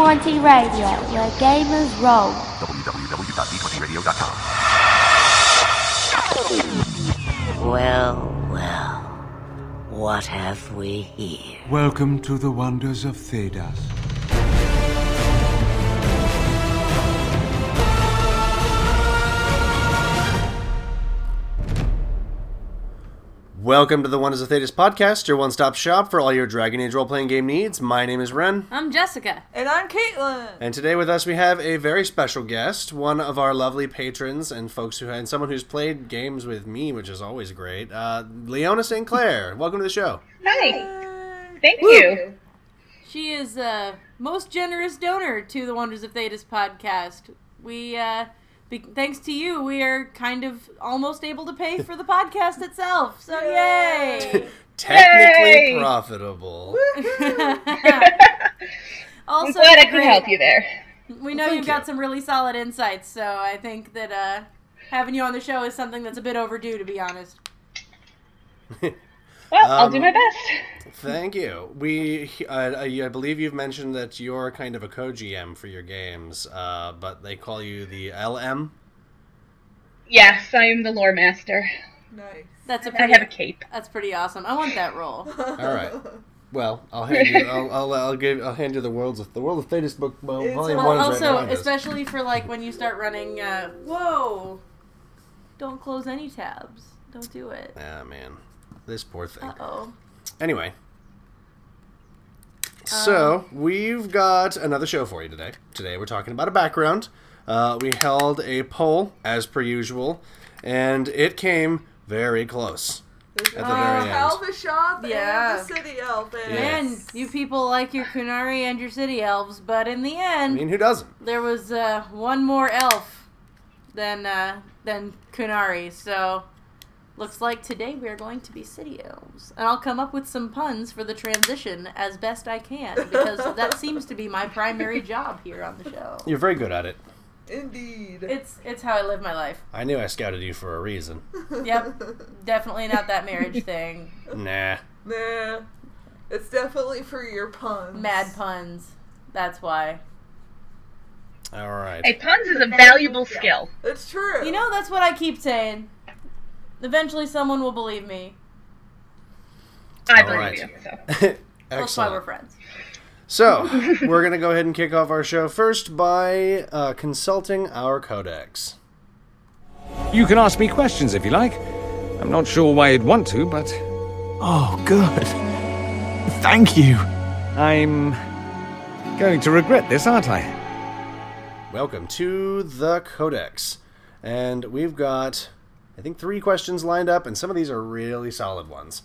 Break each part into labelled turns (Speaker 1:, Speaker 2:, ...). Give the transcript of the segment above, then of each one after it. Speaker 1: Radio, where gamers roll.
Speaker 2: www.b20radio.com.
Speaker 3: Well, well, what have we here?
Speaker 4: Welcome to the wonders of Thedas.
Speaker 5: Welcome to the Wonders of Thetis podcast, your one stop shop for all your Dragon Age role playing game needs. My name is Ren,
Speaker 6: I'm Jessica.
Speaker 7: And I'm Caitlin.
Speaker 5: and today with us we have a very special guest, one of our lovely patrons and folks who and someone who's played games with me, which is always great. Uh, Leona St. Clair, welcome to the show.
Speaker 8: Hi. Thank you.
Speaker 6: She is uh, most generous donor to the Wonders of Thetis podcast. We, uh, be- thanks to you, we are kind of almost able to pay for the podcast itself. So yay!
Speaker 5: Technically
Speaker 8: Yay!
Speaker 5: profitable.
Speaker 8: I'm
Speaker 6: also,
Speaker 8: glad I
Speaker 6: you're
Speaker 8: could
Speaker 6: great.
Speaker 8: help you there.
Speaker 6: We know you've got some really solid insights, so I think that uh, having you on the show is something that's a bit overdue, to be honest.
Speaker 8: Well, I'll
Speaker 5: Um,
Speaker 8: do my best.
Speaker 5: Thank you. We, uh, I believe you've mentioned that you're kind of a co GM for your games, uh, but they call you the LM.
Speaker 8: Yes, I am the lore master.
Speaker 7: Nice.
Speaker 6: That's a
Speaker 8: I
Speaker 6: pretty,
Speaker 8: have a cape.
Speaker 6: that's pretty awesome. I want that role.
Speaker 5: All right. Well, I'll hand you. I'll, I'll, I'll give. I'll hand you the world's the world of Thetis book well,
Speaker 7: It's
Speaker 5: volume
Speaker 7: all-
Speaker 6: Well,
Speaker 5: one. is
Speaker 6: also,
Speaker 5: right behind us.
Speaker 6: especially for like when you start running, uh, whoa, don't close any tabs. Don't do it.
Speaker 5: Ah man, this poor thing.
Speaker 6: Uh oh.
Speaker 5: Anyway, so we've got another show for you today. Today we're talking about a background. Uh, we held a poll as per usual, and it came very close.
Speaker 7: There's
Speaker 5: At the
Speaker 7: uh,
Speaker 5: very end.
Speaker 7: Elvishop
Speaker 6: Yeah.
Speaker 7: and the City Elf. and-
Speaker 5: Yeah.
Speaker 6: And you people like your Kunari and your city elves, but in the end,
Speaker 5: I mean, who doesn't?
Speaker 6: there was uh, one more elf than uh, than Kunari. So looks like today we are going to be city elves, and I'll come up with some puns for the transition as best I can because that seems to be my primary job here on the show.
Speaker 5: You're very good at it.
Speaker 7: Indeed.
Speaker 6: It's it's how I live my life.
Speaker 5: I knew I scouted you for a reason.
Speaker 6: Yep. Definitely not that marriage thing.
Speaker 5: Nah.
Speaker 7: nah. It's definitely for your puns.
Speaker 6: Mad puns. That's why.
Speaker 5: All right.
Speaker 8: Hey, puns is a valuable skill.
Speaker 7: It's true.
Speaker 6: You know, that's what I keep saying. Eventually, someone will believe me.
Speaker 8: I
Speaker 5: All
Speaker 8: believe
Speaker 5: right.
Speaker 8: you. So.
Speaker 6: That's why we're
Speaker 5: Excellent.
Speaker 6: friends.
Speaker 5: So, we're going to go ahead and kick off our show first by uh, consulting our codex.
Speaker 9: You can ask me questions if you like. I'm not sure why you'd want to, but
Speaker 10: Oh, good. Thank you.
Speaker 9: I'm going to regret this, aren't I?
Speaker 5: Welcome to the codex. And we've got, I think, three questions lined up, and some of these are really solid ones.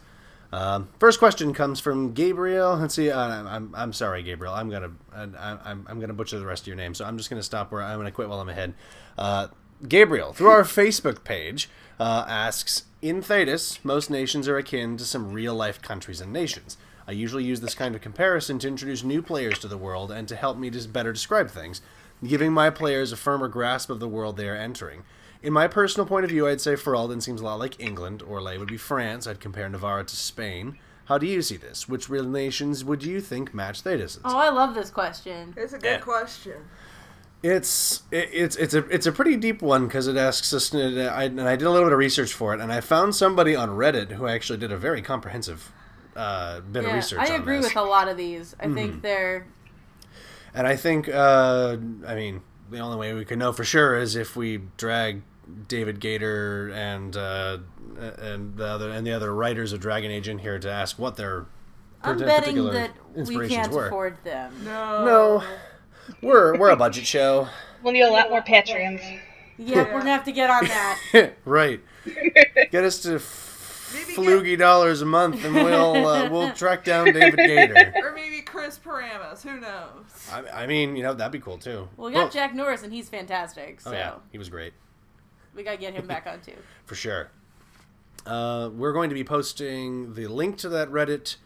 Speaker 5: Um, first question comes from Gabriel. Let's see. Uh, I'm, I'm, I'm sorry, Gabriel. I'm gonna I, I'm, I'm gonna butcher the rest of your name, so I'm just gonna stop where I'm gonna quit while I'm ahead. Uh, Gabriel, through our Facebook page, uh, asks in Thetis, most nations are akin to some real life countries and nations. I usually use this kind of comparison to introduce new players to the world and to help me just better describe things, giving my players a firmer grasp of the world they are entering. In my personal point of view, I'd say Ferelden seems a lot like England. Orlais would be France. I'd compare Navarra to Spain. How do you see this? Which real nations would you think match Thetis?
Speaker 6: Oh, I love this question.
Speaker 7: It's a good question.
Speaker 5: It's it, it's it's a it's a pretty deep one because it asks us, and I, and I did a little bit of research for it, and I found somebody on Reddit who actually did a very comprehensive uh, bit of
Speaker 6: Yeah,
Speaker 5: research.
Speaker 6: I
Speaker 5: on
Speaker 6: agree
Speaker 5: this. Mm-hmm.
Speaker 6: with a lot of these. I think they're.
Speaker 5: And I think, uh, I mean, the only way we can know for sure is if we drag David Gator and uh, and the other and the other writers of Dragon Age in here to ask what their
Speaker 6: I'm
Speaker 5: parti-
Speaker 6: betting
Speaker 5: particular
Speaker 6: that we
Speaker 5: inspirations
Speaker 6: can't
Speaker 5: were.
Speaker 6: afford them.
Speaker 7: No.
Speaker 5: No, we're we're a budget show,
Speaker 8: We'll need a lot more Patreons.
Speaker 6: Yep, we're gonna have to get on that.
Speaker 5: right? Get us to f-
Speaker 7: Maybe
Speaker 5: flugy dollars a month, and we'll uh, we'll track down David Gator.
Speaker 7: Or maybe Chris Paramus. Who knows?
Speaker 5: I, I mean, you know, that'd be cool too.
Speaker 6: Well, we got
Speaker 5: Well-
Speaker 6: Jack Norris, and he's fantastic. So
Speaker 5: Oh yeah, he was great.
Speaker 6: we gotta get him back on too.
Speaker 5: for sure. Uh, we're going to be posting the link to that Reddit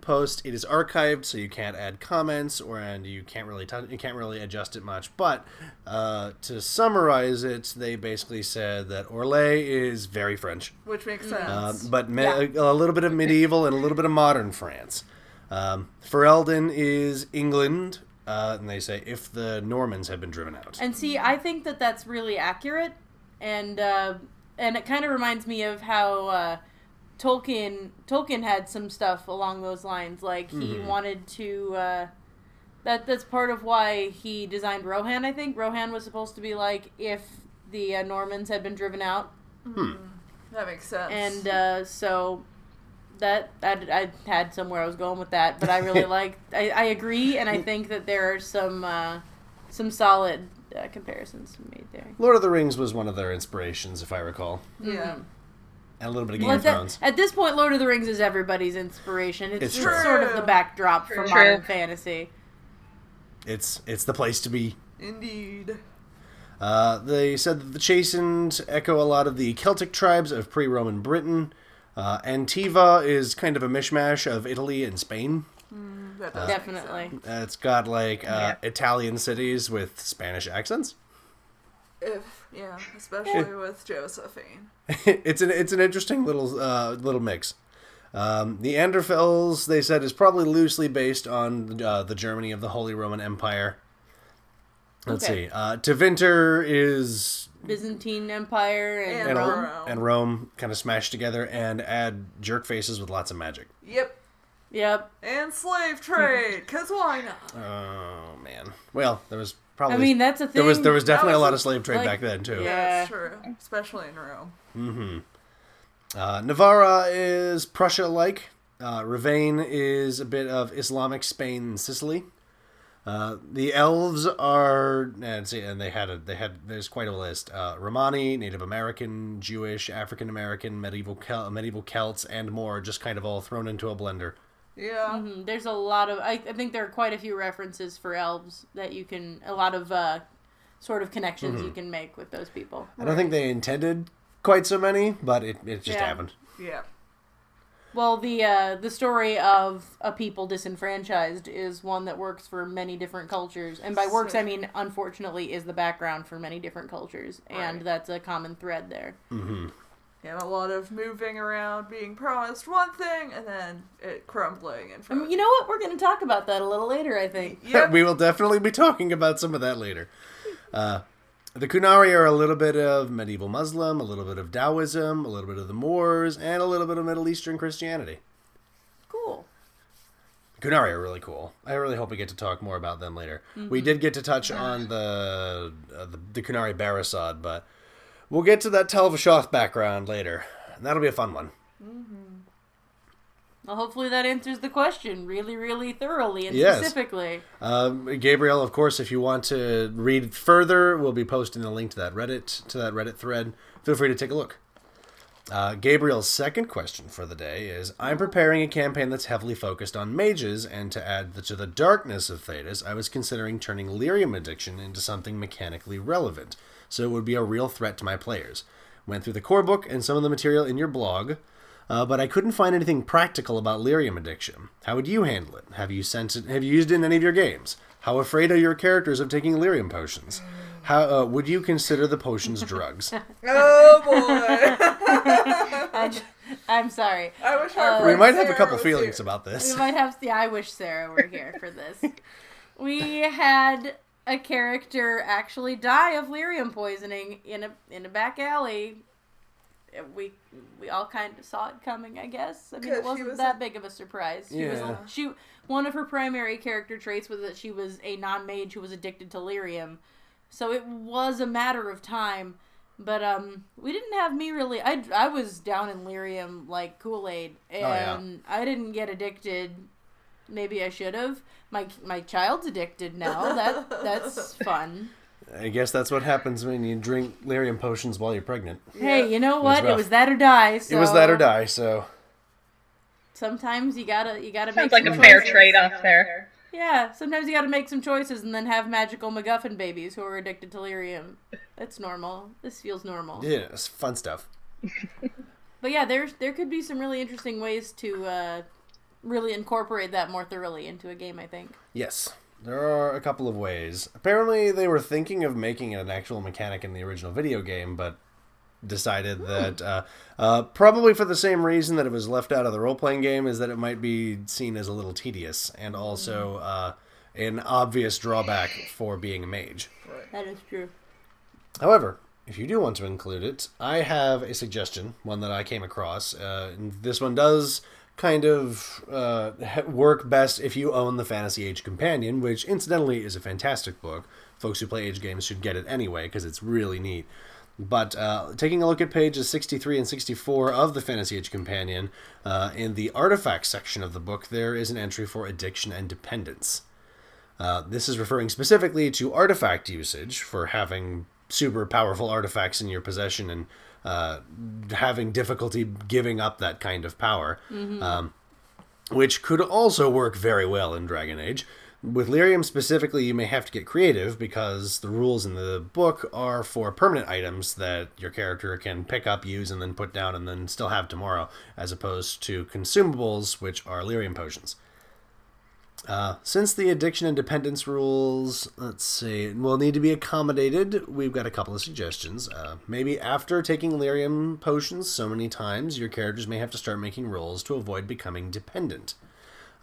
Speaker 5: post. It is archived, so you can't add comments, or and you can't really t- you can't really adjust it much. But uh, to summarize it, they basically said that Orlais is very French,
Speaker 7: Which
Speaker 6: Mm.
Speaker 7: makes
Speaker 5: um,
Speaker 7: sense.
Speaker 5: but me- a, a little bit of medieval and a little bit of modern France. Um, Ferelden is England. Uh, and they say, if the Normans had been driven out.
Speaker 6: And see, I think that that's really accurate, and uh, and it kind of reminds me of how uh, Tolkien Tolkien had some stuff along those lines. Like he wanted to. Uh, that that's part of why he designed Rohan. I think Rohan was supposed to be like if the uh, Normans had been driven out,
Speaker 7: That makes sense.
Speaker 6: and uh, so. That, that I had somewhere I was going with that, but I really like. I, I agree, and I think that there are some uh, some solid uh, comparisons made there.
Speaker 5: Lord of the Rings was one of their inspirations, if I recall.
Speaker 7: yeah.
Speaker 6: mm-hmm.
Speaker 5: And a little bit of Game
Speaker 6: Well,
Speaker 5: of
Speaker 6: at, that-
Speaker 5: Thrones.
Speaker 6: at this point, Lord of the Rings is everybody's inspiration. It's,
Speaker 5: It's
Speaker 6: just
Speaker 5: true.
Speaker 6: sort of the backdrop for
Speaker 8: True.
Speaker 6: modern fantasy.
Speaker 5: It's, it's the place to be.
Speaker 7: Indeed.
Speaker 5: Uh, they said that the Chastened echo a lot of the Celtic tribes of pre Roman Britain. Uh, Antiva is kind of a mishmash of Italy and Spain.
Speaker 7: That does make sense.
Speaker 6: Definitely.
Speaker 5: Uh, it's got like uh, Italian cities with Spanish accents.
Speaker 7: If yeah, especially with Josephine.
Speaker 5: it's an it's an interesting little uh, little mix. Um, the Anderfels, they said, is probably loosely based on uh, the Germany of the Holy Roman Empire. Let's
Speaker 6: Okay.
Speaker 5: see. Uh, Tevinter is
Speaker 6: Byzantine Empire
Speaker 5: and
Speaker 6: and,
Speaker 7: And
Speaker 5: Rome,
Speaker 7: Rome.
Speaker 5: and Rome kind of smashed together and add jerk faces with lots of magic.
Speaker 7: Yep.
Speaker 6: yep.
Speaker 7: And slave trade, cause why not?
Speaker 5: Oh man. Well, there was probably
Speaker 6: I mean, that's a thing.
Speaker 5: there was there was definitely a
Speaker 7: was
Speaker 5: lot of slave trade
Speaker 6: like-
Speaker 5: back then too.
Speaker 6: Yeah.
Speaker 7: That's true, especially in Rome.
Speaker 5: Uh, Navarra is Prussia like. Uh, Ravine is a bit of Islamic Spain and Sicily. Uh, the elves are, and, see, and they had a, they had there's quite a list: uh, Romani, Native American, Jewish, African American, medieval Kel- medieval Celts, and more, just kind of all thrown into a blender.
Speaker 7: Yeah.
Speaker 6: Mhm. There's a lot of. I, I think there are quite a few references for elves that you can. A lot of uh, sort of connections
Speaker 5: Mm-hmm.
Speaker 6: you can make with those people.
Speaker 5: I don't think they intended quite so many, but it, it just
Speaker 6: Yeah.
Speaker 5: happened.
Speaker 7: Yeah.
Speaker 6: Well, the uh, the story of a people disenfranchised is one that works for many different cultures, and by works I mean unfortunately is the background for many different cultures, and
Speaker 7: Right.
Speaker 6: that's a common thread there.
Speaker 7: And a lot of moving around, being promised one thing, and then it crumbling and.
Speaker 6: I mean, Um, you know what? We're going to talk about that a little later, I think.
Speaker 7: Yep.
Speaker 5: we will definitely be talking about some of that later. Uh, the Kunari are a little bit of medieval Muslim, a little bit of Taoism, a little bit of the Moors, and a little bit of Middle Eastern Christianity.
Speaker 6: Cool.
Speaker 5: Kunari are really cool. I really hope we get to talk more about them later. We did get to touch on the, uh, the the Kunari Barasad, but we'll get to that Telvishoth background later. And that'll be a fun one.
Speaker 6: Well, hopefully that answers the question really, really thoroughly and
Speaker 5: Yes.
Speaker 6: specifically.
Speaker 5: Um, Gabriel, of course, if you want to read further, we'll be posting the link to that Reddit to that Reddit thread. Feel free to take a look. Uh, Gabriel's second question for the day is: I'm preparing a campaign that's heavily focused on mages, and to add to the darkness of Thetis, I was considering turning lyrium addiction into something mechanically relevant, so it would be a real threat to my players. Went through the core book and some of the material in your blog, uh, but I couldn't find anything practical about lyrium addiction. How would you handle it? Have you sent it? Have you used it in any of your games? How afraid are your characters of taking lyrium potions? How uh, would you consider the potions drugs?
Speaker 7: Oh boy!
Speaker 6: I j- I'm sorry.
Speaker 7: I wish
Speaker 6: Oh,
Speaker 7: our
Speaker 5: We
Speaker 7: friend
Speaker 5: might have a
Speaker 7: Sarah
Speaker 5: couple
Speaker 7: was
Speaker 5: feelings
Speaker 7: here.
Speaker 5: about this.
Speaker 6: We might have. Yeah, I wish Sarah were here for this. We had a character actually die of lyrium poisoning in a in a back alley. Uh, We we all kind of saw it coming, I guess. I mean,
Speaker 7: 'Cause
Speaker 6: it
Speaker 7: she
Speaker 6: wasn't
Speaker 7: was
Speaker 6: that
Speaker 7: a-
Speaker 6: big of a surprise. She was a,
Speaker 5: Yeah.
Speaker 6: she one of her primary character traits was that she was a non mage who was addicted to lyrium. So it was a matter of time. But um, we didn't have me really. I, I was down in lyrium like Kool Aid,
Speaker 5: Oh, yeah.
Speaker 6: and I didn't get addicted. Maybe I should have. My my child's addicted now. That that's fun.
Speaker 5: I guess that's what happens when you drink lyrium potions while you're pregnant.
Speaker 6: Hey, you know what? It
Speaker 5: rough.
Speaker 6: was that or die.
Speaker 5: It was
Speaker 6: so
Speaker 5: that or die. So
Speaker 6: Sometimes you gotta you gotta
Speaker 8: Sounds
Speaker 6: make
Speaker 8: like a
Speaker 6: some
Speaker 8: fair
Speaker 6: choices.
Speaker 8: trade off there.
Speaker 6: Yeah, sometimes you gotta make some choices and then have magical MacGuffin babies who are addicted to lyrium. That's normal. This feels normal.
Speaker 5: yeah, it's fun stuff.
Speaker 6: But yeah, there's there could be some really interesting ways to uh, really incorporate that more thoroughly into a game. I think.
Speaker 5: Yes, there are a couple of ways. Apparently, they were thinking of making it an actual mechanic in the original video game, but decided that uh, uh, probably for the same reason that it was left out of the role playing game is that it might be seen as a little tedious, and also uh, an obvious drawback for being a mage.
Speaker 6: That is true.
Speaker 5: However, if you do want to include it, I have a suggestion, one that I came across. Uh, and this one does kind of uh, he- work best if you own the Fantasy Age Companion, which incidentally is a fantastic book. Folks who play age games should get it anyway because it's really neat. But uh, taking a look at pages 63 and 64 of the Fantasy Age Companion, uh, in the artifacts section of the book, there is an entry for addiction and dependence. Uh, this is referring specifically to artifact usage for having super powerful artifacts in your possession and uh, having difficulty giving up that kind of power, um, which could also work very well in Dragon Age. With Lyrium specifically, you may have to get creative because the rules in the book are for permanent items that your character can pick up, use, and then put down, and then still have tomorrow, as opposed to consumables, which are Lyrium potions. Since the addiction and dependence rules, let's see, will need to be accommodated, we've got a couple of suggestions. Uh, maybe after taking lyrium potions so many times, your characters may have to start making rolls to avoid becoming dependent.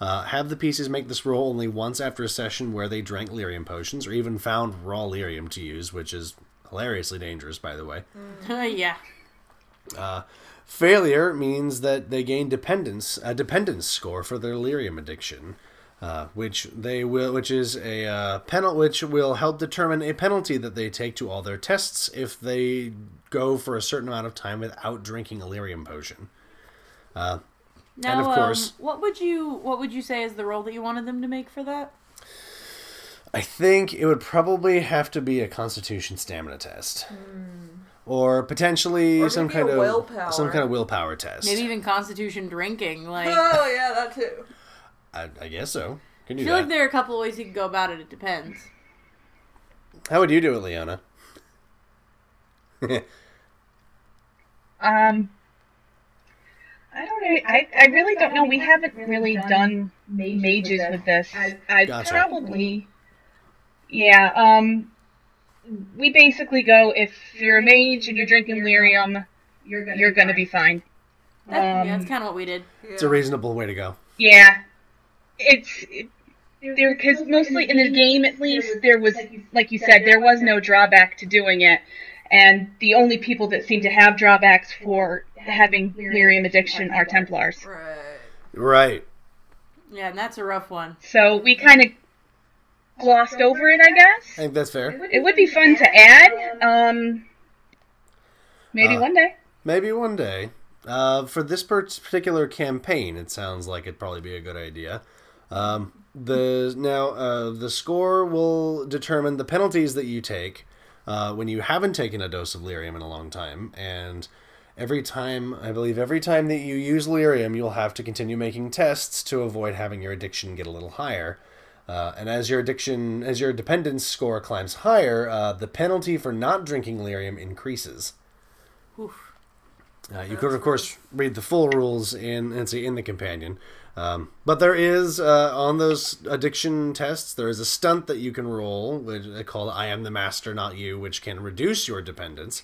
Speaker 5: Uh, have the pieces make this roll only once after a session where they drank lyrium potions, or even found raw lyrium to use, which is hilariously dangerous, by the way.
Speaker 6: yeah.
Speaker 5: Failure means that they gain dependence, a dependence score for their lyrium addiction, uh, which they will, which is a uh, penal, which will help determine a penalty that they take to all their tests if they go for a certain amount of time without drinking a lyrium potion.
Speaker 6: Now,
Speaker 5: of
Speaker 6: um,
Speaker 5: course-
Speaker 6: what would you what would you say is the role that you wanted them to make for that?
Speaker 5: I think it would probably have to be a Constitution stamina test, or potentially
Speaker 7: Or
Speaker 5: some
Speaker 7: maybe
Speaker 5: kind
Speaker 7: a
Speaker 5: of
Speaker 7: willpower.
Speaker 5: some kind of willpower test.
Speaker 6: Maybe even Constitution drinking. Like, I
Speaker 7: Oh yeah, that too.
Speaker 5: I, I guess so. Can do
Speaker 6: feel like
Speaker 5: that.
Speaker 6: there are a couple of ways you can go about it. It depends.
Speaker 5: How would you do it, Leona?
Speaker 8: Um, I don't. Really, I I really don't know. We haven't really done mages with this. I
Speaker 5: Gotcha.
Speaker 8: probably. Yeah. Um, we basically go if you're a mage and you're drinking lyrium, you're gonna you're gonna be fine.
Speaker 6: That- yeah,
Speaker 8: Um,
Speaker 6: that's kind of what we did.
Speaker 5: It's a reasonable way to go.
Speaker 8: Yeah, it's it, there because mostly in the game, at least, there was like you said, there was no drawback to doing it, and the only people that seem to have drawbacks for having lyrium addiction are Templars.
Speaker 7: Right.
Speaker 5: Right.
Speaker 6: Yeah, and that's a rough one.
Speaker 8: So we kind of glossed over it, I
Speaker 5: I
Speaker 8: guess.
Speaker 5: think that's fair.
Speaker 8: It would be fun to add. Um, maybe
Speaker 5: Uh,
Speaker 8: one day.
Speaker 5: Maybe one day. Uh, for this per- particular campaign, it sounds like it'd probably be a good idea. Um, the now uh, the score will determine the penalties that you take uh, when you haven't taken a dose of lyrium in a long time, and every time I believe every time that you use lyrium, you'll have to continue making tests to avoid having your addiction get a little higher. Uh, and as your addiction, as your dependence score climbs higher, uh, the penalty for not drinking lyrium increases. Uh, you could, of course, read the full rules in and see in the companion. Um, but there is uh, on those addiction tests, there is a stunt that you can roll which they call "I am the master, not you," which can reduce your dependence.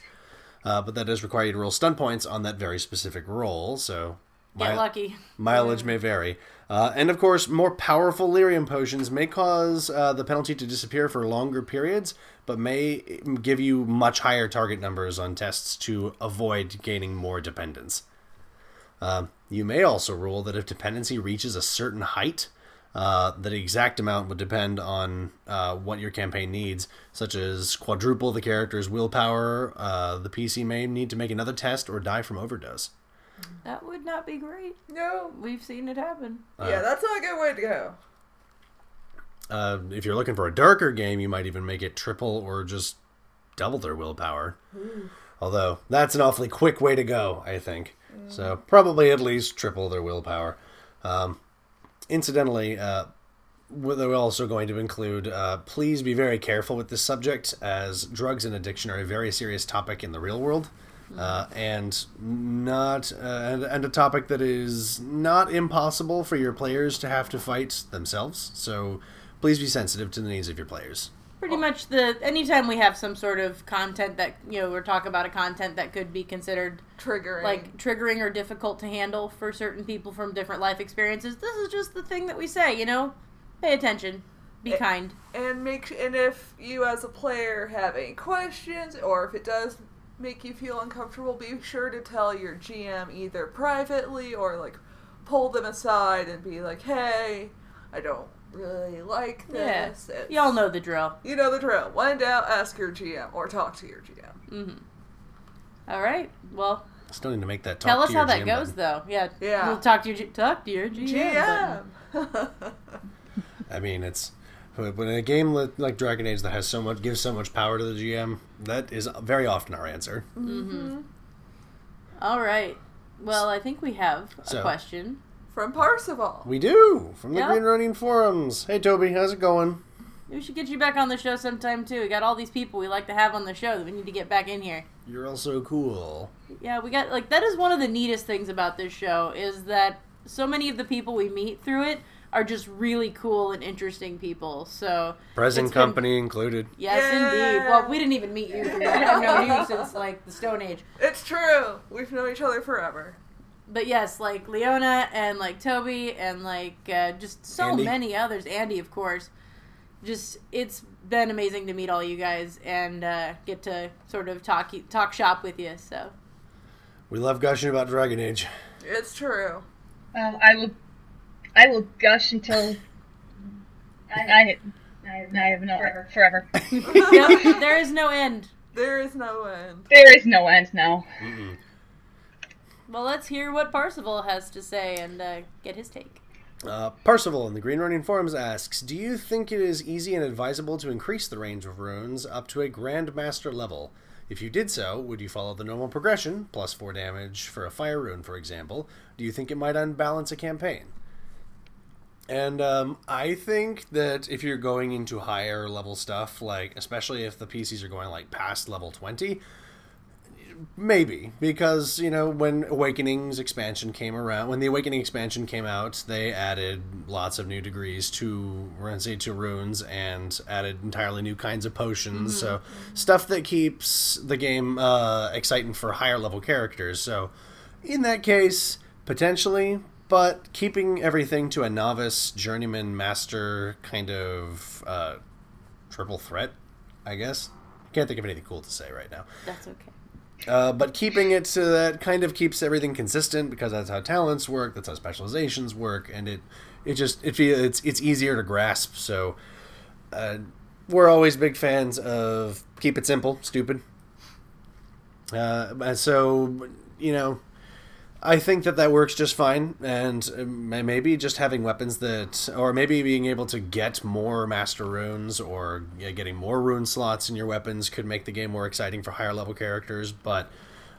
Speaker 5: Uh, but that does require you to roll stunt points on that very specific roll. So
Speaker 6: Get
Speaker 5: my-
Speaker 6: lucky.
Speaker 5: Mileage may vary. Uh, and of course, more powerful lyrium potions may cause uh, the penalty to disappear for longer periods, but may give you much higher target numbers on tests to avoid gaining more dependence. Um, you may also rule that if dependency reaches a certain height, uh, the exact amount would depend on uh, what your campaign needs, such as quadruple the character's willpower. Uh, the PC may need to make another test or die from overdose.
Speaker 6: That would not be great.
Speaker 7: No.
Speaker 6: We've seen it happen.
Speaker 7: yeah, that's not a good way to go.
Speaker 5: uh, if you're looking for a darker game, you might even make it triple or just double their willpower. Although that's an awfully quick way to go, I think. So probably at least triple their willpower. Um, incidentally, uh, we're they're also going to include uh, please be very careful with this subject, as drugs and addiction are a very serious topic in the real world. Uh, and not uh, and, and a topic that is not impossible for your players to have to fight themselves. So please be sensitive to the needs of your players.
Speaker 6: Pretty much the anytime we have some sort of content that you know we're talking about a content that could be considered
Speaker 7: Triggering.
Speaker 6: like triggering or difficult to handle for certain people from different life experiences. This is just the thing that we say, you know. Pay attention. be kind.
Speaker 7: and make and if you as a player have any questions or if it does make you feel uncomfortable be sure to tell your gm either privately or like pull them aside and be like hey i don't really like
Speaker 6: Yeah.
Speaker 7: this It's-
Speaker 6: Y'all know the drill.
Speaker 7: you know the drill when in doubt ask your gm or talk to your gm
Speaker 6: All right. Well,
Speaker 5: Still need to make that talk
Speaker 6: tell
Speaker 5: to
Speaker 6: us
Speaker 5: your
Speaker 6: how that
Speaker 5: GM
Speaker 6: goes,
Speaker 5: button.
Speaker 6: though. Yeah.
Speaker 7: Yeah.
Speaker 6: We'll talk to your G- talk to your GM. button.
Speaker 7: gm
Speaker 5: I mean, it's but in a game li- like Dragon Age that has so much gives so much power to the GM, that is very often our answer.
Speaker 6: All right. Well, I think we have a
Speaker 5: So-
Speaker 6: question.
Speaker 7: from parseval
Speaker 5: We do from the
Speaker 6: Yeah.
Speaker 5: Green Ronin forums. Hey Toby, how's it going?
Speaker 6: We should get you back on the show sometime too. We got all these people we like to have on the show that we need to get back in here.
Speaker 5: You're also cool.
Speaker 6: Yeah, we got like that is one of the neatest things about this show is that so many of the people we meet through it are just really cool and interesting people. So
Speaker 5: Present
Speaker 6: It's been-
Speaker 5: company included.
Speaker 6: yes, indeed. Well, we didn't even meet you. Through that. I've known you since like the Stone Age.
Speaker 7: it's true we've known each other forever
Speaker 6: But yes, like Leona and like Toby and like uh, just so
Speaker 5: Andy.
Speaker 6: many others. Andy, of course. Just it's been amazing to meet all you guys and uh, get to sort of talk talk shop with you. So
Speaker 5: We love gushing about Dragon Age.
Speaker 7: it's true
Speaker 8: Well, Um, I will, I will gush until I, I, I, I have no forever.
Speaker 6: Yep, there is no end.
Speaker 7: there is no end
Speaker 8: There is no end now.
Speaker 6: Well, let's hear what Parsival has to say and uh, get his take.
Speaker 5: Uh, Percival in the Green Ronin forums asks, "Do you think it is easy and advisable to increase the range of runes up to a Grand Master level? If you did so, would you follow the normal progression, plus four damage for a fire rune, for example? Do you think it might unbalance a campaign?" And um, I think that if you're going into higher level stuff, like especially if the PCs are going like past level twenty, Maybe because you know when Awakening's expansion came around, when the Awakening expansion came out, they added lots of new degrees to we're gonna say to runes and added entirely new kinds of potions. So stuff that keeps the game uh, exciting for higher level characters. So in that case, potentially, but keeping everything to a novice, journeyman, master kind of uh, triple threat, I guess. Can't think of anything cool to say right now.
Speaker 6: That's okay.
Speaker 5: Uh, but keeping it to that kind of keeps everything consistent because that's how talents work, that's how specializations work, and it it just it feel it's it's easier to grasp. So uh, we're always big fans of keep it simple, stupid. Uh, and so you know, I think that that works just fine, and um, maybe just having weapons that, or maybe being able to get more master runes or yeah, getting more rune slots in your weapons could make the game more exciting for higher level characters. But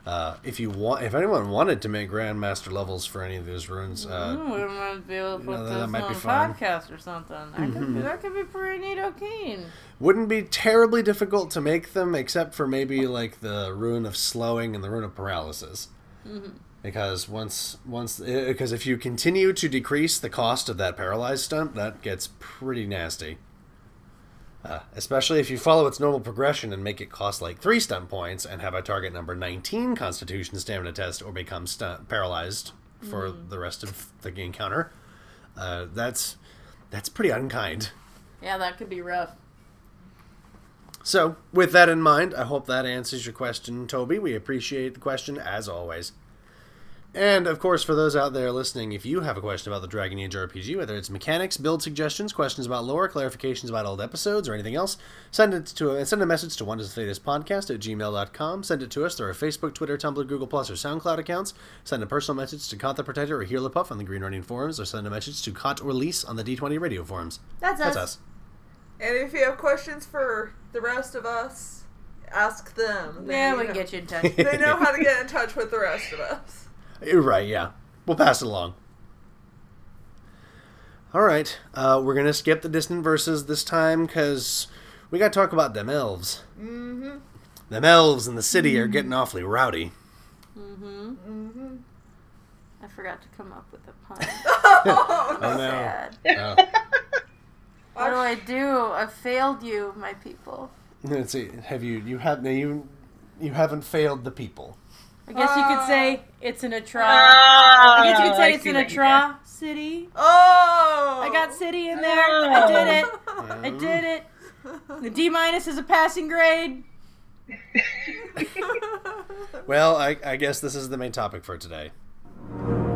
Speaker 5: uh, if you want, if anyone wanted to make grandmaster levels for any of those runes, uh,
Speaker 6: We might be able to put
Speaker 5: know, that
Speaker 6: this
Speaker 5: might be
Speaker 6: on a
Speaker 5: fun. Mm-hmm.
Speaker 6: podcast or something. That, could be, that could be pretty neat, O'Keen.
Speaker 5: wouldn't be terribly difficult to make them, except for maybe like the rune of slowing and the rune of paralysis. Because once, once, because if you continue to decrease the cost of that paralyzed stunt, that gets pretty nasty. Uh, especially if you follow its normal progression and make it cost like three stunt points and have a target number 19 Constitution stamina test or become stunt paralyzed for the rest of the encounter. Uh, that's that's pretty unkind.
Speaker 6: Yeah, that could be rough.
Speaker 5: So, with that in mind, I hope that answers your question, Toby. We appreciate the question as always. And of course, for those out there listening, if you have a question about the Dragon Age RPG, whether it's mechanics, build suggestions, questions about lore, clarifications about old episodes, or anything else, send it to uh, send a message to wondersofthetaspodcast at gmail.com. Send it to us through our Facebook, Twitter, Tumblr, Google Plus, or SoundCloud accounts. Send a personal message to Cot the Protector or Heal the Puff on the Green Running forums, or send a message to Cot or Lease on the D20 radio forums.
Speaker 6: That's us.
Speaker 5: That's us.
Speaker 7: And if you have questions for the rest of us, ask them. They,
Speaker 6: Yeah, we
Speaker 7: you
Speaker 6: can
Speaker 7: know,
Speaker 6: get you in touch.
Speaker 7: They know how to get in touch with the rest of us.
Speaker 5: Right, yeah. We'll pass it along. All right, uh, we're going to skip the distant verses this time because we got to talk about them elves. Mm-hmm. Them elves in the city are getting awfully rowdy.
Speaker 6: I forgot to come up with a pun.
Speaker 5: I know.
Speaker 6: Sad. What do I do? I failed you, my people.
Speaker 5: Let's see. Have you you have now you you haven't failed the people.
Speaker 6: I guess you could say Uh, it's an atra.
Speaker 8: Ah,
Speaker 6: I guess you could say
Speaker 8: I
Speaker 6: it's
Speaker 8: see
Speaker 6: an
Speaker 8: what you did.
Speaker 6: atra city.
Speaker 7: Oh!
Speaker 6: I got city in there. I did it. I did it. The D minus is a passing grade.
Speaker 5: Well, I, I guess this is the main topic for today.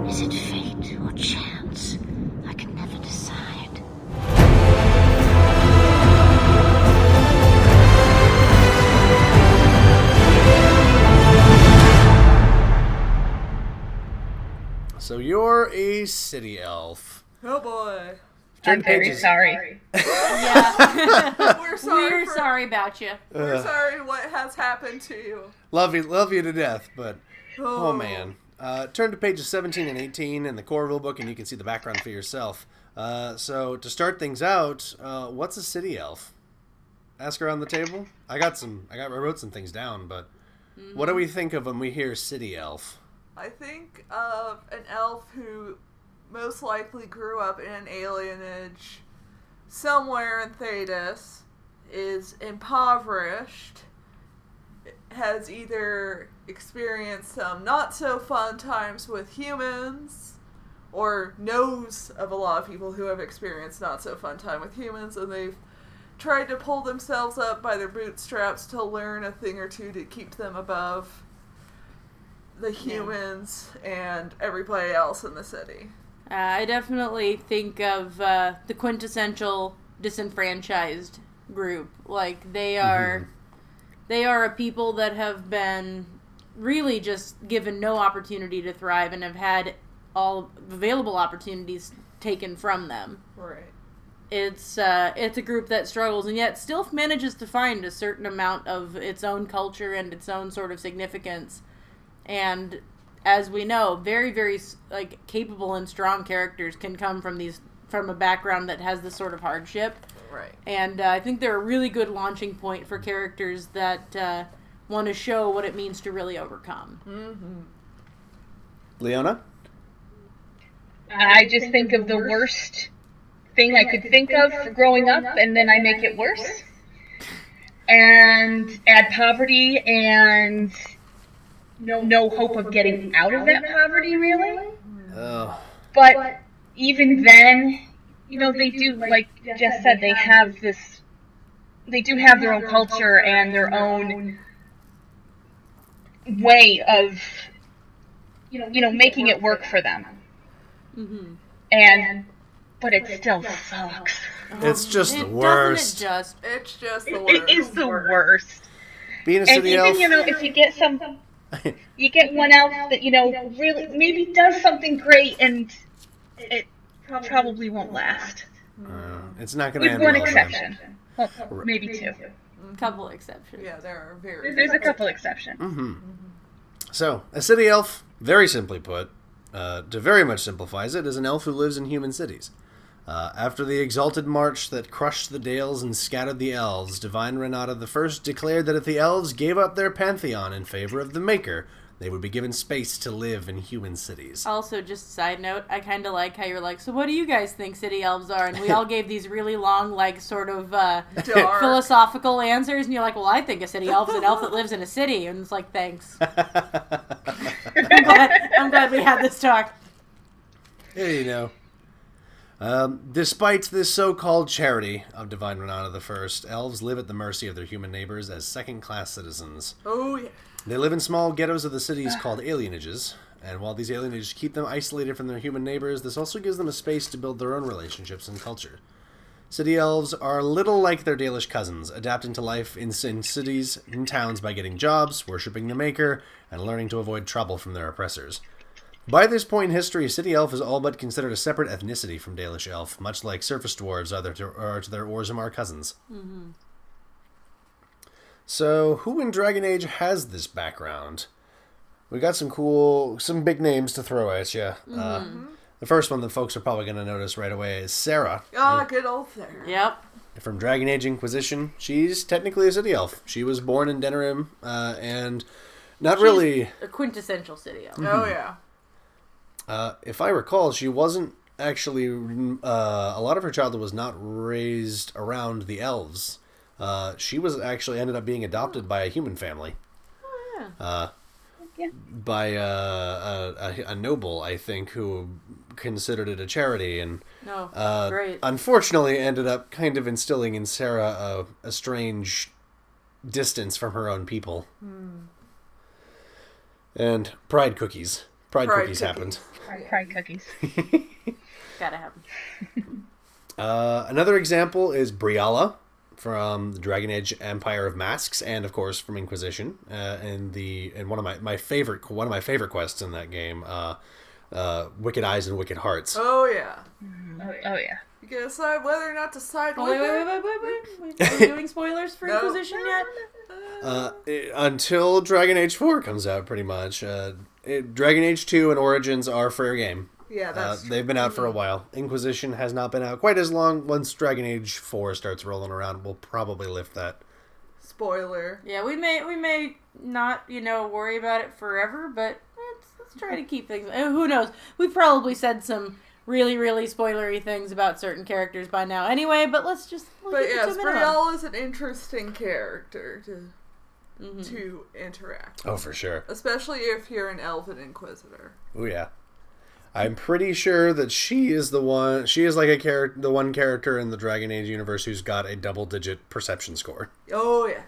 Speaker 3: Is it fate or chance? I can never decide.
Speaker 5: So you're a city elf.
Speaker 7: Oh boy.
Speaker 8: I'm very
Speaker 5: pages.
Speaker 8: sorry.
Speaker 6: Yeah,
Speaker 7: We're sorry.
Speaker 6: we're
Speaker 7: for,
Speaker 6: sorry about you.
Speaker 7: We're sorry what has happened to you.
Speaker 5: Love you, love you to death, but oh man. Uh, turn to pages 17 and 18 in the core rule book, and you can see the background for yourself. Uh, so to start things out, uh, what's a city elf? Ask around the table. I got some. I got. I wrote some things down, but what do we think of when we hear city elf?
Speaker 7: I think of an elf who most likely grew up in an alienage somewhere in Thetis, is impoverished, has either experienced some not so fun times with humans, or knows of a lot of people who have experienced not so fun time with humans, and they've tried to pull themselves up by their bootstraps to learn a thing or two to keep them above the humans and everybody else in the city.
Speaker 6: Uh, I definitely think of uh, the quintessential disenfranchised group. Like they are, they are a people that have been really just given no opportunity to thrive and have had all available opportunities taken from them.
Speaker 7: Right.
Speaker 6: It's uh, it's a group that struggles and yet still manages to find a certain amount of its own culture and its own sort of significance. And as we know, very very s- like capable and strong characters can come from these from a background that has this sort of hardship.
Speaker 7: Right.
Speaker 6: And uh, I think they're a really good launching point for characters that uh, want to show what it means to really overcome.
Speaker 5: Leona.
Speaker 8: I just think of the worst thing I could think of for growing up, and then I make it worse. And add poverty and no, no hope of getting out of that poverty, really.
Speaker 5: Oh,
Speaker 8: But even then, you know, they do, like Jess said, they have this, they do have their own culture and their own way of, you know, making it work for them.
Speaker 6: Mm-hmm.
Speaker 8: And, but it still sucks.
Speaker 5: it's just the
Speaker 6: Doesn't
Speaker 5: worst.
Speaker 6: it just?
Speaker 7: It's just the
Speaker 8: It
Speaker 7: worst.
Speaker 8: is the worst.
Speaker 5: Being a
Speaker 8: And
Speaker 5: city elf.
Speaker 8: even, you know, if you get some, you get one elf that, you know, really maybe does something great and it probably won't last.
Speaker 5: Uh, it's not going to
Speaker 8: With
Speaker 5: end
Speaker 8: one
Speaker 5: well, man.
Speaker 8: exception. Well, maybe two.
Speaker 6: Couple exceptions.
Speaker 7: Yeah, there are very.
Speaker 8: There's a couple exceptions.
Speaker 5: So, a city elf, very simply put, uh, to very much simplifies it, is an elf who lives in human cities. Uh, after the exalted march that crushed the dales and scattered the elves, divine Renata the First declared that if the elves gave up their pantheon in favor of the Maker, they would be given space to live in human cities.
Speaker 6: Also, just side note, I kind of like how you're like, so what do you guys think city elves are? And we all gave these really long, like, sort of uh,
Speaker 7: Dark.
Speaker 6: philosophical answers, and you're like, well, I think a city elf's an elf that lives in a city. And it's like, thanks. I'm glad, I'm glad we had this talk.
Speaker 5: Yeah, you know. Um, despite this so-called charity of divine Renata the First, elves live at the mercy of their human neighbors as second-class citizens.
Speaker 7: Oh yeah.
Speaker 5: They live in small ghettos of the cities called alienages, and while these alienages keep them isolated from their human neighbors, this also gives them a space to build their own relationships and culture. City elves are little like their Dalish cousins, adapting to life in, in cities and towns by getting jobs, worshipping the Maker, and learning to avoid trouble from their oppressors. By this point in history, City Elf is all but considered a separate ethnicity from Dalish Elf, much like surface dwarves are to, are to their Orzammar cousins. So, who in Dragon Age has this background? We got some cool, some big names to throw at you. Uh, the first one that folks are probably going to notice right away is Sarah
Speaker 7: Ah, good old Sarah.
Speaker 6: Yep.
Speaker 5: from Dragon Age Inquisition. She's technically a city elf. She was born in Denerim, uh, and not really.
Speaker 6: A quintessential city elf.
Speaker 7: Oh yeah.
Speaker 5: Uh, if I recall, she wasn't actually. Uh, a lot of her childhood was not raised around the elves. Oh, Uh, she was actually ended up being adopted by a human family. by uh, a, a, a noble, I think, who considered it a charity and
Speaker 6: No,
Speaker 5: uh,
Speaker 6: great.
Speaker 5: unfortunately ended up kind of instilling in Sarah a, a strange distance from her own people. Hmm. And pride cookies. Pride,
Speaker 7: Pride
Speaker 5: cookies,
Speaker 7: cookies.
Speaker 5: happened.
Speaker 8: Pride cookies.
Speaker 6: Gotta happen.
Speaker 5: Uh, another example is Briala from the Dragon Age Empire of Masks, and of course from Inquisition. Uh, and the and one of my, my favorite one of my favorite quests in that game, uh, uh, Wicked Eyes and Wicked Hearts.
Speaker 7: Oh yeah.
Speaker 8: Oh, yeah.
Speaker 7: You can decide whether or not to side
Speaker 6: Oh,
Speaker 7: with
Speaker 6: wait, wait,
Speaker 7: her.
Speaker 6: wait, wait, wait, wait. Are we doing spoilers for
Speaker 7: No.
Speaker 6: Inquisition yet?
Speaker 5: Uh, it- until Dragon Age Four comes out, pretty much. Uh, it, Dragon Age Two and Origins are fair game.
Speaker 7: Yeah,
Speaker 5: Uh,
Speaker 7: that's
Speaker 5: they've been out for a while. Inquisition has not been out quite as long. Once Dragon Age Four starts rolling around, we'll probably lift that.
Speaker 7: spoiler.
Speaker 6: Yeah, we may we may not you know worry about it forever, but let's, let's try to keep things. uh, Who knows? We've probably said some really really spoilery things about certain characters by now, anyway. But let's just we'll
Speaker 7: But
Speaker 6: keep it to
Speaker 7: yes,
Speaker 6: a minimum.
Speaker 7: Brielle is an interesting character to
Speaker 6: Mm-hmm.
Speaker 7: to interact,
Speaker 5: Oh, for sure.
Speaker 7: especially if you're an elven inquisitor.
Speaker 5: Oh yeah. I'm pretty sure that she is the one. She is like a character, the one character in the Dragon Age universe who's got a double-digit perception score.
Speaker 7: Oh yeah,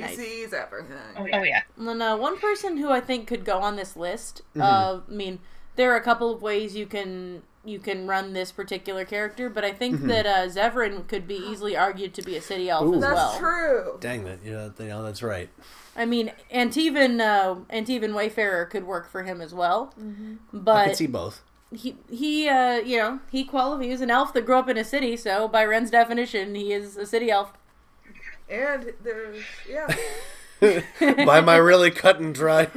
Speaker 6: Hmm. Nice.
Speaker 7: sees everything.
Speaker 8: Oh, yeah.
Speaker 6: And then uh, one person who I think could go on this list.
Speaker 5: Mm-hmm.
Speaker 6: Uh, I mean, there are a couple of ways you can you can run this particular character, but I think that uh, Zevran could be easily argued to be a city elf
Speaker 5: Mm-hmm. Ooh.
Speaker 6: as
Speaker 7: That's
Speaker 6: well.
Speaker 7: true.
Speaker 5: Dang that! Yeah, you know, that's right.
Speaker 6: I mean, Antivan uh, Antivan Wayfarer could work for him as well,
Speaker 7: Mm-hmm.
Speaker 5: I could
Speaker 6: but
Speaker 5: see both.
Speaker 6: he he uh, you know he qualifies. He was an elf that grew up in a city, so by Ren's definition, he is a city elf.
Speaker 7: And there's yeah,
Speaker 5: By my really cut and dry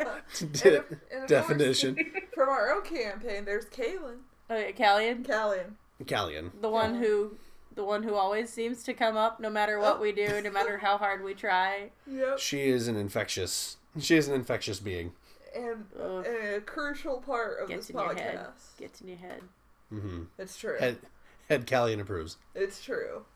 Speaker 7: if- and if
Speaker 5: definition,
Speaker 7: from our own campaign, there's Kaylin,
Speaker 6: Oh, yeah, Callian,
Speaker 7: Callian.
Speaker 5: Callion.
Speaker 6: the one who the one who always seems to come up no matter what we do, no matter how hard we try.
Speaker 7: Yep.
Speaker 5: She is an infectious. She is an infectious being.
Speaker 7: And,
Speaker 6: Ugh.
Speaker 7: and a crucial part of
Speaker 6: Gets
Speaker 7: this
Speaker 6: in your head.
Speaker 7: podcast.
Speaker 6: Gets in your head.
Speaker 7: It's true.
Speaker 5: Head, head Callion approves.
Speaker 7: It's true.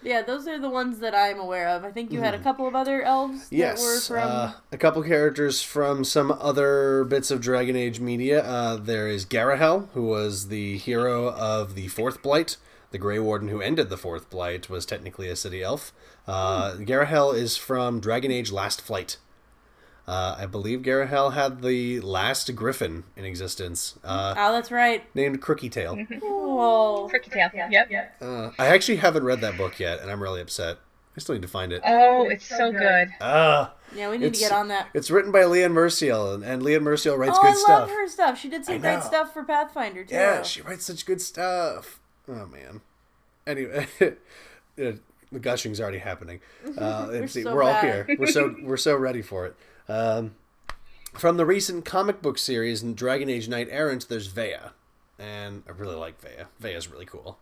Speaker 6: Yeah, those are the ones that I'm aware of. I think you had a couple of other elves that were
Speaker 5: Mm. Yes,
Speaker 6: from.
Speaker 5: uh, a couple characters from some other bits of Dragon Age media. Uh, there is Garahel, who was the hero of the Fourth Blight. The Grey Warden who ended the Fourth Blight was technically a city elf. Uh,
Speaker 6: Hmm.
Speaker 5: Garahel is from Dragon Age Last Flight. Uh, I believe Garahel had the last griffin in existence, uh,
Speaker 6: oh, that's right.
Speaker 5: named Crooky Tail.
Speaker 6: Cool.
Speaker 8: Cricket tail. Yep. yep.
Speaker 5: Uh, I actually haven't read that book yet, and I'm really upset. I still need to find it.
Speaker 6: Uh,
Speaker 8: Oh, it's so good.
Speaker 5: Ah,
Speaker 6: Yeah, we need to
Speaker 5: It's-
Speaker 6: get on that.
Speaker 5: It's written by Leanne Merciel, and, and Leanne Merciel writes
Speaker 6: oh,
Speaker 5: good
Speaker 6: I
Speaker 5: stuff.
Speaker 6: love her stuff. She did some
Speaker 5: know.
Speaker 6: great stuff for Pathfinder too.
Speaker 5: Yeah, she writes such good stuff. Oh man. Anyway, uh, the gushing's already happening. Uh, we're see,
Speaker 6: so
Speaker 5: we're all
Speaker 6: bad.
Speaker 5: here. We're so we're so ready for it. Um, from the recent comic book series in Dragon Age Knight Errant, there's Vea, and I really like Vea. Vea's really cool.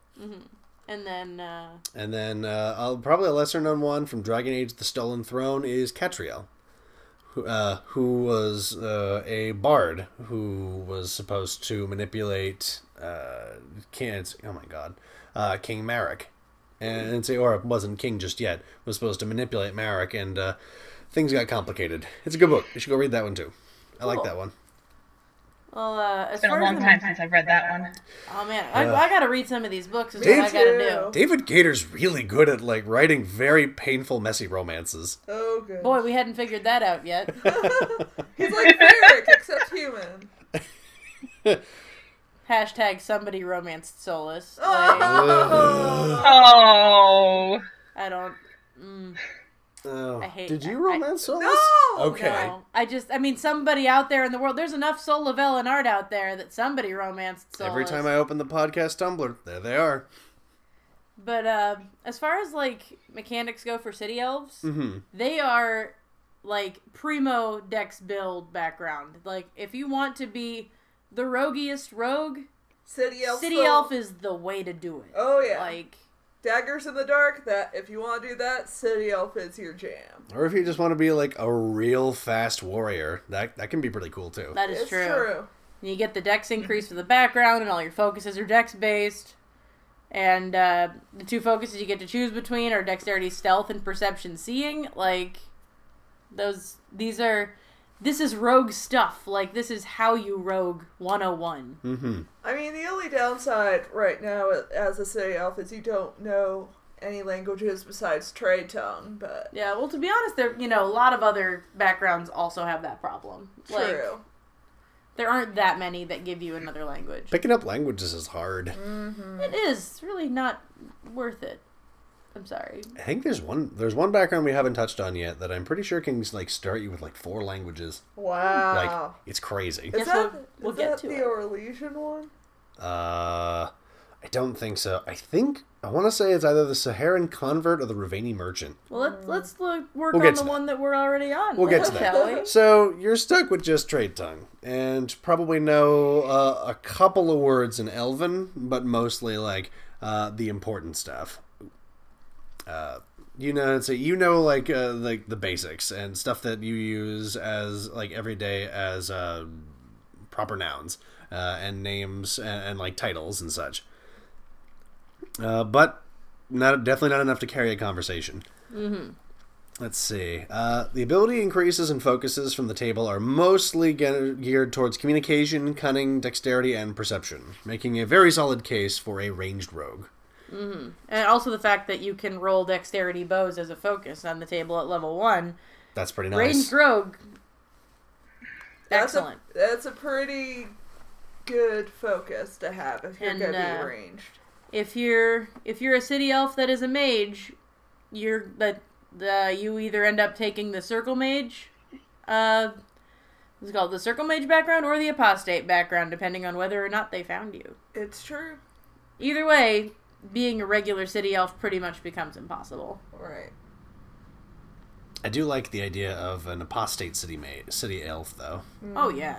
Speaker 6: and then uh,
Speaker 5: And then uh, I'll, probably a lesser known one from Dragon Age: The Stolen Throne is Catriel, who, uh, who was uh, a bard who was supposed to manipulate uh, King. Oh my God, uh, King Marek, and say, or wasn't king just yet. Was supposed to manipulate Marek, and uh, things got complicated. It's a good book. You should go read that one too. I like
Speaker 6: Cool.
Speaker 5: that one.
Speaker 6: well, uh, as
Speaker 8: It's been
Speaker 6: far
Speaker 8: a long
Speaker 6: as
Speaker 8: time since I've read that one.
Speaker 6: Oh man, I, I gotta read some of these books. Is
Speaker 5: Me
Speaker 6: what I gotta
Speaker 7: too.
Speaker 6: do.
Speaker 5: David Gator's really good at like writing very painful, messy romances.
Speaker 7: Oh good.
Speaker 6: Boy, we hadn't figured that out yet.
Speaker 7: He's like Ferric, except human.
Speaker 6: Hashtag somebody romanced Solus. Like,
Speaker 7: Oh.
Speaker 8: Oh.
Speaker 6: I don't.
Speaker 5: Oh,
Speaker 6: I hate
Speaker 5: did
Speaker 6: that.
Speaker 5: you
Speaker 6: I-
Speaker 5: romance Solus?
Speaker 7: No!
Speaker 5: Okay.
Speaker 6: know. I just, I mean, somebody out there in the world. There's enough Sol Lavelle and art out there that somebody romanced Solus.
Speaker 5: Every time I open the podcast Tumblr, there they are.
Speaker 6: But uh, as far as like mechanics go for city elves,
Speaker 5: Mm. Mm-hmm.
Speaker 6: they are like primo dex build background. Like if you want to be the roguiest rogue,
Speaker 7: City elf.
Speaker 6: city
Speaker 7: soul.
Speaker 6: elf is the way to do it.
Speaker 7: Oh, yeah.
Speaker 6: like
Speaker 7: daggers in the dark. That if you want to do that, city elf is your jam.
Speaker 5: Or if you just want to be like a real fast warrior, that that can be pretty cool too.
Speaker 6: that is
Speaker 7: It's
Speaker 6: true.
Speaker 7: true.
Speaker 6: And You get the dex increase for the background, and all your focuses are dex based. And uh, the two focuses you get to choose between are dexterity, stealth, and perception, seeing. Like those, these are this is rogue stuff. Like this is how you rogue 101.
Speaker 7: I mean, the only downside right now as a city elf is you don't know any languages besides trade tongue, but
Speaker 6: Yeah, well to be honest, there you know, a lot of other backgrounds also have that problem. Like,
Speaker 7: true.
Speaker 6: there aren't that many that give you another language.
Speaker 5: Picking up languages is hard.
Speaker 6: It is really not worth it. I'm sorry.
Speaker 5: I think there's one there's one background we haven't touched on yet that I'm pretty sure can like start you with like four languages. Like
Speaker 7: Wow.
Speaker 5: it's crazy.
Speaker 7: is
Speaker 6: Guess
Speaker 7: that,
Speaker 6: we'll- we'll
Speaker 7: is
Speaker 6: get
Speaker 7: that
Speaker 6: to
Speaker 7: the
Speaker 6: it.
Speaker 7: Orlesian one?
Speaker 5: Uh I don't think so. I think I want to say it's either the Saharan convert or the Ravani merchant.
Speaker 6: Well, let's let's look, work
Speaker 5: We'll get
Speaker 6: on the
Speaker 5: to that.
Speaker 6: one that we're already on.
Speaker 5: We'll get
Speaker 6: then,
Speaker 5: to that.
Speaker 6: shall we?
Speaker 5: So you're stuck with just trade tongue and probably know uh, a couple of words in Elven, but mostly like uh, the important stuff. Uh, you know, so you know like uh, like the basics and stuff that you use as like every day as uh, proper nouns uh, and names and, and like titles and such. Uh, but not definitely not enough to carry a conversation. Let's see. Uh, the ability increases and focuses from the table are mostly ge- geared towards communication, cunning, dexterity, and perception, making a very solid case for a ranged rogue.
Speaker 6: And also the fact that you can roll dexterity bows as a focus on the table at level one.
Speaker 5: That's pretty
Speaker 6: Range
Speaker 5: nice.
Speaker 6: rogue.
Speaker 7: That's
Speaker 6: Excellent.
Speaker 7: A, that's a pretty good focus to have if you're
Speaker 6: And,
Speaker 7: going to
Speaker 6: uh,
Speaker 7: be ranged.
Speaker 6: If you're if you're a city elf that is a mage, you're that the you either end up taking the circle mage, uh, what's it called the circle mage background or the apostate background, depending on whether or not they found you.
Speaker 7: It's true.
Speaker 6: Either way, being a regular city elf pretty much becomes impossible.
Speaker 7: Right.
Speaker 5: I do like the idea of an apostate city ma- city elf, though.
Speaker 6: Oh yeah.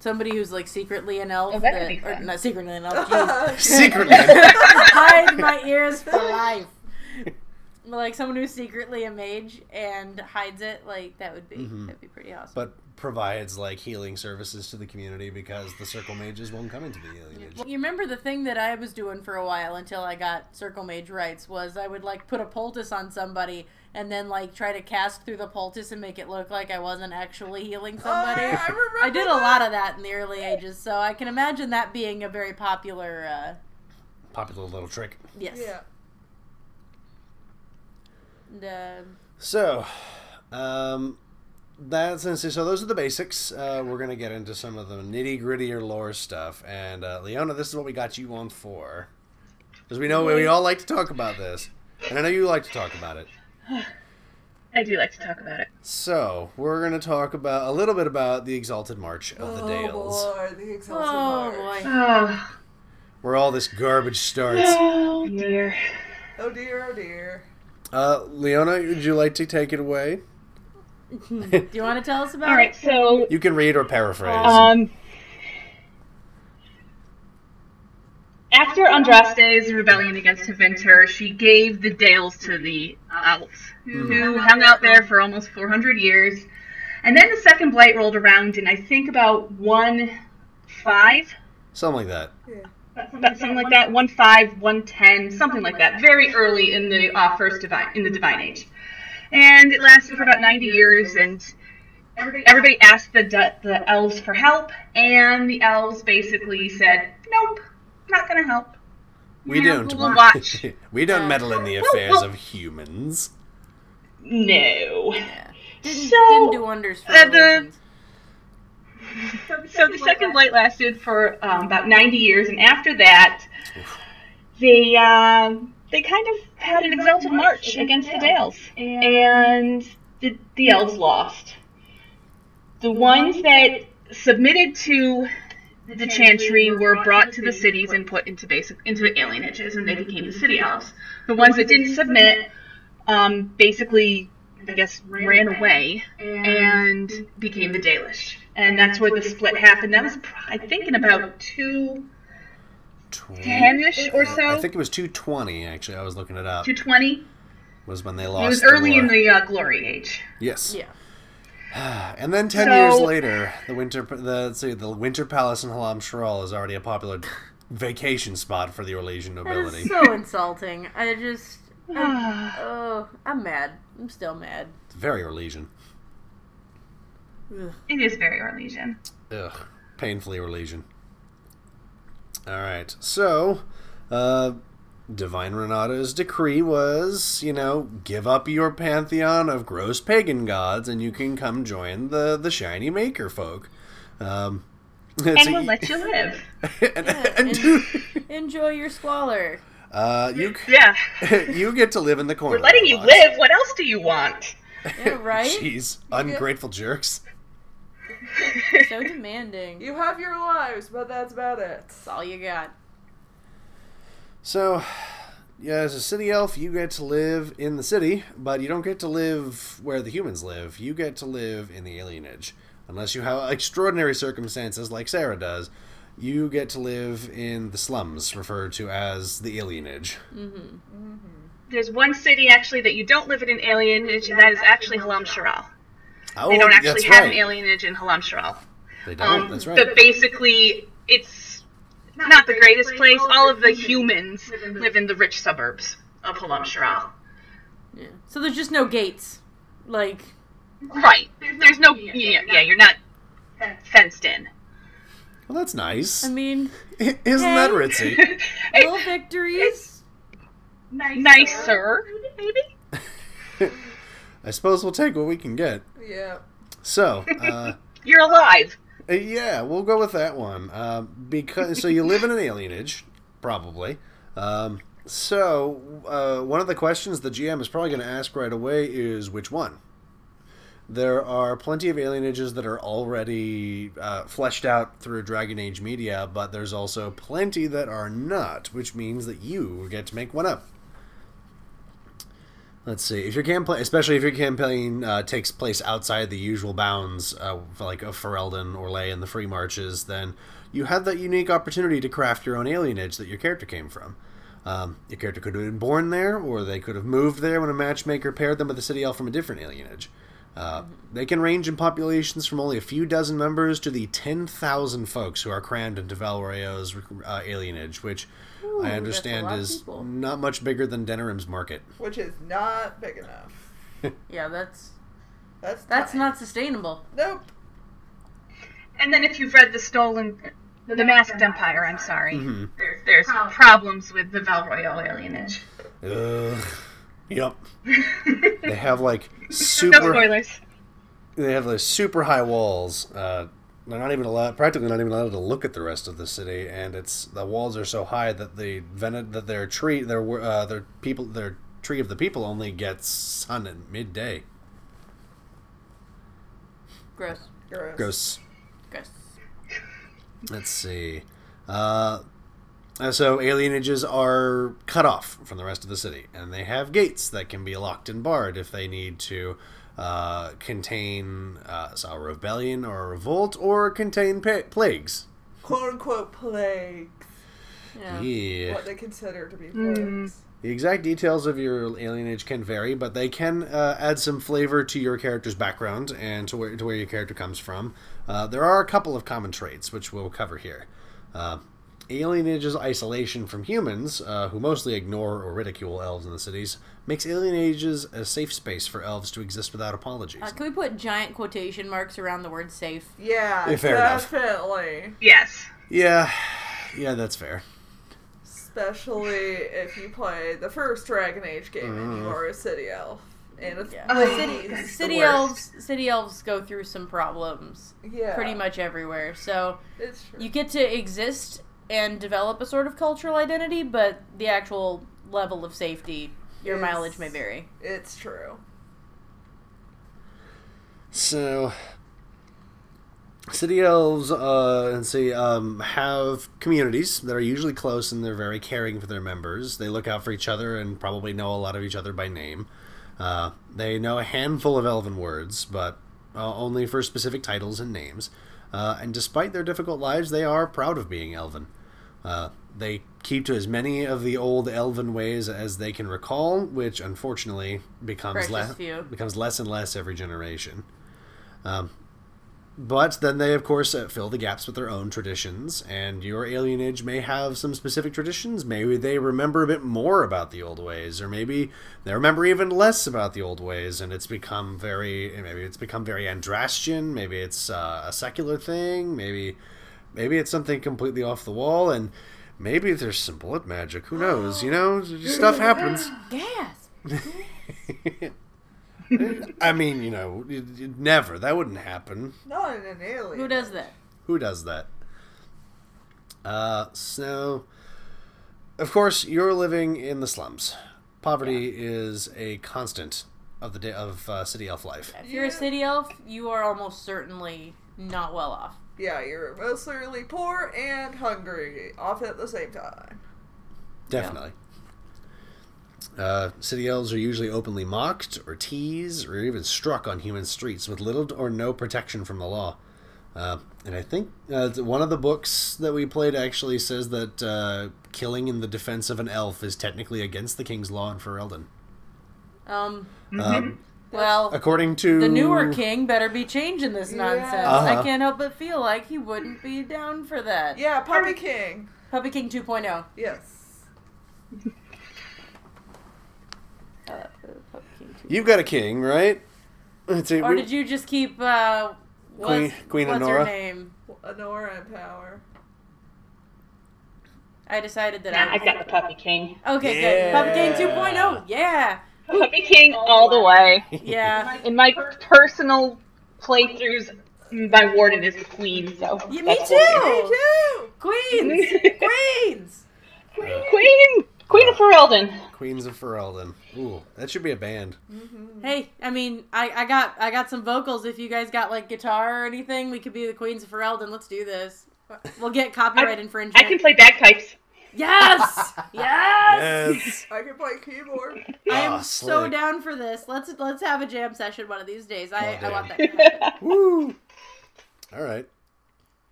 Speaker 6: Somebody who's like secretly an elf,
Speaker 8: Oh, that could
Speaker 6: that-
Speaker 8: be
Speaker 6: or
Speaker 8: fun.
Speaker 6: not secretly an elf, jeez.
Speaker 5: Secretly,
Speaker 6: hide my ears for life. Like someone who's secretly a mage and hides it, like that would be that'd be pretty awesome.
Speaker 5: but provides like healing services to the community because the circle mages won't come into the alienage.
Speaker 6: Well, you remember the thing that I was doing for a while until I got circle mage rights was I would like put a poultice on somebody and then like try to cast through the poultice and make it look like I wasn't actually healing somebody.
Speaker 7: Oh, yeah, I remember.
Speaker 6: I did a lot of that in the early ages, so I can imagine that being a very popular. Uh,
Speaker 5: Popular little trick.
Speaker 6: yes.
Speaker 7: Yeah.
Speaker 6: And, uh,
Speaker 5: So, um, that's so. Those are the basics. Uh, we're gonna get into some of the nitty grittier lore stuff. And uh, Leona, this is what we got you on for, because we know we all like to talk about this, and I know you like to talk about it.
Speaker 8: I do like to talk about it.
Speaker 5: So we're gonna talk about a little bit about the Exalted March of the Dales,
Speaker 7: Oh, Lord, the Exalted
Speaker 6: oh
Speaker 7: March.
Speaker 6: boy.
Speaker 8: Oh,
Speaker 5: where all this garbage starts.
Speaker 8: oh dear.
Speaker 7: Oh, dear, oh, dear.
Speaker 5: Uh, Leona, would you like to take it away?
Speaker 6: Do you want to tell us about?
Speaker 8: All
Speaker 6: it?
Speaker 8: right, so
Speaker 5: You can read or paraphrase.
Speaker 8: Um, after Andraste's rebellion against Haventer, she gave the Dales to the uh, elves, who hung out there for almost 400 years. And then the Second Blight rolled around in, I think, about 1 5,
Speaker 5: Something like that.
Speaker 8: about something like that, 1 5, 1 10, something like that, very early in the uh, first divine, in the Divine Age. And it lasted for about 90 years, and everybody asked the du- the elves for help, and the elves basically said, "Nope, not gonna help."
Speaker 5: We don't.
Speaker 8: We'll watch.
Speaker 5: we don't meddle in the affairs of humans.
Speaker 8: No.
Speaker 6: Didn't,
Speaker 8: So,
Speaker 6: didn't do wonders for
Speaker 8: uh, the-
Speaker 6: religions.
Speaker 8: So the second blight lasted for um, about 90 years, and after that, they um they kind of had an exalted march against the Dales, and the the elves lost. The ones that submitted to the chantry were brought to the cities and put into basic into alienages, and they became the city elves. The ones that didn't submit um, basically, I guess, ran away and became the Dalish. And that's where the split happened. That was, pr- I think, in about 210 ish or
Speaker 5: I
Speaker 8: so.
Speaker 5: think it was 220, actually. I was looking it up.
Speaker 8: 220.
Speaker 5: Was when they
Speaker 8: It
Speaker 5: lost.
Speaker 8: was early in
Speaker 5: war.
Speaker 8: the uh, Glory Age.
Speaker 5: Yes.
Speaker 6: Yeah.
Speaker 5: And then 10 years
Speaker 8: So-
Speaker 5: later, the winter the let's see, the winter palace in Halam Sharal is already a popular vacation spot for the Orlesian
Speaker 6: That is
Speaker 5: nobility.
Speaker 6: so insulting. I just, Ah. I, oh, I'm mad. I'm still mad.
Speaker 5: It's Very Orlesian.
Speaker 8: It is very Orlesian.
Speaker 5: Ugh, painfully Orlesian. All right, so uh, Divine Renata's decree was, you know, give up your pantheon of gross pagan gods, and you can come join the the shiny maker folk. Um,
Speaker 8: And we'll let you live.
Speaker 5: and, and do-
Speaker 6: Enjoy your squalor.
Speaker 5: uh, you c-
Speaker 8: Yeah.
Speaker 5: you get to live in the corner.
Speaker 8: We're letting you
Speaker 5: box.
Speaker 8: live. What else do you want?
Speaker 6: Yeah, right?
Speaker 5: Jeez, ungrateful jerks.
Speaker 6: so demanding.
Speaker 7: You have your lives, but that's about it.
Speaker 6: That's all you got.
Speaker 5: So, yeah, as a city elf, you get to live in the city, but you don't get to live where the humans live. You get to live in the alienage. Unless you have extraordinary circumstances like Sarah does, you get to live in the slums, referred to as the alienage.
Speaker 8: There's one city actually that you don't live in an alienage, and that is actually Halam Sharal.
Speaker 5: Oh,
Speaker 8: They don't actually
Speaker 5: that's
Speaker 8: have
Speaker 5: right.
Speaker 8: an alienage in Halam Sharal.
Speaker 5: They don't,
Speaker 8: Um,
Speaker 5: that's right.
Speaker 8: But basically, it's not the greatest place. All of the humans live in the rich suburbs of Halam Sharal.
Speaker 6: Yeah. So there's just no gates. Like,
Speaker 8: Right. There's no. Yeah, yeah, you're not fenced in.
Speaker 5: well, that's nice.
Speaker 6: I mean,
Speaker 5: Isn't that
Speaker 6: Hey.
Speaker 5: ritzy?
Speaker 6: little victories.
Speaker 8: Nicer, maybe?
Speaker 5: I suppose we'll take what we can get.
Speaker 7: Yeah.
Speaker 5: So, uh,
Speaker 8: You're alive.
Speaker 5: Uh, Yeah, we'll go with that one. Uh, because so you live in an alienage, probably. Um, so uh, one of the questions the GM is probably going to ask right away is which one. There are plenty of alienages that are already uh, fleshed out through Dragon Age media, but there's also plenty that are not, which means that you get to make one up. Let's see if your campaign, especially if your campaign uh, takes place outside the usual bounds, uh, like of Ferelden, Orlais, and the Free Marches, then you have that unique opportunity to craft your own alienage that your character came from. Um, your character could have been born there, or they could have moved there when a matchmaker paired them with a city elf from a different alienage. Uh, they can range in populations from only a few dozen members to the 10,000 folks who are crammed into Valrayo's uh, alienage, which I
Speaker 6: that's a
Speaker 5: understand
Speaker 6: lot of
Speaker 5: is
Speaker 6: people.
Speaker 5: not much bigger than Denerim's market.
Speaker 7: Which is not big enough.
Speaker 6: Yeah, that's
Speaker 7: That's
Speaker 6: that's
Speaker 7: tiny.
Speaker 6: not sustainable.
Speaker 7: Nope.
Speaker 8: And then if you've read the Stolen, the Masked Empire, I'm sorry, there's, there's problems with the Val Royal alienage.
Speaker 5: Ugh. Yep. they have like
Speaker 8: No
Speaker 5: super.
Speaker 8: spoilers.
Speaker 5: They have like super high walls. Uh, they're not even allowed, practically not even allowed to look at the rest of the city, and it's the walls are so high that the vented that their tree, their wo- uh, their people, their tree of the people only gets sun at midday.
Speaker 6: Gross.
Speaker 7: Gross.
Speaker 5: Gross.
Speaker 6: Gross.
Speaker 5: Let's see. Uh, uh, so alienages are cut off from the rest of the city, and they have gates that can be locked and barred if they need to uh, contain uh, so a rebellion or a revolt or contain pa- plagues.
Speaker 7: Quote unquote plagues.
Speaker 6: Yeah.
Speaker 5: Yeah.
Speaker 7: What they consider to be
Speaker 6: Hmm.
Speaker 7: plagues.
Speaker 5: The exact details of your alienage can vary, but they can uh, add some flavor to your character's background and to where, to where your character comes from. Uh, there are a couple of common traits, which we'll cover here. Uh, alienage's isolation from humans, uh, who mostly ignore or ridicule elves in the cities, makes alienages a safe space for elves to exist without apologies.
Speaker 6: Uh, can we put giant quotation marks around the word safe?
Speaker 7: Yeah,
Speaker 5: Yeah, Eh, fair enough.
Speaker 7: definitely.
Speaker 8: Yes.
Speaker 5: yeah, yeah, that's fair.
Speaker 7: Especially if you play the first Dragon Age game and you are a city elf. And it's
Speaker 6: Yeah.
Speaker 7: yeah.
Speaker 6: City, city
Speaker 8: worst.
Speaker 6: elves city elves go through some problems
Speaker 7: yeah.
Speaker 6: pretty much everywhere. So
Speaker 7: It's true.
Speaker 6: you get to exist and develop a sort of cultural identity, but the actual level of safety, your
Speaker 7: Is-
Speaker 6: mileage may vary.
Speaker 7: It's true.
Speaker 5: So, city elves uh, and see um, have communities that are usually close, and they're very caring for their members. They look out for each other and probably know a lot of each other by name. Uh, they know a handful of elven words, but uh, only for specific titles and names. Uh, and despite their difficult lives, they are proud of being elven. Uh, they keep to as many of the old elven ways as they can recall, which unfortunately becomes
Speaker 6: Precious
Speaker 5: less
Speaker 6: few.
Speaker 5: becomes less and less every generation. Um, But then they, of course, uh, fill the gaps with their own traditions, and your alienage may have some specific traditions. Maybe they remember a bit more about the old ways, or maybe they remember even less about the old ways, and it's become very, maybe it's become very Andrastian. Maybe it's uh, a secular thing. Maybe, maybe it's something completely off the wall, and maybe there's some blood magic. Who knows? You know, stuff happens.
Speaker 6: Gas.
Speaker 5: I mean, you know, it- it- never. That wouldn't happen.
Speaker 7: Not in an alien.
Speaker 6: Who does that?
Speaker 5: Who does that? Uh, so, of course, you're living in the slums. Poverty is a constant of the day of uh, city elf life.
Speaker 6: If you're a city elf, you are almost certainly not well off.
Speaker 7: Yeah, you're mostly really poor and hungry, often at the same time.
Speaker 5: Definitely. Uh, city elves are usually openly mocked or teased or even struck on human streets with little or no protection from the law. Uh, and I think uh, th- one of the books that we played actually says that uh, killing in the defense of an elf is technically against the king's law in Ferelden.
Speaker 6: Um,
Speaker 5: Um,
Speaker 6: well,
Speaker 5: according to
Speaker 6: the newer king better be changing this nonsense.
Speaker 5: Uh-huh.
Speaker 6: I can't help but feel like he wouldn't be down for that.
Speaker 7: Yeah, Puppy King.
Speaker 6: Puppy King oh. 2.0.
Speaker 7: Yes.
Speaker 6: Uh, Puppy King 2.0.
Speaker 5: You've got a king, right? Let's see,
Speaker 6: Or
Speaker 5: we-
Speaker 6: did you just keep uh, what's,
Speaker 5: Queen- Queen
Speaker 6: what's
Speaker 5: Honora?
Speaker 6: her name?
Speaker 7: Honora in power.
Speaker 6: I decided that
Speaker 8: Nah,
Speaker 6: I.
Speaker 8: I've got the Puppy King.
Speaker 6: Okay,
Speaker 5: Yeah.
Speaker 6: good. Puppy King 2.0. oh. Yeah,
Speaker 8: Puppy King all the way.
Speaker 6: yeah.
Speaker 8: In my personal playthroughs, my warden is queen, so.
Speaker 6: yeah me
Speaker 8: that's what
Speaker 6: too.
Speaker 8: Oh,
Speaker 7: Two!
Speaker 6: Queens, queens.
Speaker 8: it is. Queen! Queen of Ferelden.
Speaker 5: Queens of Ferelden. Ooh, that should be a band.
Speaker 6: Hey, I mean, I, I got I got some vocals. If you guys got like guitar or anything, we could be the queens of Ferelden. Let's do this. We'll get copyright
Speaker 8: I
Speaker 6: infringement.
Speaker 8: can play bagpipes.
Speaker 6: Yes, yes.
Speaker 5: Yes.
Speaker 7: I can play keyboard.
Speaker 6: I am
Speaker 5: Ah,
Speaker 6: so
Speaker 5: slick.
Speaker 6: down for this. Let's let's have a jam session one of these days. I,
Speaker 5: Oh,
Speaker 6: I want
Speaker 5: damn.
Speaker 6: that. to happen.
Speaker 5: Woo. All right.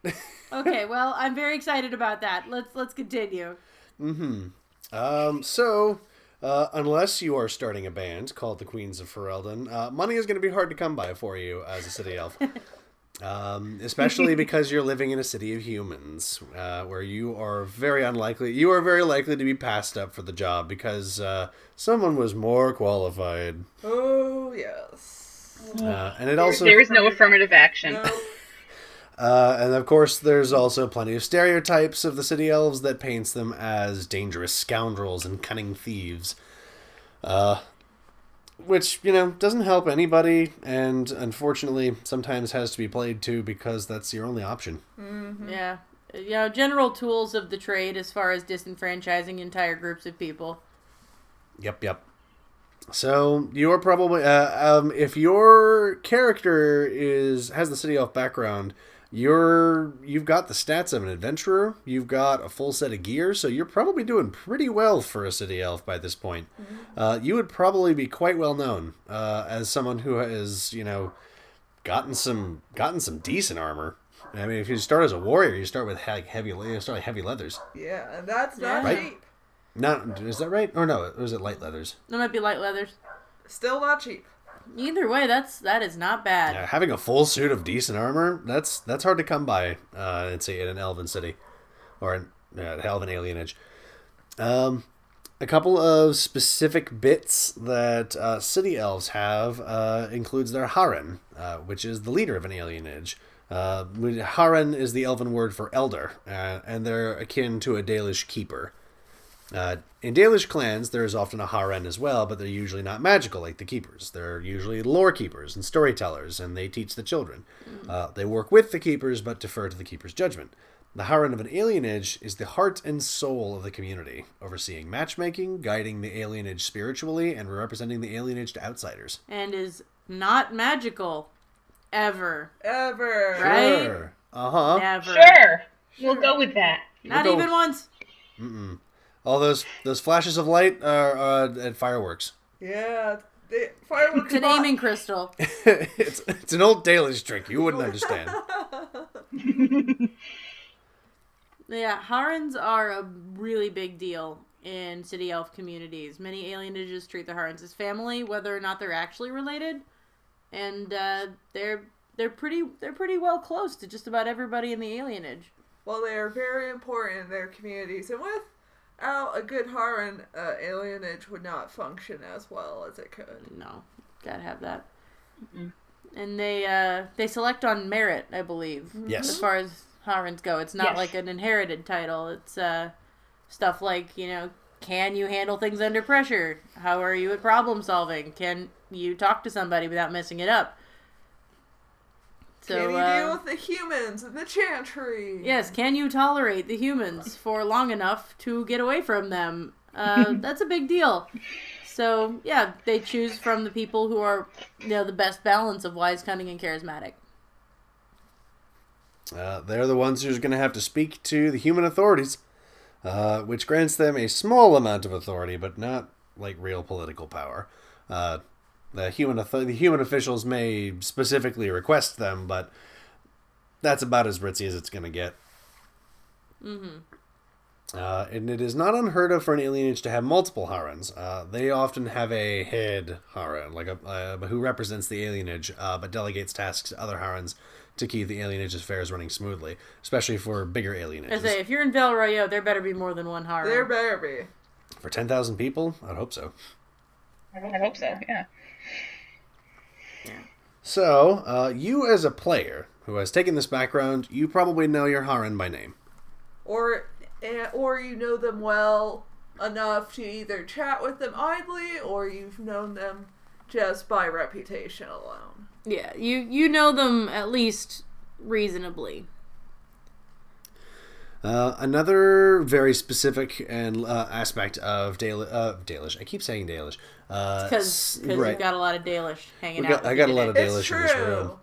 Speaker 6: Okay, well, I'm very excited about that. Let's let's continue.
Speaker 5: Um, so, uh, unless you are starting a band called the Queens of Ferelden, uh, money is going to be hard to come by for you as a city elf. Um, especially because you're living in a city of humans, uh, where you are very unlikely. You are very likely to be passed up for the job because uh, someone was more qualified.
Speaker 7: Oh, yes.
Speaker 5: Uh, and it also
Speaker 8: There is no affirmative action.
Speaker 5: Uh, and of course, there's also plenty of stereotypes of the city elves that paints them as dangerous scoundrels and cunning thieves. Uh, which, you know, doesn't help anybody, and unfortunately, sometimes has to be played to because that's your only option.
Speaker 6: Mm-hmm. Yeah. You know, general tools of the trade as far as disenfranchising entire groups of people.
Speaker 5: Yep, yep. So you're probably uh, um, if your character is has the city elf background, you're you've got the stats of an adventurer. You've got a full set of gear, so you're probably doing pretty well for a city elf by this point. Uh, you would probably be quite well known uh, as someone who has you know gotten some gotten some decent armor. I mean, if you start as a warrior, you start with he- heavy le- you start with heavy leathers.
Speaker 7: Yeah, and that's
Speaker 6: Yeah.
Speaker 7: not
Speaker 5: Right?
Speaker 7: cheap.
Speaker 5: Not is that right? Or no, or is it light leathers?
Speaker 6: That might be light leathers.
Speaker 7: Still not cheap.
Speaker 6: Either way, that's that is not bad.
Speaker 5: Yeah, having a full suit of decent armor, that's that's hard to come by, uh, I'd say, in an elven city. Or an, yeah, an elven alienage. Um, a couple of specific bits that uh, city elves have uh, includes their Haren, uh, which is the leader of an alienage. Uh, Haren is the elven word for elder, uh, and they're akin to a Dalish keeper. Uh, in Dalish clans, there is often a Haren as well, but they're usually not magical like the keepers. They're usually lore keepers and storytellers, and they teach the children. Uh, they work with the keepers, but defer to the keeper's judgment. The Haren of an alienage is the heart and soul of the community, overseeing matchmaking, guiding the alienage spiritually, and representing the alienage to outsiders.
Speaker 6: And is not magical. Ever.
Speaker 7: Ever.
Speaker 6: Right?
Speaker 5: Sure. Uh huh.
Speaker 6: Never.
Speaker 8: Sure. We'll go with that.
Speaker 6: Not
Speaker 5: We'll go-
Speaker 6: even once.
Speaker 5: All those those flashes of light are uh, at fireworks.
Speaker 7: Yeah. They, fireworks
Speaker 6: It's an
Speaker 7: not-
Speaker 6: aiming crystal.
Speaker 5: it's it's an old Dalish trick. You wouldn't understand.
Speaker 6: yeah, Harans are a really big deal in city elf communities. Many alienages treat the Harans as family, whether or not they're actually related. And uh, they're They're pretty. They're pretty well close to just about everybody in the alienage.
Speaker 7: Well, they are very important in their communities, and without a good Harran, uh, alienage would not function as well as it could.
Speaker 6: No, gotta have that. And they uh, they select on merit, I believe.
Speaker 7: Mm-hmm.
Speaker 6: As
Speaker 5: Yes.
Speaker 6: far as Harans go, it's not
Speaker 8: Yes.
Speaker 6: like an inherited title. It's uh, stuff like you know, can you handle things under pressure? How are you at problem solving? Can you talk to somebody without messing it up? So
Speaker 7: Can you
Speaker 6: uh,
Speaker 7: deal with the humans and the chantry?
Speaker 6: Yes, can you tolerate the humans for long enough to get away from them? Uh, that's a big deal. So, yeah, they choose from the people who are, you know, the best balance of wise, cunning, and charismatic.
Speaker 5: Uh, they're the ones who's going to have to speak to the human authorities, uh, which grants them a small amount of authority, but not like real political power. Uh, the human author- the human officials may specifically request them, but that's about as ritzy as it's going to get. Mm-hmm. Uh, and it is not unheard of for an alienage to have multiple Harans. Uh, they often have a head Haran, like a uh, who represents the alienage, uh, but delegates tasks to other Harans to keep the alienage's affairs running smoothly, especially for bigger
Speaker 6: I
Speaker 5: alienages.
Speaker 6: say, if you're in Val Royo, there better be more than one Harem.
Speaker 7: There better be.
Speaker 5: For ten thousand people, I'd hope so.
Speaker 8: I hope so. Yeah.
Speaker 5: So, uh, you as a player who has taken this background, you probably know your Haran by name.
Speaker 7: Or, eh, or you know them well enough to either chat with them idly, or you've known them just by reputation alone.
Speaker 6: Yeah, you you know them at least reasonably.
Speaker 5: Uh, another very specific and uh, aspect of Dale, uh, Dalish. I keep saying Dalish. Uh, s-
Speaker 6: Because
Speaker 5: right.
Speaker 6: you've got a lot of Dalish hanging
Speaker 5: We
Speaker 6: out.
Speaker 5: got-
Speaker 6: with
Speaker 5: I
Speaker 6: you
Speaker 5: got a
Speaker 6: today.
Speaker 5: lot of
Speaker 7: It's
Speaker 5: Dalish in this
Speaker 7: true.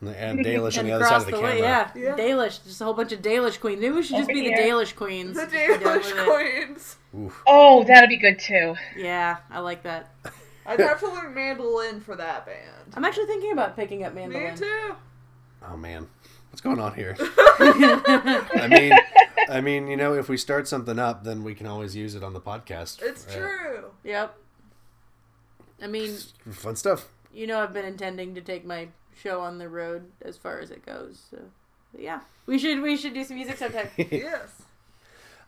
Speaker 5: room, and Dalish on
Speaker 6: And
Speaker 5: the other side
Speaker 6: across
Speaker 5: of the,
Speaker 6: the,
Speaker 5: camera.
Speaker 6: way, yeah.
Speaker 7: Yeah.
Speaker 6: Dalish, just a whole bunch of Dalish queens. Maybe we should just be the
Speaker 8: yeah.
Speaker 6: Dalish queens.
Speaker 7: The
Speaker 6: Just be done with
Speaker 7: Dalish
Speaker 6: it.
Speaker 7: coins.
Speaker 8: Oh, that'd be good too.
Speaker 6: Yeah, I like that.
Speaker 7: I'd have to learn mandolin for that band.
Speaker 6: I'm actually thinking about picking up
Speaker 7: Me
Speaker 6: mandolin.
Speaker 7: too.
Speaker 5: Oh man, what's going on here? I mean, I mean, you know, if we start something up, then we can always use it on the podcast.
Speaker 7: It's
Speaker 5: Uh,
Speaker 7: true.
Speaker 6: Yep. I mean,
Speaker 5: Fun stuff.
Speaker 6: you know, I've been intending to take my show on the road as far as it goes. So, but yeah, we should we should do some music sometime.
Speaker 7: Yes.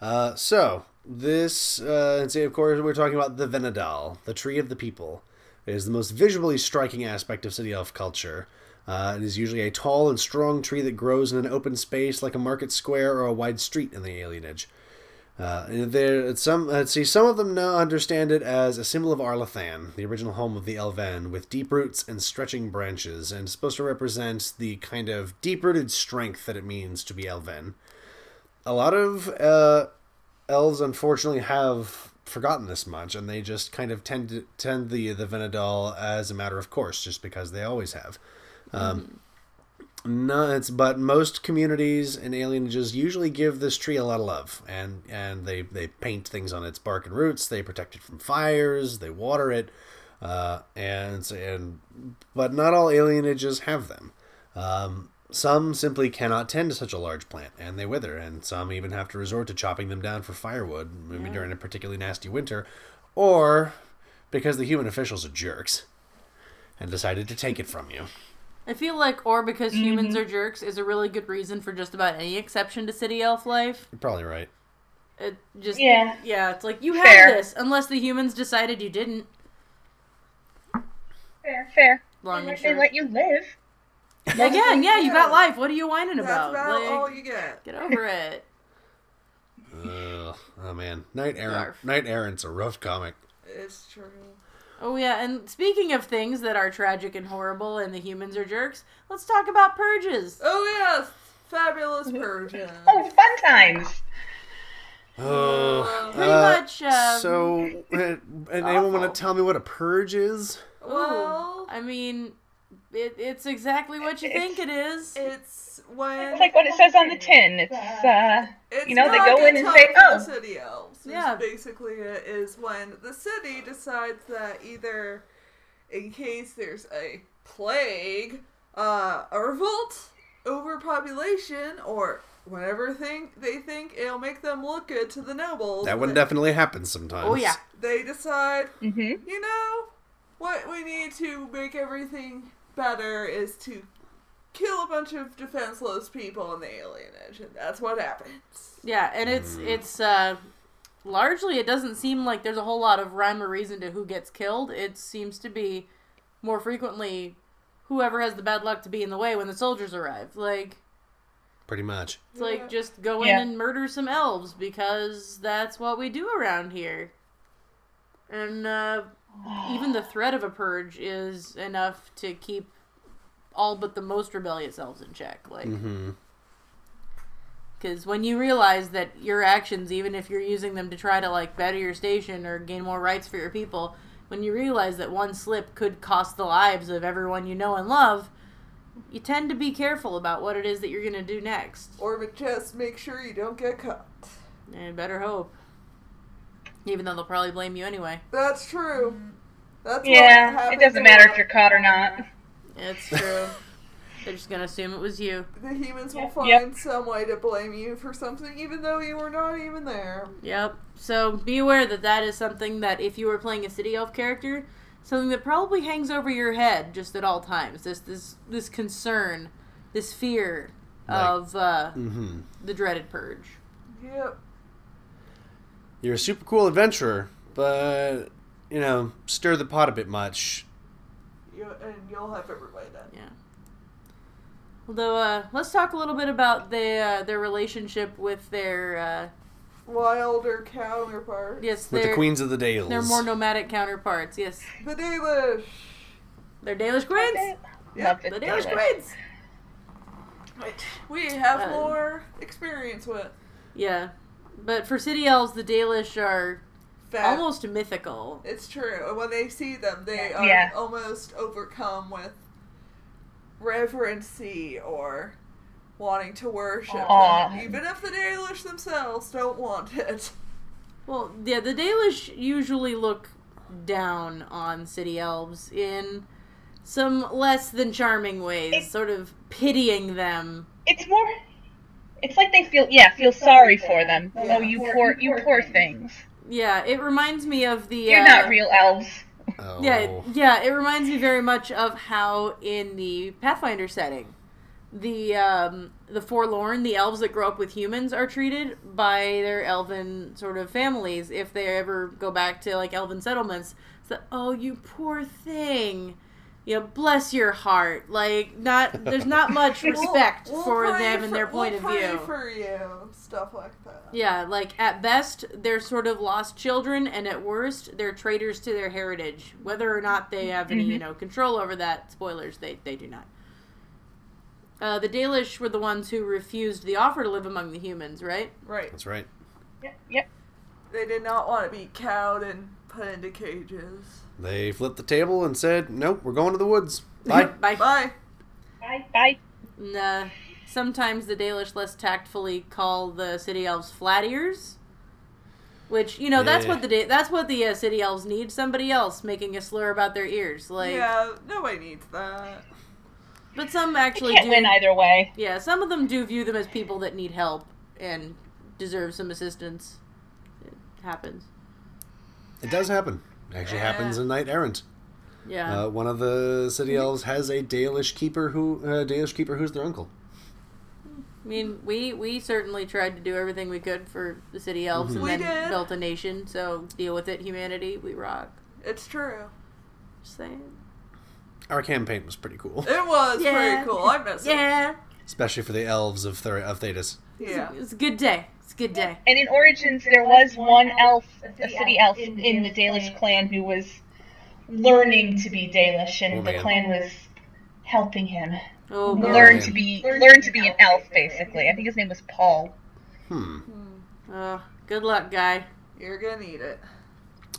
Speaker 5: Uh, so this, uh, and see, of course, we're talking about the Venedal, the tree of the people. It is the most visually striking aspect of city elf culture. Uh, it is usually a tall and strong tree that grows in an open space like a market square or a wide street in the alienage. Uh, and there, some uh, see some of them now understand it as a symbol of Arlathan, the original home of the Elven, with deep roots and stretching branches, and it's supposed to represent the kind of deep-rooted strength that it means to be Elven a lot of uh, elves unfortunately have forgotten this much and they just kind of tend to tend the the Venedal as a matter of course just because they always have um no it's but most communities and alienages usually give this tree a lot of love and and they they paint things on its bark and roots they protect it from fires they water it uh, and and but not all alienages have them um, some simply cannot tend to such a large plant and they wither, and some even have to resort to chopping them down for firewood, maybe during a particularly nasty winter, or because the human officials are jerks and decided to take it from you.
Speaker 6: I feel like, or because humans
Speaker 7: Mm-hmm.
Speaker 6: are jerks, is a really good reason for just about any exception to city elf life.
Speaker 5: You're probably right.
Speaker 6: It just
Speaker 8: Yeah.
Speaker 6: yeah. It's like you
Speaker 8: Fair.
Speaker 6: had this, unless the humans decided you didn't.
Speaker 8: Fair, fair.
Speaker 6: Long
Speaker 8: They
Speaker 6: and
Speaker 8: let- they
Speaker 6: short.
Speaker 8: let you live.
Speaker 6: Again, yeah, you got life. What are you whining
Speaker 7: That's
Speaker 6: about?
Speaker 7: about
Speaker 6: Like,
Speaker 7: all you get.
Speaker 6: Get over it.
Speaker 5: Ugh. Oh man, Knight Errant.
Speaker 6: Yarf.
Speaker 5: Knight Errant's a rough comic.
Speaker 7: It's true.
Speaker 6: Oh yeah, and speaking of things that are tragic and horrible, and the humans are jerks, let's talk about purges.
Speaker 7: Oh yes, fabulous Persian.
Speaker 8: Oh, fun times.
Speaker 6: Um,
Speaker 5: Oh,
Speaker 6: Pretty
Speaker 5: uh,
Speaker 6: much. Um,
Speaker 5: so, uh, and anyone want
Speaker 6: awful.
Speaker 5: to tell me what a purge is?
Speaker 7: Well,
Speaker 6: I mean, it, it's exactly what you think it is.
Speaker 7: it's when
Speaker 8: It's like what it says on the tin. It's uh,
Speaker 7: it's
Speaker 8: you know, they
Speaker 7: not
Speaker 8: go
Speaker 7: a
Speaker 8: in and
Speaker 7: time
Speaker 8: say,
Speaker 7: for
Speaker 8: "Oh."
Speaker 7: the city elves."
Speaker 6: Yeah.
Speaker 7: Yeah, basically, it is when the city decides that either, in case there's a plague, uh, a revolt, overpopulation, or whatever thing they think it'll make them look good to the nobles.
Speaker 5: That one definitely happens sometimes.
Speaker 6: Oh yeah,
Speaker 7: they decide
Speaker 8: mhm.
Speaker 7: you know what we need to make everything better is to kill a bunch of defenseless people in the alienage, and that's what happens.
Speaker 6: Yeah, and it's
Speaker 5: Mm.
Speaker 6: it's uh largely it doesn't seem like there's a whole lot of rhyme or reason to who gets killed. It seems to be more frequently whoever has the bad luck to be in the way when the soldiers arrive. Like
Speaker 5: Pretty much.
Speaker 6: it's like just go in
Speaker 8: Yeah.
Speaker 6: and murder some elves because that's what we do around here. And uh even the threat of a purge is enough to keep all but the most rebellious elves in check. Like
Speaker 5: hmm
Speaker 6: Because when you realize that your actions, even if you're using them to try to like better your station or gain more rights for your people, when you realize that one slip could cost the lives of everyone you know and love, you tend to be careful about what it is that you're going to do next.
Speaker 7: Or but just make sure you don't get caught.
Speaker 6: And better hope. Even though they'll probably blame you anyway.
Speaker 7: That's true. That's what
Speaker 8: Yeah,
Speaker 7: happened
Speaker 8: it doesn't
Speaker 7: to
Speaker 8: matter
Speaker 7: us.
Speaker 8: if you're caught or not.
Speaker 6: It's true. They're just going to assume it was you.
Speaker 7: The humans will
Speaker 8: Yep.
Speaker 7: find
Speaker 8: Yep.
Speaker 7: some way to blame you for something, even though you were not even there.
Speaker 6: Yep. So be aware that that is something that if you were playing a city elf character, something that probably hangs over your head just at all times. This this this concern, this fear
Speaker 5: Like-
Speaker 6: of uh,
Speaker 5: hmm
Speaker 6: the dreaded purge.
Speaker 7: Yep.
Speaker 5: You're a super cool adventurer, but, you know, stir the pot a bit much.
Speaker 7: You, and you'll have everybody then.
Speaker 6: Yeah. Although, uh, let's talk a little bit about the uh, their relationship with their uh,
Speaker 7: Wilder counterpart.
Speaker 6: yes
Speaker 5: With
Speaker 6: their
Speaker 5: the queens of the Dales.
Speaker 6: their more nomadic counterparts. Yes,
Speaker 7: The Dalish.
Speaker 6: they're Dalish queens.
Speaker 8: Love
Speaker 6: The
Speaker 8: it.
Speaker 6: Dalish queens.
Speaker 7: Which we have
Speaker 6: Uh,
Speaker 7: more experience with.
Speaker 6: Yeah, but for city elves, the Dalish are
Speaker 7: Fat.
Speaker 6: almost mythical.
Speaker 7: It's true. And when they see them, they are
Speaker 8: Yeah.
Speaker 7: almost overcome with reverency or wanting to worship
Speaker 8: Aw.
Speaker 7: them, even if the Dalish themselves don't want it.
Speaker 6: Well, yeah, the Dalish usually look down on city elves in some less than charming ways,
Speaker 8: It-
Speaker 6: sort of pitying them.
Speaker 8: It's more. It's like they feel yeah feel sorry for them. Oh, you poor you poor things.
Speaker 6: Yeah, it reminds me of the.
Speaker 8: You're
Speaker 6: uh,
Speaker 8: not real elves.
Speaker 5: Oh.
Speaker 6: Yeah, it- yeah, it reminds me very much of how in the Pathfinder setting, the um, the forlorn, the elves that grow up with humans, are treated by their elven sort of families if they ever go back to like elven settlements. It's like, oh, you poor thing. You know, bless your heart. Like, not there's not much respect
Speaker 7: We'll
Speaker 6: for
Speaker 7: pray
Speaker 6: them and their point
Speaker 7: we'll
Speaker 6: of
Speaker 7: pray
Speaker 6: view.
Speaker 7: for you, stuff like that.
Speaker 6: Yeah, like at best, they're sort of lost children, and at worst, they're traitors to their heritage. Whether or not they have any, you know, control over that, spoilers, they, they do not. Uh, the Dalish were the ones who refused the offer to live among the humans, right?
Speaker 7: Right.
Speaker 5: That's right.
Speaker 8: Yep. Yep.
Speaker 7: They did not want to be cowed and put into cages.
Speaker 5: They flipped the table and said, nope, we're going to the woods. Bye.
Speaker 6: By
Speaker 7: Bye.
Speaker 8: Bye. Bye.
Speaker 6: And, uh, sometimes the Dalish less tactfully call the city elves flat ears, which you know that's
Speaker 5: Yeah.
Speaker 6: what the da- that's what the uh, city elves need. Somebody else making a slur about their ears, like.
Speaker 7: yeah, nobody needs that.
Speaker 6: But some
Speaker 8: You
Speaker 6: actually
Speaker 8: can't
Speaker 6: do.
Speaker 8: win either way.
Speaker 6: Yeah, some of them do view them as people that need help and deserve some assistance. It happens.
Speaker 5: It does happen. It actually happens in Knight Errant.
Speaker 6: Yeah.
Speaker 5: Uh, one of the city elves has a Dalish keeper who uh, Dalish keeper who's their uncle.
Speaker 6: I mean, we we certainly tried to do everything we could for the city
Speaker 5: Mm-hmm.
Speaker 6: elves
Speaker 7: We
Speaker 6: and then
Speaker 7: did.
Speaker 6: built a nation, so deal with it, humanity. We rock.
Speaker 7: It's true.
Speaker 6: Just saying.
Speaker 5: Our campaign was pretty cool,
Speaker 7: It was
Speaker 6: Yeah.
Speaker 7: pretty cool. I miss
Speaker 6: Yeah.
Speaker 5: especially for the elves of Thera- of Thetis.
Speaker 7: it. Yeah.
Speaker 6: It's a good day. It's a good day.
Speaker 8: And in Origins, there was one elf, a city elf in the Dalish clan who was learning to be Dalish,
Speaker 5: Oh,
Speaker 8: and the
Speaker 5: man.
Speaker 8: clan was helping him
Speaker 6: Oh, boy.
Speaker 8: learn
Speaker 5: man.
Speaker 8: to be learn to be an elf. Basically, I think his name was Paul.
Speaker 5: Hmm.
Speaker 6: Uh, good luck, guy.
Speaker 7: You're gonna need it.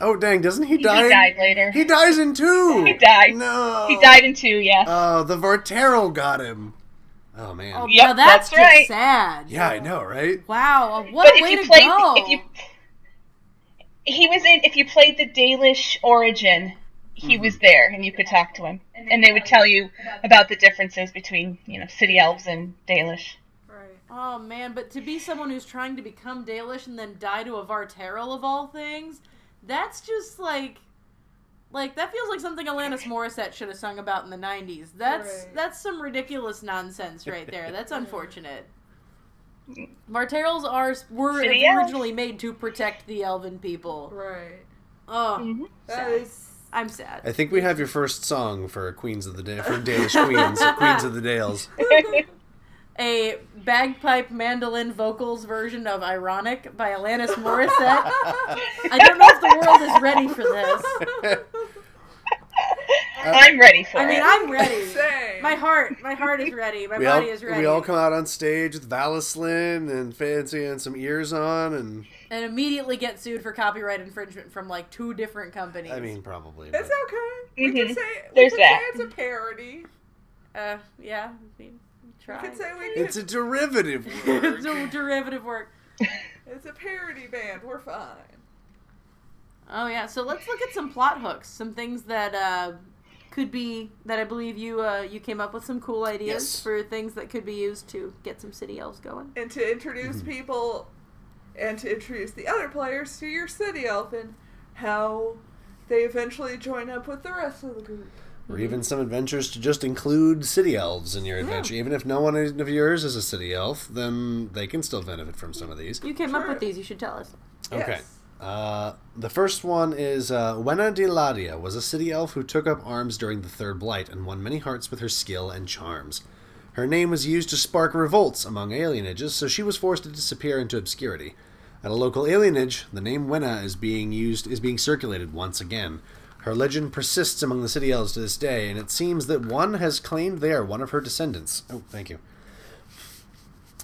Speaker 5: Oh dang! Doesn't he
Speaker 8: He
Speaker 5: die?
Speaker 8: died later.
Speaker 5: He dies in two.
Speaker 8: He died.
Speaker 5: No.
Speaker 8: He died in two. Yeah.
Speaker 5: Oh, the Vorteril got him. Oh man.
Speaker 6: Oh,
Speaker 8: Yep,
Speaker 6: now that's,
Speaker 8: that's
Speaker 6: just
Speaker 8: right.
Speaker 6: sad.
Speaker 5: yeah, I know, right?
Speaker 6: Wow.
Speaker 8: but
Speaker 6: What a
Speaker 8: if
Speaker 6: way
Speaker 8: you
Speaker 6: to
Speaker 8: played,
Speaker 6: go.
Speaker 8: if you he was in, if you played the Dalish origin, he
Speaker 5: Mm-hmm.
Speaker 8: was there, and you could talk to him, and they would tell you about the differences between you know city elves and Dalish.
Speaker 7: Right.
Speaker 6: Oh man, but to be someone who's trying to become Dalish and then die to a Varteril of all things, that's just like Like that feels like something Alanis Morissette should have sung about in the '90s. That's
Speaker 7: Right.
Speaker 6: that's some ridiculous nonsense right there. That's unfortunate. Marterals are were
Speaker 8: City elf.
Speaker 6: originally made to protect the elven people.
Speaker 7: Right.
Speaker 6: Oh,
Speaker 7: That is
Speaker 6: I'm sad.
Speaker 5: I think we have your first song for Queens of the Day for Danish Queens, or Queens of the Dales.
Speaker 6: A bagpipe mandolin vocals version of "Ironic" by Alanis Morissette. I don't know if the world is ready for this.
Speaker 5: Uh,
Speaker 8: I'm ready for
Speaker 6: I mean,
Speaker 8: it.
Speaker 6: I'm ready.
Speaker 7: insane.
Speaker 6: My heart, my heart is ready. My
Speaker 5: We all,
Speaker 6: body is ready.
Speaker 5: we all come out on stage with Valislin and fancy and some ears on, and
Speaker 6: and immediately get sued for copyright infringement from like two different companies.
Speaker 5: I mean, probably.
Speaker 7: it's
Speaker 5: But
Speaker 7: okay. We
Speaker 8: Mhm.
Speaker 7: can say we
Speaker 8: There's
Speaker 7: can
Speaker 8: that.
Speaker 7: say it's a parody.
Speaker 6: uh, yeah, we
Speaker 7: We
Speaker 6: try.
Speaker 7: can say we
Speaker 5: it's a derivative word.
Speaker 6: it's a derivative work.
Speaker 7: it's a parody band. We're fine.
Speaker 6: Oh yeah, so let's look at some plot hooks, some things that uh, could be that I believe you uh, you came up with some cool ideas
Speaker 5: Yes.
Speaker 6: for things that could be used to get some city elves going.
Speaker 7: And to introduce people and to introduce the other players to your city elf and how they eventually join up with the rest of the group.
Speaker 5: or even some adventures to just include city elves in your adventure. Even if no one of yours is a city elf, then they can still benefit from some of these.
Speaker 6: You came up
Speaker 7: Sure.
Speaker 6: with these. You should tell us.
Speaker 5: Okay.
Speaker 7: Yes.
Speaker 5: Uh, the first one is uh, Wena de Ladia was a city elf who took up arms during the Third Blight and won many hearts with her skill and charms. Her name was used to spark revolts among alienages, so she was forced to disappear into obscurity. At a local alienage, the name Wena is being used is being circulated once again. Her legend persists among the city elves to this day, and it seems that one has claimed they are one of her descendants. Oh, thank you.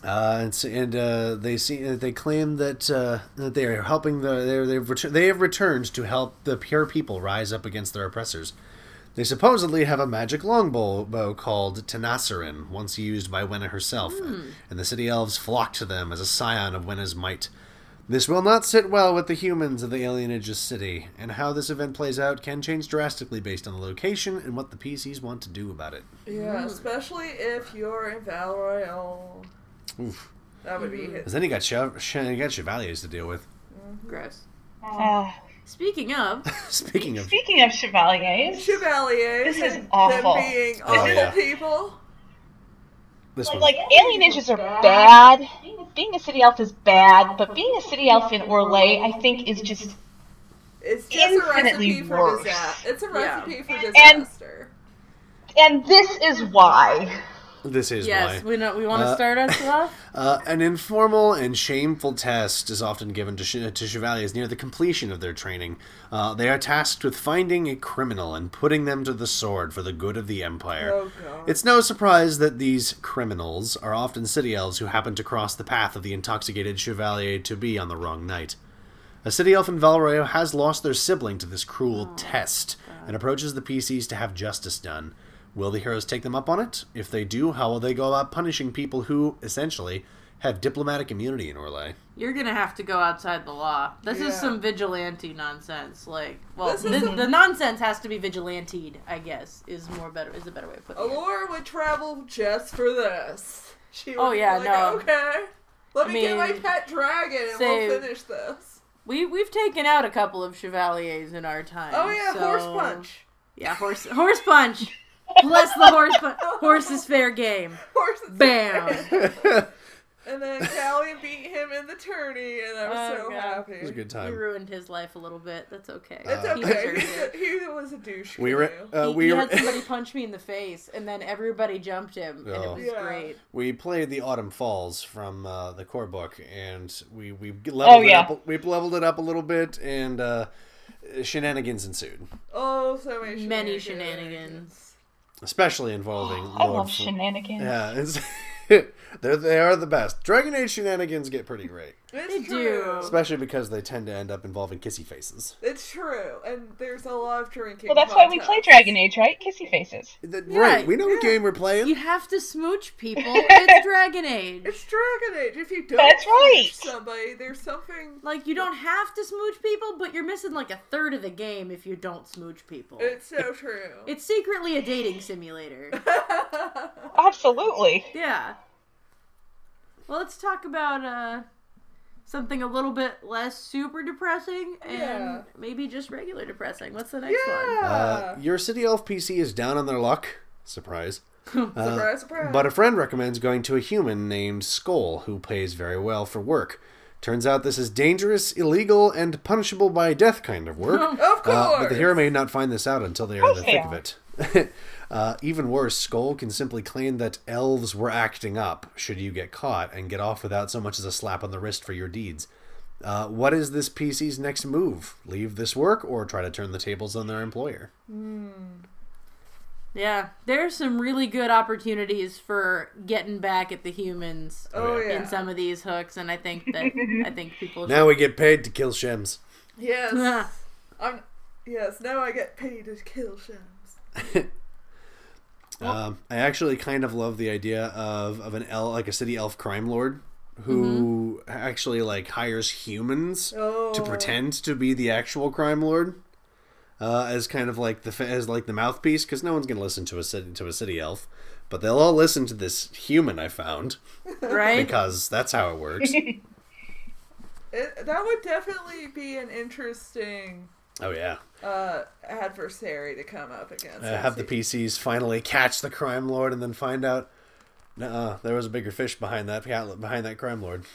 Speaker 5: Uh, and s- and uh, they see uh, they claim that uh, that they are helping the they they've retu- they have returned to help the pure people rise up against their oppressors. They supposedly have a magic longbow bow called Tenasserin, once used by Wenna herself, and the city elves flock to them as a scion of Wenna's might. This will not sit well with the humans of the alienage's city, and how this event plays out can change drastically based on the location and what the PCs want to do about it.
Speaker 7: Yeah, especially if you're in Val Royale.
Speaker 5: Oof.
Speaker 7: That would be his.
Speaker 5: Because then you got Chev- Sh- you got Chevaliers to deal with.
Speaker 6: Gross.
Speaker 8: Oh,
Speaker 6: Speaking of,
Speaker 5: Speaking of
Speaker 8: speaking of chevaliers,
Speaker 7: Chevalier.
Speaker 8: This is
Speaker 7: and
Speaker 8: awful.
Speaker 7: Them being
Speaker 5: Oh,
Speaker 7: awful
Speaker 5: yeah.
Speaker 7: people.
Speaker 5: this one,
Speaker 8: like alien ninjas are bad. Being a city elf is bad, but being a city elf in Orlais, I think, is just
Speaker 7: It's just
Speaker 8: Infinitely
Speaker 7: a recipe for
Speaker 8: worse.
Speaker 7: disaster. It's a
Speaker 6: Yeah.
Speaker 7: recipe for disaster.
Speaker 8: And this is why.
Speaker 5: this is
Speaker 6: yes,
Speaker 5: why.
Speaker 6: we know we want to
Speaker 5: Uh,
Speaker 6: start us off.
Speaker 5: Uh, an informal and shameful test is often given to, sh- to chevaliers near the completion of their training. Uh, they are tasked with finding a criminal and putting them to the sword for the good of the empire.
Speaker 7: Oh, God.
Speaker 5: It's no surprise that these criminals are often city elves who happen to cross the path of the intoxicated chevalier to be on the wrong night. A city elf in Valroyo has lost their sibling to this cruel
Speaker 8: Oh,
Speaker 5: test and approaches the PCs to have justice done. Will the heroes take them up on it? If they do, how will they go about punishing people who, essentially, have diplomatic immunity in Orlais?
Speaker 6: You're gonna have to go outside the law. This
Speaker 7: Yeah.
Speaker 6: is some vigilante nonsense. Like, well,
Speaker 7: This
Speaker 6: the,
Speaker 7: is a-
Speaker 6: the nonsense has to be vigilanted. I guess is more better is a better way of putting it.
Speaker 7: Allure would travel just for this. She would
Speaker 6: Oh,
Speaker 7: be
Speaker 6: yeah,
Speaker 7: like,
Speaker 6: no.
Speaker 7: Okay, let me get my
Speaker 6: mean,
Speaker 7: pet dragon and
Speaker 6: save-
Speaker 7: we'll finish this.
Speaker 6: We we've taken out a couple of chevaliers in our time.
Speaker 7: Oh yeah,
Speaker 6: so-
Speaker 7: horse punch.
Speaker 6: Yeah, horse horse punch. Bless the horse punch. Horse is fair game.
Speaker 7: Horse and-
Speaker 6: Bam.
Speaker 7: And then Callie beat him in the tourney, and I was
Speaker 6: Oh,
Speaker 7: so
Speaker 5: It
Speaker 6: God.
Speaker 5: was a
Speaker 7: happy.
Speaker 5: good
Speaker 6: We
Speaker 5: time.
Speaker 6: ruined his life a little bit. That's okay.
Speaker 7: It's
Speaker 6: He
Speaker 7: okay.
Speaker 6: deserved it.
Speaker 7: He's a- he was a douche.
Speaker 5: We
Speaker 7: canoe.
Speaker 5: re- uh,
Speaker 6: He,
Speaker 5: we
Speaker 6: he
Speaker 5: re-
Speaker 6: had somebody punch me in the face, and then everybody jumped him, and
Speaker 5: Oh.
Speaker 6: it was
Speaker 7: Yeah.
Speaker 6: great.
Speaker 5: we played the Autumn Falls from uh, the core book, and we we leveled
Speaker 8: Oh, yeah.
Speaker 5: it up. We leveled it up a little bit, and uh, shenanigans ensued,
Speaker 7: oh, so many shenanigans.
Speaker 6: Many shenanigans.
Speaker 5: especially involving
Speaker 8: I
Speaker 5: Lord
Speaker 8: love
Speaker 5: Fl-
Speaker 8: shenanigans.
Speaker 5: Yeah, it's, they're, they are the best. Dragon Age shenanigans get pretty great,
Speaker 7: It's
Speaker 6: They
Speaker 7: true.
Speaker 6: do.
Speaker 5: especially because they tend to end up involving kissy faces.
Speaker 7: It's true, and there's a lot of drinking.
Speaker 8: Well, that's why we play Dragon Age, right? Kissy faces.
Speaker 5: Th-
Speaker 6: Yeah,
Speaker 5: right, we know what game we're
Speaker 6: You
Speaker 5: playing.
Speaker 6: have to smooch people. It's Dragon Age.
Speaker 7: It's Dragon Age. If you don't
Speaker 8: That's
Speaker 7: punch
Speaker 8: right.
Speaker 7: somebody, there's something.
Speaker 6: Like you don't have to smooch people, but you're missing like a third of the game if you don't smooch people.
Speaker 7: It's so true.
Speaker 6: It's secretly a dating simulator.
Speaker 8: Absolutely.
Speaker 6: Yeah. Well, let's talk about uh, something a little bit less super depressing and
Speaker 7: Yeah.
Speaker 6: maybe just regular depressing. What's the next one?
Speaker 5: Uh, your city elf PC is down on their luck. Surprise.
Speaker 7: surprise, surprise.
Speaker 5: uh, But a friend recommends going to a human named Skoll, who pays very well for work. Turns out this is dangerous, illegal, and punishable by death kind of work.
Speaker 7: of course.
Speaker 5: Uh, but the hero may not find this out until they are in the thick of it. uh, even worse, Skoll can simply claim that elves were acting up should you get caught and get off without so much as a slap on the wrist for your deeds. Uh, what is this PC's next move? Leave this work or try to turn the tables on their employer?
Speaker 6: Yeah, there's some really good opportunities for getting back at the humans
Speaker 7: oh yeah.
Speaker 6: in some of these hooks, and I think that I think people.
Speaker 5: Now we get paid to kill Shems.
Speaker 7: Yes.
Speaker 6: Ah,
Speaker 7: I'm. Yes. Now I get paid to kill shams.
Speaker 5: Um, I actually kind of love the idea of, of an elf, like a city elf crime lord who actually like hires humans to pretend to be the actual crime lord uh, as kind of like the fa- as like the mouthpiece because no one's gonna listen to a city to a city elf, but they'll all listen to this human I found
Speaker 6: right?
Speaker 5: because that's how it works.
Speaker 7: It, that would definitely be an interesting
Speaker 5: oh yeah,
Speaker 7: uh, adversary to come up against.
Speaker 5: uh, have the
Speaker 7: Let's see.
Speaker 5: PCs finally catch the crime lord and then find out. Nuh-uh, there was a bigger fish behind that behind that crime lord.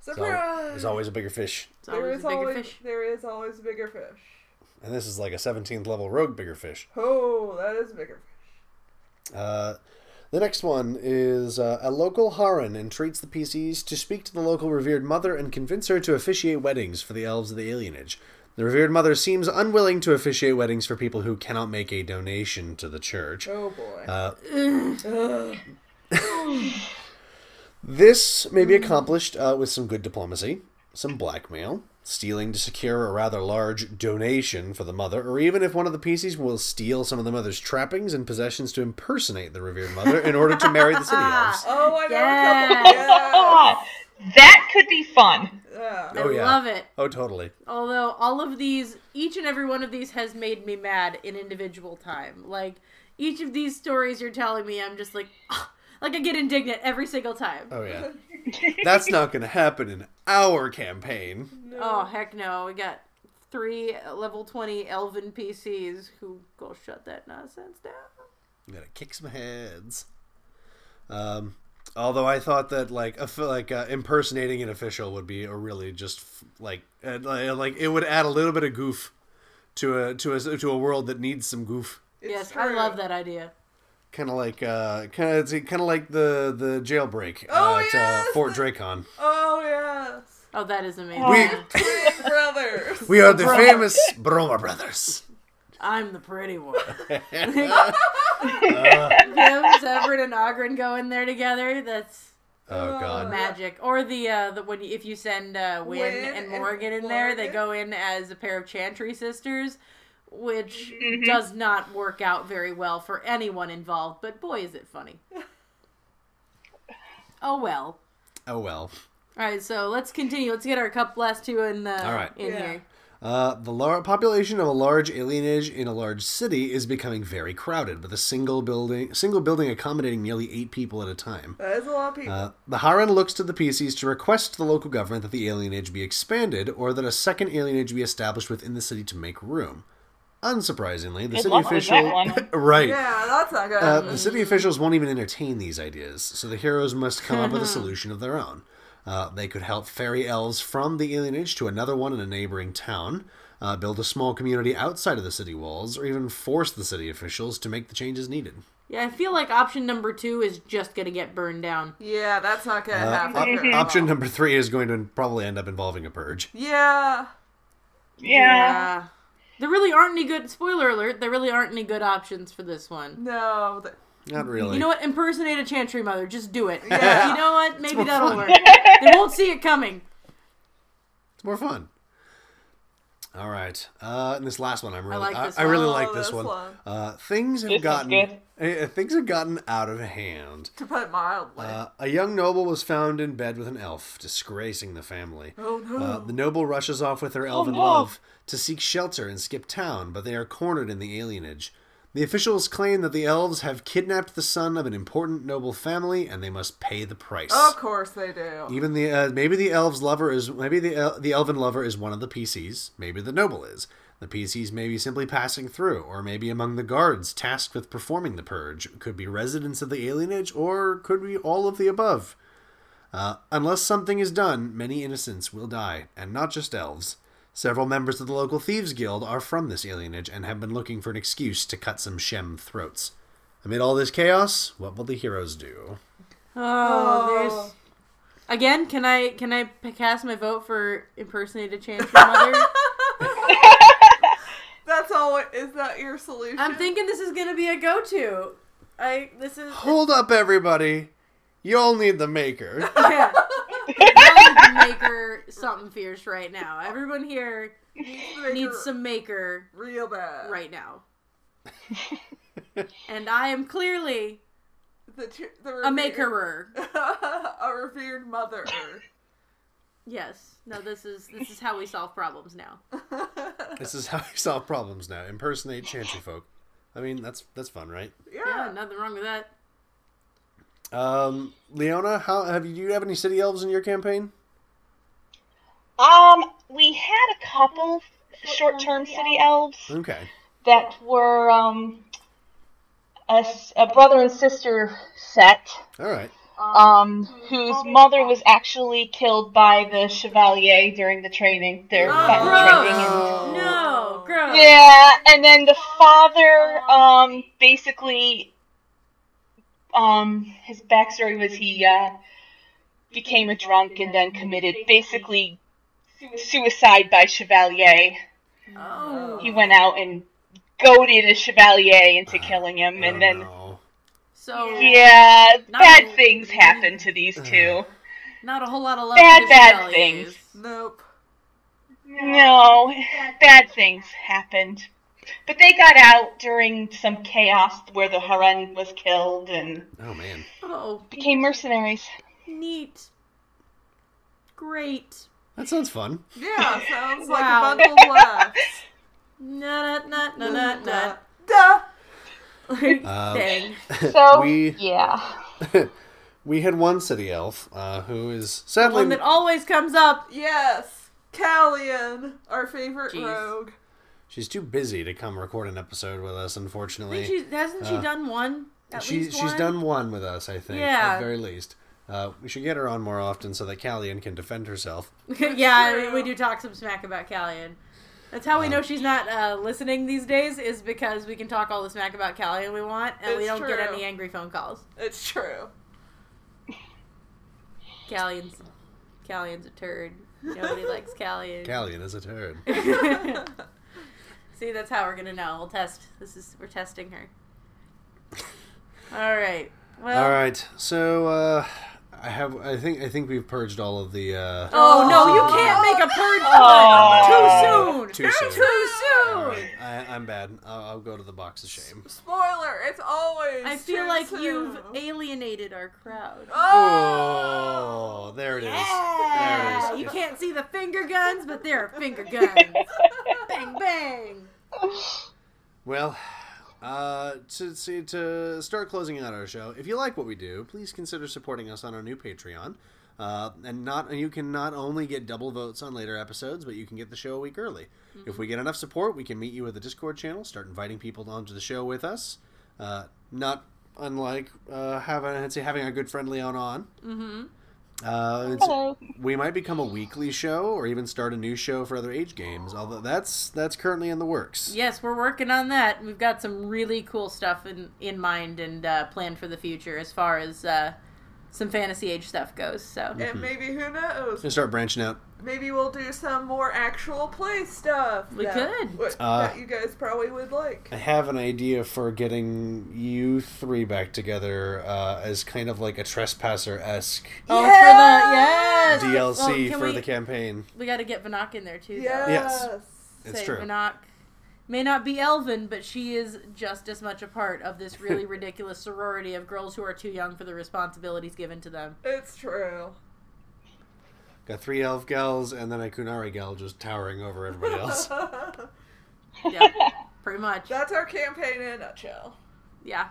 Speaker 5: So,
Speaker 7: Surprise!
Speaker 5: There's always a bigger fish.
Speaker 6: It's
Speaker 7: there
Speaker 6: always
Speaker 7: is
Speaker 6: a bigger
Speaker 7: always
Speaker 6: fish.
Speaker 7: there is always a bigger fish.
Speaker 5: And this is like a 17th level rogue bigger fish.
Speaker 7: Oh, that is a bigger fish.
Speaker 5: Uh, the next one is uh, a local Haran entreats the PCs to speak to the local revered mother and convince her to officiate weddings for the elves of the alienage. The revered mother seems unwilling to officiate weddings for people who cannot make a donation to the church.
Speaker 7: Oh boy.
Speaker 5: This may be accomplished uh, with some good diplomacy, some blackmail, stealing to secure a rather large donation for the mother, or even if one of the PCs will steal some of the mother's trappings and possessions to impersonate the revered mother in order to marry the city elves.
Speaker 7: oh, I know a couple.
Speaker 6: Yeah.
Speaker 7: Yeah.
Speaker 2: that could be fun.
Speaker 7: yeah.
Speaker 5: Oh, yeah.
Speaker 6: Love it.
Speaker 5: Oh, totally.
Speaker 6: Although all of these, each and every one of these has made me mad in individual time. Like each of these stories you're telling me, I'm just like, "Ah," like I get indignant every single time.
Speaker 5: Oh yeah. That's not going to happen in our campaign.
Speaker 6: Oh heck no! We got three level twenty elven PCs who go shut that nonsense down.
Speaker 5: I'm going to kick some heads. Um although I thought that like a, like uh, impersonating an official would be a really just f- like uh, li- like it would add a little bit of goof to a to a to a world that needs some goof.
Speaker 6: yes, I
Speaker 7: true.
Speaker 6: love that idea.
Speaker 5: Kind of like uh kind of kind of like the the jailbreak
Speaker 7: Oh,
Speaker 5: at
Speaker 7: yes!
Speaker 5: uh, Fort Dracon.
Speaker 7: Oh yes.
Speaker 6: Oh, that is amazing.
Speaker 5: We
Speaker 7: Twin brothers.
Speaker 5: we are the famous Broma brothers.
Speaker 6: I'm the pretty one. Him, Severin, and Ogren go in there together. That's
Speaker 5: Oh god.
Speaker 6: magic. Or the uh, the when you, if you send uh, Win,
Speaker 7: Wynn
Speaker 6: and
Speaker 7: and
Speaker 6: Morgan in there, they
Speaker 7: Morgan.
Speaker 6: go in as a pair of Chantry sisters, which
Speaker 7: Mm-hmm.
Speaker 6: does not work out very well for anyone involved. But boy, is it funny. oh well.
Speaker 5: Oh well.
Speaker 6: All right, so let's continue. Let's get our cup last two in uh,
Speaker 5: All right.
Speaker 6: in
Speaker 7: Yeah.
Speaker 6: here.
Speaker 5: Uh, the lar- population of a large alienage in a large city is becoming very crowded, with a single building single building accommodating nearly eight people at a time.
Speaker 7: That is a lot of people.
Speaker 5: Uh, the Haran looks to the PCs to request the local government that the alienage be expanded, or that a second alienage be established within the city to make room. Unsurprisingly, the
Speaker 2: Good
Speaker 5: city
Speaker 2: luck with that
Speaker 5: official
Speaker 2: one.
Speaker 5: right.
Speaker 7: yeah, that's not good.
Speaker 5: Uh, the city officials won't even entertain these ideas, so the heroes must come up with a solution of their own. Uh, they could help ferry elves from the alienage to another one in a neighboring town, uh, build a small community outside of the city walls, or even force the city officials to make the changes needed.
Speaker 6: Yeah, I feel like option number two is just gonna get burned down.
Speaker 7: yeah, that's not gonna
Speaker 5: Uh,
Speaker 7: happen.
Speaker 5: op- option number three is going to probably end up involving a purge.
Speaker 7: Yeah.
Speaker 2: Yeah.
Speaker 6: Yeah. There really aren't any good. Spoiler alert! There really aren't any good options for this one.
Speaker 7: No. th-
Speaker 5: Not really.
Speaker 6: You know what? Impersonate a chantry mother. Just do it.
Speaker 7: Yeah.
Speaker 6: You know what? Maybe that'll work. they won't see it coming.
Speaker 5: It's more fun. All right. Uh, and this last one, I'm really,
Speaker 6: like
Speaker 5: I,
Speaker 6: this
Speaker 5: I really
Speaker 6: one.
Speaker 5: like
Speaker 7: Oh,
Speaker 5: this
Speaker 7: this
Speaker 5: one.
Speaker 7: one.
Speaker 5: Uh, things have
Speaker 2: This is
Speaker 5: gotten
Speaker 2: good.
Speaker 5: uh, things have gotten out of hand.
Speaker 7: To put it mildly.
Speaker 5: Uh, a young noble was found in bed with an elf, disgracing the family.
Speaker 7: oh no.
Speaker 5: Uh, the noble rushes off with her elven
Speaker 2: no.
Speaker 5: love to seek shelter and skip town, but they are cornered in the alienage. The officials claim that the elves have kidnapped the son of an important noble family and they must pay the price.
Speaker 7: Of course they do.
Speaker 5: Even the uh, maybe the elves lover is maybe the el- the elven lover is one of the PCs. Maybe the noble is. The PCs may be simply passing through, or maybe among the guards tasked with performing the purge. Could be residents of the alienage, or could be all of the above. Uh, unless something is done, many innocents will die, and not just elves. Several members of the local thieves guild are from this alienage and have been looking for an excuse to cut some Shem throats. Amid all this chaos, what will the heroes do?
Speaker 6: Oh, there's. Again, can I can I p- cast my vote for impersonate a chance your mother?
Speaker 7: That's all. Is that your solution?
Speaker 6: I'm thinking this is gonna be a go-to. I this is
Speaker 5: Hold up, everybody! You all need the maker.
Speaker 6: yeah. Y'all need to make her something fierce right now. Everyone here
Speaker 7: Make
Speaker 6: needs
Speaker 7: her
Speaker 6: some maker
Speaker 7: real bad.
Speaker 6: right now. and I am clearly
Speaker 7: The, tr- the
Speaker 6: a
Speaker 7: revered-
Speaker 6: makerer.
Speaker 7: a revered mother.
Speaker 6: Yes. No, this is this is how we solve problems now.
Speaker 5: this is how you solve problems now. Impersonate Chantry folk. I mean, that's that's fun, right?
Speaker 6: Yeah, nothing wrong with that.
Speaker 5: Um, Leona, how have you? Do you have any city elves in your campaign?
Speaker 2: Um, we had a couple short-term city elves
Speaker 5: Okay.
Speaker 2: that were um a, s- a brother and sister set.
Speaker 5: All right.
Speaker 2: Um, whose mother was actually killed by the chevalier during the training. Their
Speaker 6: Oh,
Speaker 2: battle
Speaker 6: gross.
Speaker 2: training. and-
Speaker 6: No, gross.
Speaker 2: Yeah, and then the father, um, basically, um, his backstory was he uh, became a drunk and then committed basically suicide by Chevalier.
Speaker 6: Oh.
Speaker 2: He went out and goaded a Chevalier into killing him, and then
Speaker 5: Oh, No.
Speaker 6: So
Speaker 2: yeah,
Speaker 6: No.
Speaker 2: bad things happened to these two.
Speaker 6: not a whole lot of love.
Speaker 2: Bad,
Speaker 6: for the
Speaker 2: bad
Speaker 6: Chevaliers.
Speaker 2: things.
Speaker 7: Nope.
Speaker 2: No, bad things happened. But they got out during some chaos where the Haran was killed and
Speaker 5: Oh man.
Speaker 6: Oh,
Speaker 2: became mercenaries.
Speaker 6: neat. Great.
Speaker 5: That sounds fun.
Speaker 7: Yeah, sounds like
Speaker 6: Wow.
Speaker 7: a bundle of laughs.
Speaker 6: Na na na na na
Speaker 7: Duh.
Speaker 6: na.
Speaker 5: Um,
Speaker 6: Dang.
Speaker 2: So
Speaker 5: We-
Speaker 2: yeah,
Speaker 5: We had one city elf uh, who is
Speaker 6: One
Speaker 5: sadly
Speaker 6: that always comes up.
Speaker 7: Yes. Callian, our favorite
Speaker 6: Jeez.
Speaker 7: rogue.
Speaker 5: she's too busy to come record an episode with us. Unfortunately,
Speaker 6: She, hasn't she done one? At
Speaker 5: uh, She-
Speaker 6: least
Speaker 5: she's
Speaker 6: one?
Speaker 5: done one with us. I think at
Speaker 6: Yeah.
Speaker 5: the very least. Uh, we should get her on more often so that Callian can defend herself.
Speaker 6: yeah, we- we do talk some smack about Callian. That's how we know she's not uh, listening these days, is because we can talk all the smack about Callian we want, and we
Speaker 7: It's
Speaker 6: don't get
Speaker 7: true.
Speaker 6: any angry phone calls.
Speaker 7: It's true.
Speaker 6: Callian's, Callian's a turd. Nobody likes Callian.
Speaker 5: Callian is a turd.
Speaker 6: See, that's how we're gonna know. We'll test. This is we're testing her. All right. Well.
Speaker 5: All right, so uh, I have. I think. I think we've purged all of the. Uh,
Speaker 6: Oh no, you can't make a purge oh. too soon.
Speaker 5: Too soon.
Speaker 6: Too
Speaker 5: All
Speaker 6: soon.
Speaker 5: right, I, I'm bad. I'll, I'll go to the box of shame.
Speaker 7: Spoiler, it's always.
Speaker 6: I feel
Speaker 7: too
Speaker 6: like
Speaker 7: soon. Ah,
Speaker 6: you've alienated our crowd.
Speaker 5: Oh, there it is.
Speaker 6: Yeah,
Speaker 5: There it
Speaker 6: you
Speaker 5: is.
Speaker 6: can't see the finger guns, but there are finger guns. bang bang.
Speaker 5: Well, uh, to, to to start closing out our show, if you like what we do, please consider supporting us on our new Patreon. Uh, and not and you can not only get double votes on later episodes, but you can get the show a week early. If we get enough support, we can meet you at the Discord channel, start inviting people onto the show with us. Uh, not unlike uh, having I'd say having our good friend Leon on. Uh, it's- We might become a weekly show, or even start a new show for other age games. Although that's that's currently in the works.
Speaker 6: Yes, we're working on that. We've got some really cool stuff in in mind and uh, planned for the future as far as uh, some fantasy age stuff goes. So
Speaker 7: And maybe who knows?
Speaker 5: Gonna start branching out.
Speaker 7: Maybe we'll do some more actual play stuff.
Speaker 6: We
Speaker 7: that,
Speaker 6: could.
Speaker 7: what-
Speaker 5: Uh,
Speaker 7: that you guys probably would like.
Speaker 5: I have an idea for getting you three back together uh, as kind of like a trespasser esque
Speaker 6: oh, for the yes
Speaker 5: DLC
Speaker 6: Well, can
Speaker 5: for
Speaker 6: we-
Speaker 5: the campaign.
Speaker 6: We got to get Vanak in there too. though.
Speaker 7: Yes.
Speaker 5: It's
Speaker 6: say
Speaker 5: true.
Speaker 6: Vinok may not be Elven, but she is just as much a part of this really ridiculous sorority of girls who are too young for the responsibilities given to them.
Speaker 7: It's true.
Speaker 5: Got three elf gals and then a Kunari gal just towering over everybody else.
Speaker 6: Yeah. pretty much.
Speaker 7: That's our campaign in a nutshell.
Speaker 6: Yeah.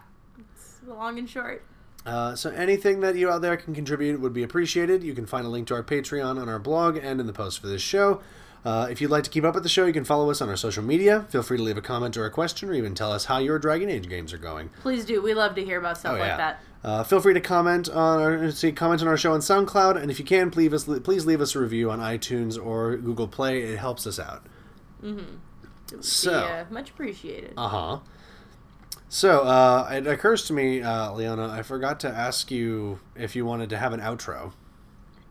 Speaker 6: It's long and short.
Speaker 5: Uh, so anything that you out there can contribute would be appreciated. You can find a link to our Patreon on our blog and in the post for this show. Uh, if you'd like to keep up with the show, you can follow us on our social media. Feel free to leave a comment or a question, or even tell us how your Dragon Age games are going.
Speaker 6: Please do. We love to hear about stuff
Speaker 5: Oh,
Speaker 6: like
Speaker 5: yeah.
Speaker 6: that.
Speaker 5: Uh, feel free to comment on our see, comment on our show on SoundCloud, and if you can, please us please leave us a review on iTunes or Google Play. It helps us out.
Speaker 6: It would
Speaker 5: So-
Speaker 6: be, uh, much appreciated.
Speaker 5: Uh huh. So uh, it occurs to me, uh, Leona, I forgot to ask you if you wanted to have an outro.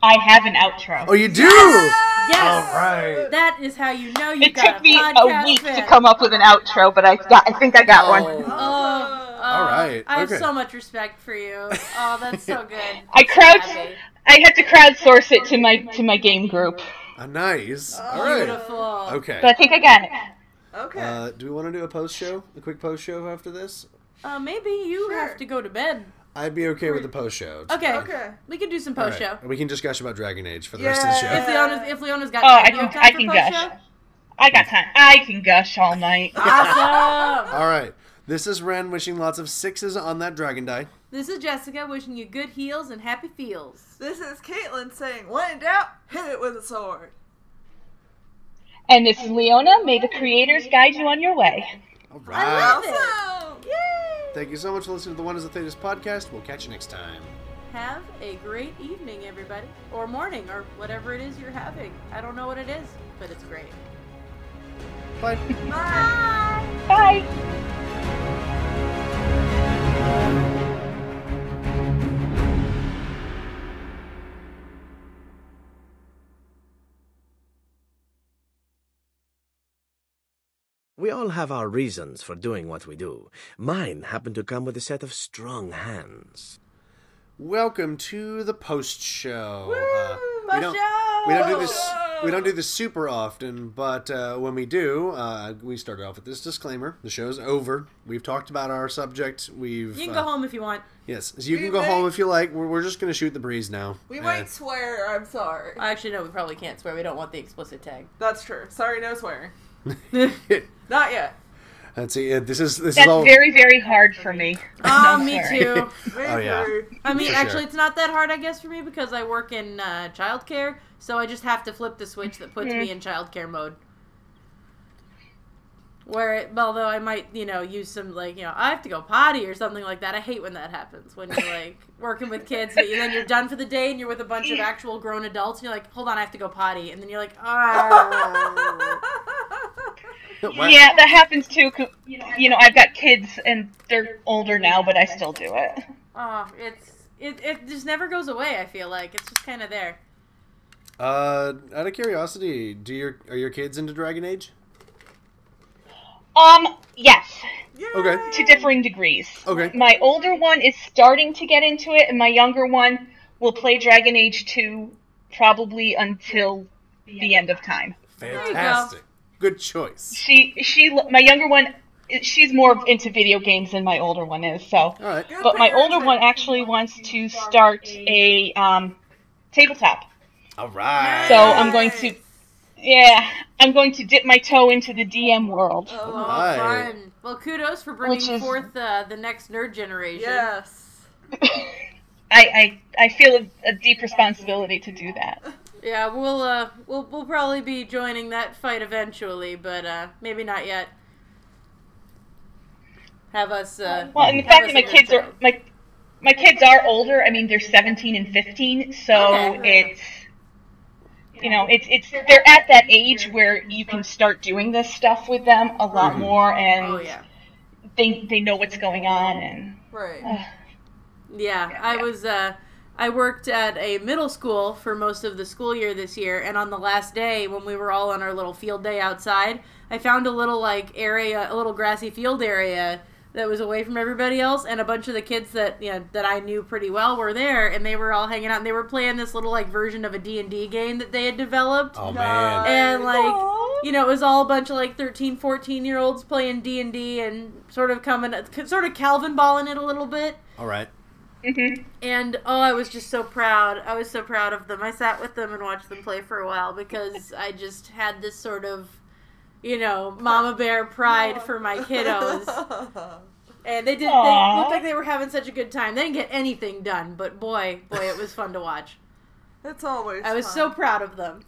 Speaker 8: I have an outro.
Speaker 5: Oh, you do.
Speaker 6: yes!
Speaker 5: Right.
Speaker 6: That is how you know you
Speaker 8: It
Speaker 6: got
Speaker 8: took me
Speaker 6: a
Speaker 8: a
Speaker 6: podcast
Speaker 8: week to
Speaker 6: fan.
Speaker 8: come up with an outro, but I got. I think I got one.
Speaker 6: Oh, oh,
Speaker 7: Uh,
Speaker 5: right,
Speaker 6: I have
Speaker 5: okay.
Speaker 6: so much respect for you. Oh, that's so good.
Speaker 8: I crowd.
Speaker 6: Happy.
Speaker 8: I had to crowdsource it to my to my game group,
Speaker 5: Uh,
Speaker 6: Oh,
Speaker 5: nice. All right.
Speaker 6: Beautiful.
Speaker 5: Okay.
Speaker 8: but I think I got it.
Speaker 7: Okay.
Speaker 5: Uh, do we want to do a post show, a quick post show after this?
Speaker 6: Uh, maybe you have to go to bed.
Speaker 5: I'd be okay with a post show.
Speaker 6: Okay.
Speaker 7: okay.
Speaker 6: We can do some
Speaker 5: All
Speaker 6: post
Speaker 5: right.
Speaker 6: show.
Speaker 5: We can just gush about Dragon Age for the rest of the show.
Speaker 6: If Leona's, if Leona's got
Speaker 8: Oh,
Speaker 6: time,
Speaker 8: I
Speaker 6: do you
Speaker 8: can
Speaker 6: have time
Speaker 8: I
Speaker 6: for
Speaker 8: can
Speaker 6: post
Speaker 8: gush. I got time. I can gush all night.
Speaker 6: show? Awesome.
Speaker 5: All right. This is Ren wishing lots of sixes on that dragon die.
Speaker 6: This is Jessica wishing you good heels and happy feels.
Speaker 7: This is Caitlin saying, when in doubt, hit it with a sword.
Speaker 8: And this is Leona. May the creators guide you on your way.
Speaker 5: All
Speaker 6: love
Speaker 5: right.
Speaker 6: it.
Speaker 7: Awesome! Yay!
Speaker 5: Thank you so much for listening to the Wonders of Thetis podcast. We'll catch you next time.
Speaker 6: Have a great evening, everybody, or morning, or whatever it is you're having. I don't know what it is, but it's great.
Speaker 5: Bye.
Speaker 8: Bye.
Speaker 3: We all have our reasons for doing what we do. Mine happen to come with a set of strong hands.
Speaker 5: Welcome to the post show. Uh, we,
Speaker 6: Post
Speaker 5: don't,
Speaker 6: show!
Speaker 5: we don't do this. We don't do this super often, but uh, when we do, uh, we start off with this disclaimer: the show's over. We've talked about our subject. We've
Speaker 6: You can
Speaker 5: uh,
Speaker 6: go home if you want.
Speaker 5: Yes, so you
Speaker 7: We
Speaker 5: can go
Speaker 7: may-
Speaker 5: home if you like. We're, we're just gonna shoot the breeze now.
Speaker 7: We
Speaker 5: Uh,
Speaker 7: might swear, I'm sorry.
Speaker 6: Actually, no, we probably can't swear. We don't want the explicit tag.
Speaker 7: That's true. Sorry, no swearing. Not yet.
Speaker 5: Let's see. Uh, this is this is
Speaker 8: That's
Speaker 5: all.
Speaker 8: very very hard for me.
Speaker 6: Oh,
Speaker 8: No
Speaker 6: me
Speaker 8: swearing.
Speaker 6: too.
Speaker 7: Maybe.
Speaker 5: Oh, yeah.
Speaker 6: I mean,
Speaker 5: For
Speaker 6: actually,
Speaker 5: sure.
Speaker 6: it's not that hard, I guess, for me because I work in uh, childcare, so I just have to flip the switch that puts
Speaker 5: Hmm.
Speaker 6: me in childcare mode. Where, it, although I might, you know, use some like, you know, I have to go potty or something like that. I hate when that happens when you're like working with kids, but then you're done for the day and you're with a bunch of actual grown adults, and you're like, hold on, I have to go potty, and then you're like, oh,
Speaker 5: Wow.
Speaker 8: Yeah, that happens too. 'cause, You know, I've got kids and they're older now, but I still do it.
Speaker 6: oh, it's it, it just never goes away. I feel like it's just kind of there.
Speaker 5: Uh, out of curiosity, do your are your kids into Dragon Age?
Speaker 8: Um, yes,
Speaker 5: Okay.
Speaker 8: to differing degrees.
Speaker 5: Okay.
Speaker 8: My older one is starting to get into it, and my younger one will play Dragon Age 2 probably until the end of time.
Speaker 6: you go.
Speaker 5: Fantastic. Good choice.
Speaker 8: She, she, my younger one, she's more into video games than my older one is. So,
Speaker 5: All right.
Speaker 8: but my older one actually wants to start a um, tabletop.
Speaker 5: All right.
Speaker 8: So I'm going to, yeah, I'm going to dip my toe into the DM world.
Speaker 7: Oh,
Speaker 6: Oh,
Speaker 5: Right.
Speaker 6: fun. Well, kudos for bringing
Speaker 8: Which is-
Speaker 6: forth uh, the next nerd generation.
Speaker 7: yes.
Speaker 8: I, I, I feel a, a deep responsibility to do that.
Speaker 6: Yeah, we'll uh, we'll we'll probably be joining that fight eventually, but uh, maybe not yet. Have us. Uh,
Speaker 8: Well, and the
Speaker 6: have
Speaker 8: fact
Speaker 6: us
Speaker 8: that my
Speaker 6: in
Speaker 8: kids
Speaker 6: your
Speaker 8: are my my kids are older. I mean, they're 17 and 15, so
Speaker 6: Okay.
Speaker 8: it's you know, it's it's they're at that age where you can start doing this stuff with them a lot more, and
Speaker 6: Oh yeah,
Speaker 8: they they know what's going on. And
Speaker 7: Right.
Speaker 6: yeah. I was. Uh, I worked at a middle school for most of the school year this year, and on the last day when we were all on our little field day outside, I found a little like area, a little grassy field area that was away from everybody else, and a bunch of the kids that you know that I knew pretty well were there, and they were all hanging out, and they were playing this little like version of a D and D game that they had developed
Speaker 5: Oh man.
Speaker 6: and like you know it was all a bunch of like 13 14 year olds playing d&d and sort of coming sort of calvin balling it a little bit
Speaker 5: All right.
Speaker 6: and oh i was just so proud i was so proud of them i sat with them and watched them play for a while because i just had this sort of you know, mama bear pride for my kiddos. And they did. They
Speaker 2: Aw.
Speaker 6: looked like they were having such a good time. They didn't get anything done, but boy, boy, it was fun to watch.
Speaker 7: It's always.
Speaker 6: I was
Speaker 7: fun.
Speaker 6: so proud of them.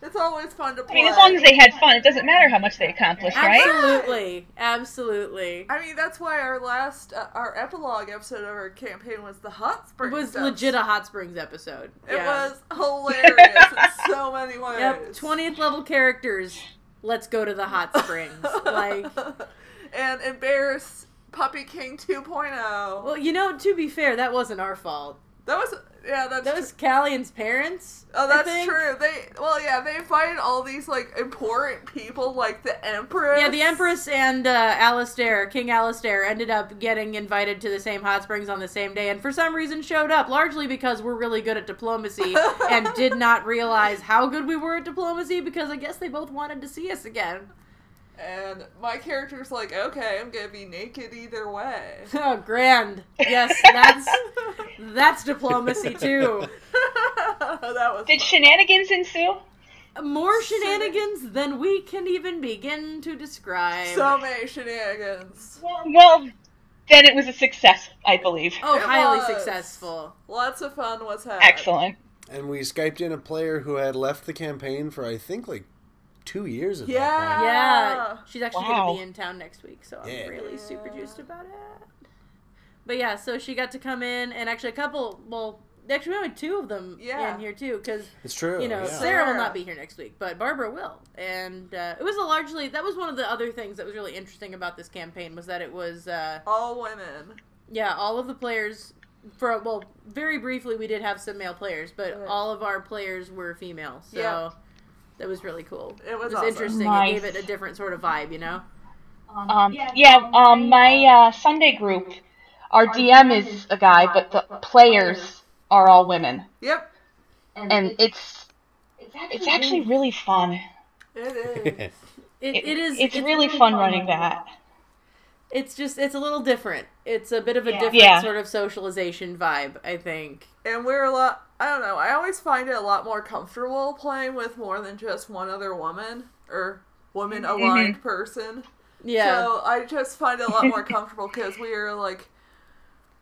Speaker 7: It's always fun to
Speaker 8: I
Speaker 7: play.
Speaker 8: mean, as long as they had fun, it doesn't matter how much they accomplished, right?
Speaker 6: Absolutely, absolutely.
Speaker 7: I mean, that's why our last, uh, our epilogue episode of our campaign was the hot
Speaker 6: It
Speaker 7: springs.
Speaker 6: was
Speaker 7: episode.
Speaker 6: legit a hot springs episode.
Speaker 7: It
Speaker 6: Yeah.
Speaker 7: was hilarious in so many ways.
Speaker 6: Yep, twentieth level characters. Let's go to the hot springs. like,
Speaker 7: and embarrass Puppy King 2.0.
Speaker 6: well, you know, to be fair, that wasn't our fault.
Speaker 7: that was yeah, that's
Speaker 6: That
Speaker 7: tr-
Speaker 6: was Callian's parents.
Speaker 7: Oh,
Speaker 6: I
Speaker 7: that's
Speaker 6: think.
Speaker 7: true. They well, yeah, they invited all these like important people, like the Empress.
Speaker 6: Yeah, the Empress and uh, Alistair, King Alistair, ended up getting invited to the same hot springs on the same day, and for some reason showed up, largely because we're really good at diplomacy and did not realize how good we were at diplomacy because I guess they both wanted to see us again.
Speaker 7: And my character's like, okay, I'm gonna be naked either way.
Speaker 6: Oh, grand. Yes, that's that's diplomacy too.
Speaker 7: that was
Speaker 2: Did shenanigans ensue?
Speaker 6: More shenanigans than we can even begin to describe.
Speaker 7: so many shenanigans.
Speaker 2: Well, then it was a success, I believe.
Speaker 6: oh,
Speaker 7: It
Speaker 6: highly
Speaker 7: was.
Speaker 6: successful.
Speaker 7: Lots of fun was had.
Speaker 2: Excellent.
Speaker 5: And we skyped in a player who had left the campaign for I think like two years at
Speaker 7: Yeah.
Speaker 5: that
Speaker 6: Yeah,
Speaker 7: Oh.
Speaker 6: she's actually
Speaker 2: Wow.
Speaker 6: gonna be in town next week, so I'm
Speaker 5: Yeah.
Speaker 6: really super juiced about it. But yeah, so she got to come in, and actually a couple. Well, actually we only two of them
Speaker 7: Yeah.
Speaker 6: in here too, because
Speaker 5: point. It's true.
Speaker 6: you know
Speaker 5: yeah.
Speaker 6: Sarah will
Speaker 7: Sarah.
Speaker 6: not be here next week, but Barbara will, and uh, it was a largely that was one of the other things that was really interesting about this campaign was that it was. Uh,
Speaker 7: All women.
Speaker 6: Yeah, all of the players for well, very briefly we did have some male players, but
Speaker 7: Right.
Speaker 6: all of our players were female. So
Speaker 7: Yeah.
Speaker 6: that was really cool.
Speaker 7: It was
Speaker 6: It was
Speaker 7: awesome.
Speaker 6: interesting.
Speaker 2: Nice.
Speaker 6: It gave it a different sort of vibe, you know?
Speaker 2: Um, yeah, um, my uh, Sunday group, our DM is a guy, but the players are all women,
Speaker 7: Yep,
Speaker 2: and it's it's actually really fun.
Speaker 7: it is.
Speaker 6: It, it is
Speaker 2: It's, really fun running that.
Speaker 6: It's just it's a little different. It's a bit of a different
Speaker 2: Yeah.
Speaker 6: sort of socialization vibe, I think.
Speaker 7: and we're a lot i don't know i always find it a lot more comfortable playing with more than just one other woman or woman aligned person
Speaker 6: Mm-hmm. Yeah.
Speaker 7: so i just find it a lot more comfortable because we're like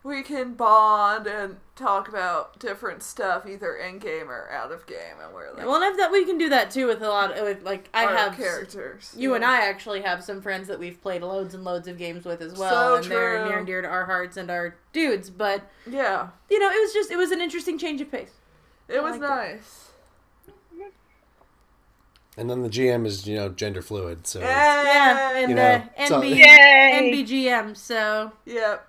Speaker 7: we can bond and talk about different stuff either in game or out of game and we're like
Speaker 6: well, and I've that we can do that too with a lot of with, like I
Speaker 7: our
Speaker 6: have
Speaker 7: characters
Speaker 6: You and
Speaker 7: Yeah.
Speaker 6: I actually have some friends that we've played loads and loads of games with as well,
Speaker 7: So
Speaker 6: and they're
Speaker 7: true.
Speaker 6: near and dear to our hearts and our dudes. But
Speaker 7: yeah
Speaker 6: you know, it was just it was an interesting change of pace.
Speaker 7: it was
Speaker 6: like that.
Speaker 7: nice
Speaker 5: And then the GM is you know gender fluid, so
Speaker 6: Yeah,
Speaker 7: Yay!
Speaker 6: and
Speaker 5: You
Speaker 6: the
Speaker 5: know, so-
Speaker 6: NB,
Speaker 2: Yay!
Speaker 6: NBGM. So
Speaker 7: yep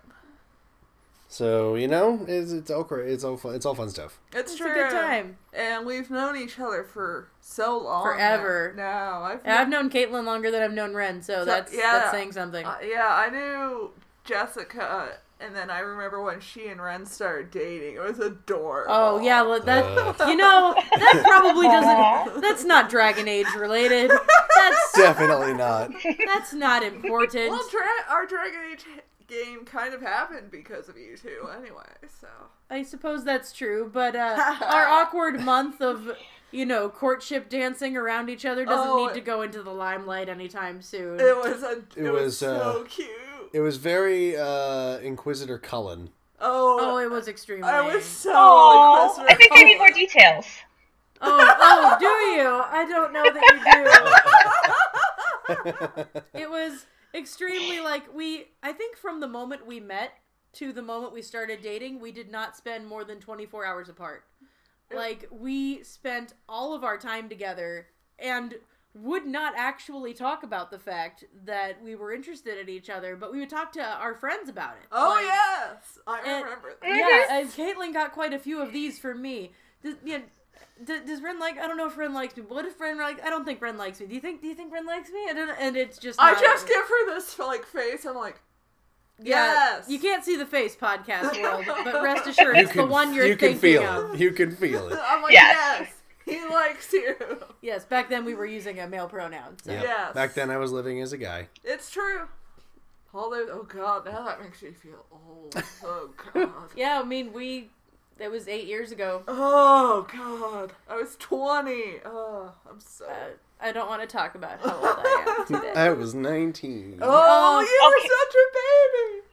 Speaker 5: so you know it's it's all cra- it's all fun, it's all fun stuff.
Speaker 7: it's,
Speaker 6: it's
Speaker 7: true
Speaker 6: a good time.
Speaker 7: and we've known each other for so long
Speaker 6: Forever.
Speaker 7: now i've
Speaker 6: And I've known Caitlin longer than I've known Ren, so that's
Speaker 7: yeah.
Speaker 6: that's saying something.
Speaker 7: Uh, yeah, I knew Jessica, uh, and then I remember when she and Ren started dating. It was adorable.
Speaker 6: Oh yeah, well, that
Speaker 5: Uh.
Speaker 6: you know that probably doesn't. That's not Dragon Age related. That's
Speaker 5: Definitely not.
Speaker 6: that's not important.
Speaker 7: Well, dra- our Dragon Age game kind of happened because of you two, anyway. So
Speaker 6: I suppose that's true, but uh, our awkward month of you know courtship dancing around each other doesn't
Speaker 7: Oh,
Speaker 6: need to go into the limelight anytime soon.
Speaker 7: it was a, it,
Speaker 5: It
Speaker 7: was,
Speaker 5: was, uh,
Speaker 7: so cute.
Speaker 5: It was very uh, Inquisitor Cullen.
Speaker 7: oh,
Speaker 6: oh, it was extremely.
Speaker 7: I was so.
Speaker 2: Oh,
Speaker 7: Christopher
Speaker 2: I think I need
Speaker 7: Nolan.
Speaker 2: more details.
Speaker 6: Oh, oh, do you? I don't know that you do. it was extremely like we. I think from the moment we met to the moment we started dating, we did not spend more than twenty four hours apart. Like we spent all of our time together and would not actually talk about the fact that we were interested in each other, but we would talk to our friends about it.
Speaker 7: Oh
Speaker 6: Like,
Speaker 7: yes, I
Speaker 6: and-
Speaker 7: remember. that.
Speaker 6: yeah, and Caitlin got quite a few of these for me. Does, yeah, d- does Ren like? I don't know if Ren likes me. What if Ren like? I don't think Ren likes me. Do you think? Do you think Ren likes me? I don't. know. And it's just.
Speaker 7: I
Speaker 6: not-
Speaker 7: just give her this like face. I'm like,
Speaker 6: Yeah,
Speaker 7: yes.
Speaker 6: You can't see the face podcast world, but rest assured, it's the one you're
Speaker 5: you can
Speaker 6: thinking
Speaker 5: feel
Speaker 6: of.
Speaker 5: it. You can feel it.
Speaker 7: I'm like, yes.
Speaker 2: Yes.
Speaker 7: He likes you.
Speaker 6: Yes, back then we were using a male pronoun. So.
Speaker 5: Yeah.
Speaker 7: Yes.
Speaker 5: Back then, I was living as a guy.
Speaker 7: It's true. All those, oh god, now that makes me feel old. Oh god.
Speaker 6: Yeah, I mean we. That was eight years ago.
Speaker 7: Oh God, I was twenty. Oh, I'm so.
Speaker 6: I don't want to talk about how old I am today.
Speaker 5: I was 19.
Speaker 7: Oh,
Speaker 2: you
Speaker 6: were such a baby.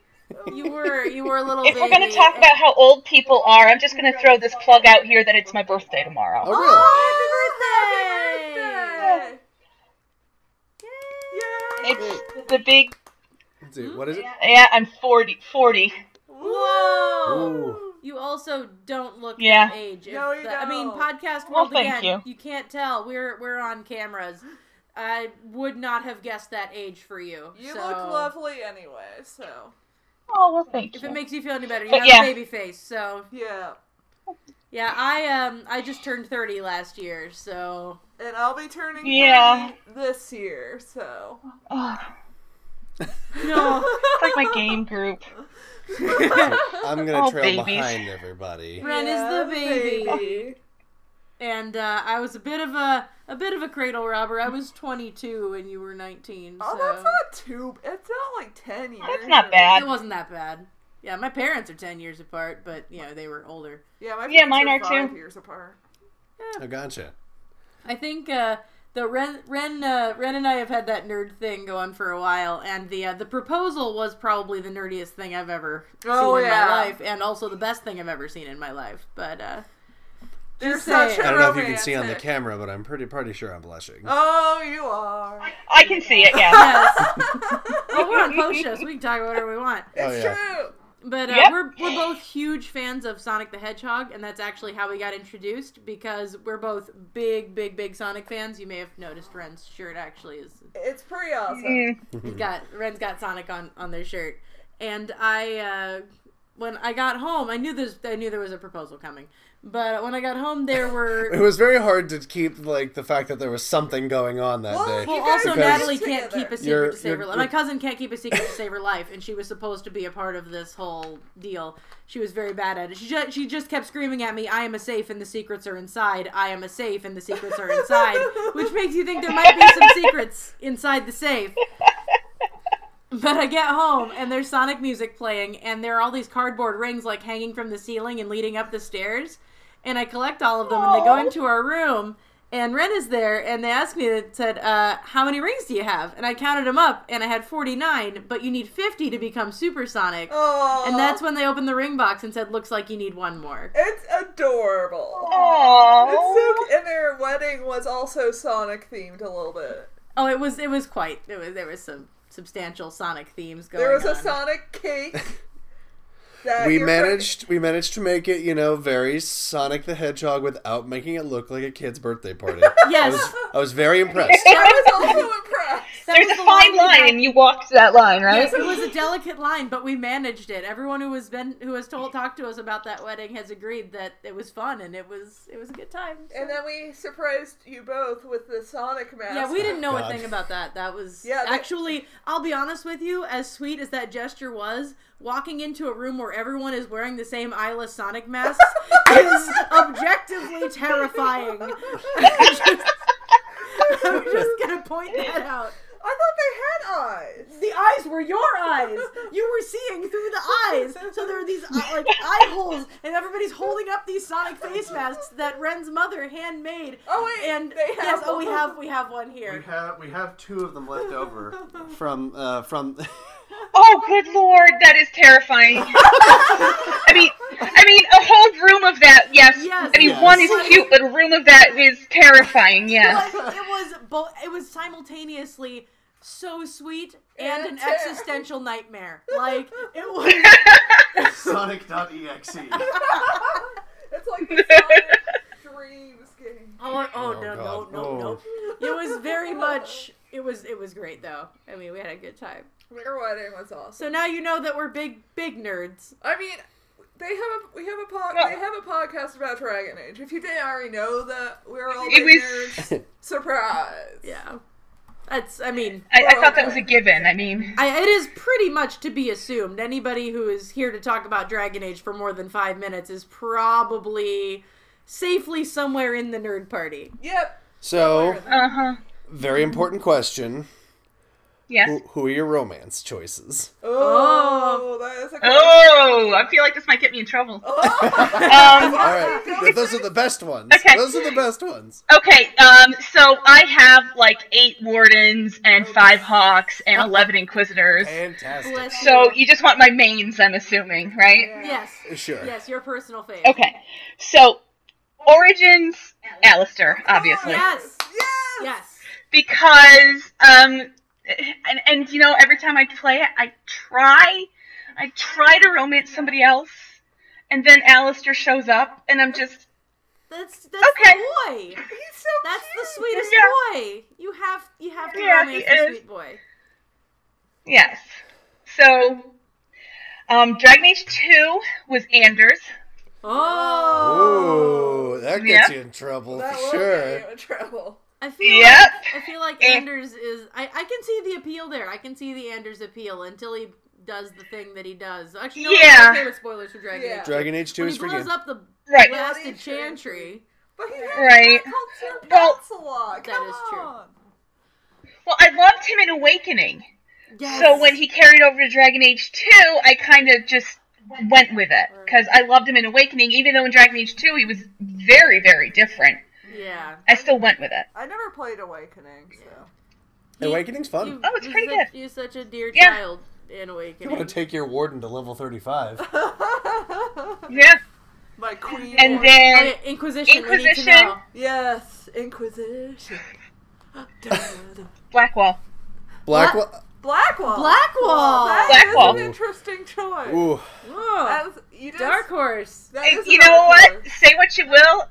Speaker 6: You were you were a little.
Speaker 2: If we're going
Speaker 6: baby.
Speaker 2: to talk about how old people are, I'm just going to throw this plug out here that it's my birthday tomorrow.
Speaker 5: Oh,
Speaker 6: Happy birthday!
Speaker 2: It's the big,
Speaker 5: Dude, what is it?
Speaker 2: yeah, I'm 40. 40.
Speaker 7: Oh.
Speaker 6: Whoa!
Speaker 5: Ooh.
Speaker 6: You also don't look
Speaker 2: Yeah.
Speaker 6: that age. If
Speaker 7: No, you
Speaker 6: the- I mean,
Speaker 7: don't.
Speaker 6: podcast
Speaker 2: Well,
Speaker 6: world
Speaker 2: thank
Speaker 6: again.
Speaker 2: you.
Speaker 6: can't tell. We're we're on cameras. I would not have guessed that age for you.
Speaker 7: You
Speaker 6: so-
Speaker 7: look lovely anyway. So
Speaker 2: Oh, well, thank
Speaker 6: If
Speaker 2: you.
Speaker 6: it makes you feel any better, you
Speaker 2: But
Speaker 6: have
Speaker 2: yeah.
Speaker 6: a baby face. So
Speaker 7: yeah,
Speaker 6: yeah, I um I just turned thirty last year. So
Speaker 7: and I'll be turning
Speaker 2: Yeah.
Speaker 7: 30 this year. So
Speaker 2: Ugh,
Speaker 6: no,
Speaker 2: it's like my game group.
Speaker 5: I'm going to
Speaker 2: Oh,
Speaker 5: trail
Speaker 2: babies.
Speaker 5: behind everybody.
Speaker 6: Ren
Speaker 7: Yeah,
Speaker 6: is the baby. And uh, I was a bit of a a bit of a cradle robber. I was twenty two and you were nineteen.
Speaker 7: Oh,
Speaker 6: so.
Speaker 7: that's not too. It's not like ten years.
Speaker 2: That's not bad.
Speaker 6: It wasn't that bad. Yeah, my parents are ten years apart, but you know they were older.
Speaker 7: Yeah, my
Speaker 2: Yeah,
Speaker 7: parents
Speaker 2: mine are
Speaker 7: five
Speaker 2: too.
Speaker 7: years apart.
Speaker 5: Oh, gotcha.
Speaker 6: I think uh, the Ren Ren uh, Ren and I have had that nerd thing going for a while, and the uh, the proposal was probably the nerdiest thing I've ever
Speaker 7: Oh,
Speaker 6: seen
Speaker 7: yeah.
Speaker 6: in my life, and also the best thing I've ever seen in my life. But uh,
Speaker 7: You're
Speaker 6: just
Speaker 7: such
Speaker 6: saying.
Speaker 5: I
Speaker 7: a
Speaker 5: don't know if you can see on the
Speaker 7: romantic.
Speaker 5: camera, but I'm pretty pretty sure I'm blushing.
Speaker 7: Oh, you are.
Speaker 2: I can see it, yeah.
Speaker 6: yes. well, we're on post shows. We can talk about whatever we want.
Speaker 5: Oh,
Speaker 7: It's
Speaker 5: yeah.
Speaker 7: true.
Speaker 6: But uh,
Speaker 2: Yep.
Speaker 6: we're we're both huge fans of Sonic the Hedgehog, and that's actually how we got introduced because we're both big, big, big Sonic fans. You may have noticed Ren's shirt actually is
Speaker 7: It's pretty awesome.
Speaker 2: Mm.
Speaker 6: he's got Ren's got Sonic on on their shirt, and I uh, when I got home, I knew there's I knew there was a proposal coming, but when I got home, there were.
Speaker 5: It was very hard to keep like the fact that there was something going on that
Speaker 7: Well,
Speaker 5: day.
Speaker 6: Well,
Speaker 7: You guys
Speaker 6: oh, also
Speaker 5: because-
Speaker 6: Natalie can't
Speaker 7: together.
Speaker 6: keep a secret
Speaker 5: You're-
Speaker 6: to save her
Speaker 5: you're-
Speaker 6: life. My cousin can't keep a secret to save her life, and she was supposed to be a part of this whole deal. She was very bad at it. She just, she just kept screaming at me, "I am a safe, and the secrets are inside. I am a safe, and the secrets are inside," which makes you think there might be some secrets inside the safe. But I get home and there's Sonic music playing, and there are all these cardboard rings like hanging from the ceiling and leading up the stairs. And I collect all of them, and they go into our room. And Ren is there, and they asked me that said, uh, "How many rings do you have?" And I counted them up, and I had 49. But you need 50 to become supersonic.
Speaker 7: Oh,
Speaker 6: And that's when they opened the ring box and said, "Looks like you need one more."
Speaker 7: it's adorable.
Speaker 2: Aww.
Speaker 7: It's so, and their wedding was also Sonic themed a little bit.
Speaker 6: Oh, it was it was quite it was there was some substantial Sonic themes going.
Speaker 7: There was
Speaker 6: on.
Speaker 7: a Sonic cake. that
Speaker 5: we
Speaker 7: your friend-
Speaker 5: managed we managed to make it, you know, very Sonic the Hedgehog without making it look like a kid's birthday party. I
Speaker 6: Yes.
Speaker 5: was I was very impressed.
Speaker 7: I was also impressed.
Speaker 6: That
Speaker 2: There's
Speaker 6: was
Speaker 2: a
Speaker 6: the
Speaker 2: fine
Speaker 6: we
Speaker 2: line,
Speaker 6: had-
Speaker 2: and you walked that line, right?
Speaker 6: Yes, it was a delicate line, but we managed it. Everyone who has been who has told talked to us about that wedding has agreed that it was fun and it was it was a good time. so-
Speaker 7: And then we surprised you both with the Sonic mask.
Speaker 6: yeah, we didn't know
Speaker 5: God.
Speaker 6: a thing about that. That was
Speaker 7: Yeah, that-
Speaker 6: actually, I'll be honest with you, as sweet as that gesture was, walking into a room where everyone is wearing the same eyeless Sonic masks is objectively terrifying. I'm just, I'm just gonna point that out.
Speaker 7: I thought they had eyes.
Speaker 6: The eyes were your eyes. You were seeing through the eyes. So there were these uh, like eye holes, and everybody's holding up these Sonic face masks that Ren's mother handmade.
Speaker 7: Oh, wait,
Speaker 6: and
Speaker 7: they
Speaker 6: yes,
Speaker 7: have
Speaker 6: oh, we
Speaker 7: one.
Speaker 6: have we have one here.
Speaker 5: have we have two of them left over from uh, from
Speaker 2: Oh, good lord, that is terrifying. I mean, I mean, a whole room of that. Yes,
Speaker 6: Yes.
Speaker 2: I mean,
Speaker 5: Yes.
Speaker 2: one is cute, but a room of that is terrifying. Yes.
Speaker 6: But it was both. It was simultaneously so sweet and
Speaker 7: And
Speaker 6: an
Speaker 7: terrible.
Speaker 6: existential nightmare. Like it was.
Speaker 5: Sonic.exe.
Speaker 7: It's like the Sonic dreams game.
Speaker 6: Oh, oh,
Speaker 5: Oh,
Speaker 6: no, no,
Speaker 5: God.
Speaker 6: no, no. It was very much. It was. It was great though. I mean, we had a good time.
Speaker 7: Their wedding was awesome.
Speaker 6: So now you know that we're big, big nerds.
Speaker 7: I mean, they have a we have a pod, they have a podcast about Dragon Age. If you didn't already know that we're all
Speaker 2: It was-
Speaker 7: nerds, surprise.
Speaker 6: Yeah. That's, I mean,
Speaker 2: I, I thought that was a given. I mean,
Speaker 6: I, it is pretty much to be assumed. Anybody who is here to talk about Dragon Age for more than five minutes is probably safely somewhere in the nerd party.
Speaker 7: Yep.
Speaker 5: So
Speaker 2: uh huh.
Speaker 5: very important question.
Speaker 8: Yes.
Speaker 5: Who, who are your romance choices?
Speaker 7: Oh, that is a
Speaker 8: Oh, I feel like this might get me in trouble.
Speaker 5: All
Speaker 8: um,
Speaker 5: right, th- those are the best ones.
Speaker 8: Okay.
Speaker 5: Those are the best ones.
Speaker 8: okay, um, so I have like eight wardens and five hawks and eleven inquisitors.
Speaker 5: Fantastic.
Speaker 8: So you just want my mains, I'm assuming, right?
Speaker 6: Yes.
Speaker 5: Sure.
Speaker 6: Yes, your personal fave.
Speaker 8: Okay. So origins, Alistair, obviously.
Speaker 6: Yes. Yes.
Speaker 8: because um and and you know every time I play it I try I try to romance somebody else and then Alistair shows up and I'm just
Speaker 6: That's that's
Speaker 8: Okay.
Speaker 6: the boy. That's the sweetest
Speaker 8: Yeah.
Speaker 6: boy. You have you have to
Speaker 8: Yeah,
Speaker 6: romance
Speaker 8: he
Speaker 6: the
Speaker 8: is.
Speaker 6: sweet boy.
Speaker 8: yes. So um Dragon Age 2 was Anders.
Speaker 6: Oh,
Speaker 5: Ooh, that gets
Speaker 8: Yeah.
Speaker 5: you in trouble
Speaker 7: That
Speaker 5: for
Speaker 7: will
Speaker 5: sure.
Speaker 7: get you in trouble.
Speaker 6: I feel
Speaker 8: Yep.
Speaker 6: like I feel like
Speaker 8: Eh.
Speaker 6: Anders is. I I can see the appeal there. I can see the Anders appeal until he does the thing that he does. Actually, no,
Speaker 8: Yeah.
Speaker 6: I'm okay with spoilers for Dragon
Speaker 7: Yeah.
Speaker 6: Age.
Speaker 5: Dragon Age 2
Speaker 6: When
Speaker 5: is
Speaker 6: he
Speaker 5: for
Speaker 6: blows
Speaker 5: you.
Speaker 6: up the
Speaker 8: Right.
Speaker 6: blasted chantry.
Speaker 7: But he has
Speaker 8: Right.
Speaker 7: Councilor
Speaker 8: Well-
Speaker 7: Lancelot.
Speaker 6: That
Speaker 7: Come
Speaker 6: is true.
Speaker 7: on.
Speaker 8: Well, I loved him in Awakening.
Speaker 6: Yes.
Speaker 8: So when he carried over to Dragon Age 2, I kind of just went with it because I loved him in Awakening even though in Dragon Age 2 he was very very different.
Speaker 6: yeah.
Speaker 8: I still went with it.
Speaker 7: I never played Awakening, so.
Speaker 5: Awakening's fun.
Speaker 6: You-
Speaker 8: That was
Speaker 6: you're
Speaker 8: Oh, pretty
Speaker 6: such,
Speaker 8: good.
Speaker 6: You're such a dear
Speaker 8: Yeah.
Speaker 6: child in
Speaker 5: You
Speaker 6: Awakening.
Speaker 5: want to take your warden to level 35.
Speaker 8: Yeah.
Speaker 7: My queen.
Speaker 8: And
Speaker 7: was-
Speaker 8: then
Speaker 6: Okay, Oh, Inquisition. We need to
Speaker 8: Inquisition.
Speaker 6: know.
Speaker 7: Yes, Inquisition.
Speaker 8: Blackwall.
Speaker 5: Blackwell.
Speaker 7: Blackwall.
Speaker 6: Blackwall.
Speaker 7: That is
Speaker 8: Blackwall.
Speaker 7: an interesting choice.
Speaker 5: Ooh,
Speaker 6: Whoa.
Speaker 7: That is, you just,
Speaker 6: Dark Horse.
Speaker 7: that
Speaker 8: And
Speaker 7: is a
Speaker 8: you
Speaker 7: dark
Speaker 8: know what?
Speaker 7: horse.
Speaker 8: Say what you will.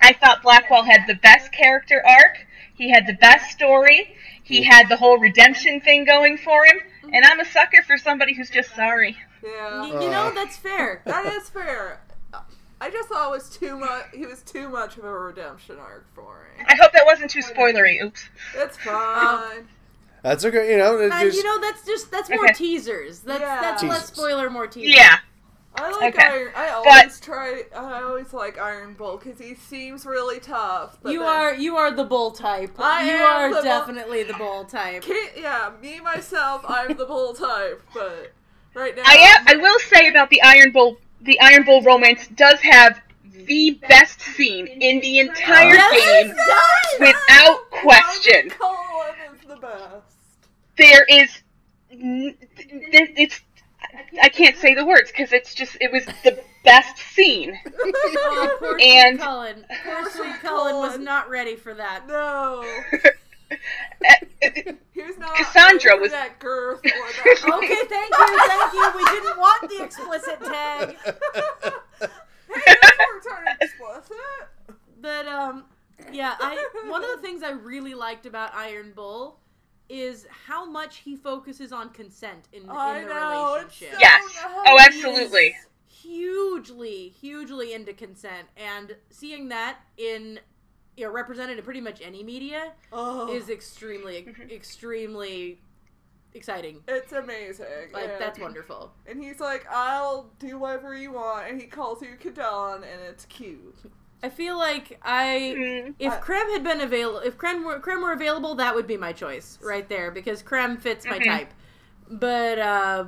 Speaker 8: I thought Blackwell had the best character arc. He had the best story. He had the whole redemption thing going for him. And I'm a sucker for somebody who's just sorry.
Speaker 6: Y-
Speaker 7: Yeah.
Speaker 6: You,
Speaker 5: Uh.
Speaker 6: know that's fair. Uh,
Speaker 7: That is fair. I just thought it was too much. He was too much of a redemption arc for him.
Speaker 8: I hope that wasn't too spoilery. Oops.
Speaker 7: It's
Speaker 8: Um,
Speaker 7: fine.
Speaker 5: that's okay. You know, it
Speaker 6: Uh,
Speaker 5: just,
Speaker 6: you know that's just that's more
Speaker 8: Okay.
Speaker 6: teasers. That's
Speaker 7: Yeah.
Speaker 6: that's less
Speaker 5: Teasers.
Speaker 6: spoiler, more teasers.
Speaker 8: Yeah.
Speaker 7: I like
Speaker 8: Okay.
Speaker 7: Iron. I
Speaker 8: But-
Speaker 7: always try. I always like Iron Bull because he seems really tough. But
Speaker 6: you
Speaker 7: then-
Speaker 6: are you are the bull type.
Speaker 7: I
Speaker 6: you
Speaker 7: am
Speaker 6: are
Speaker 7: the bull-
Speaker 6: definitely the bull type.
Speaker 7: Can't- yeah, me myself, I'm the bull type, but right now
Speaker 8: I am. I will say about the Iron Bull. The Iron Bull romance does have the best scene in the entire
Speaker 6: Yes, it
Speaker 8: game,
Speaker 6: does!
Speaker 8: without question.
Speaker 7: Colin is the best.
Speaker 8: there is n- th- th- it's i can't say the words because it's just it was the best scene
Speaker 6: Oh, poor
Speaker 8: And-
Speaker 6: sweet Cullen. Poor sweet
Speaker 7: sweet
Speaker 6: Cullen was
Speaker 7: Cullen.
Speaker 6: not ready for that.
Speaker 7: No, he was not.
Speaker 8: Cassandra
Speaker 7: ready for
Speaker 8: was-
Speaker 7: that girth or that.
Speaker 6: Okay, thank you, thank you. We didn't want the explicit tag,
Speaker 7: hey, that's more retarded explicit.
Speaker 6: but um, yeah. I one of the things I really liked about Iron Bull is how much he focuses on consent in, in
Speaker 7: I
Speaker 6: the
Speaker 7: know. It's
Speaker 6: relationship.
Speaker 7: so
Speaker 8: Yes.
Speaker 7: nice.
Speaker 8: Oh, absolutely.
Speaker 6: hugely, hugely into consent, and seeing that in you know represented in pretty much any media
Speaker 7: Oh, Mm-hmm.
Speaker 6: is extremely, extremely exciting.
Speaker 7: it's amazing.
Speaker 6: Like
Speaker 7: yeah.
Speaker 6: that's wonderful.
Speaker 7: And he's like, "I'll do whatever you want," and he calls you Kadon, and it's cute.
Speaker 6: I feel like
Speaker 7: Mm-hmm.
Speaker 6: I, if
Speaker 7: Uh,
Speaker 6: Krem had been available, if Krem were, Krem were available, that would be my choice right there because Krem fits
Speaker 7: Mm-hmm.
Speaker 6: my type. But uh,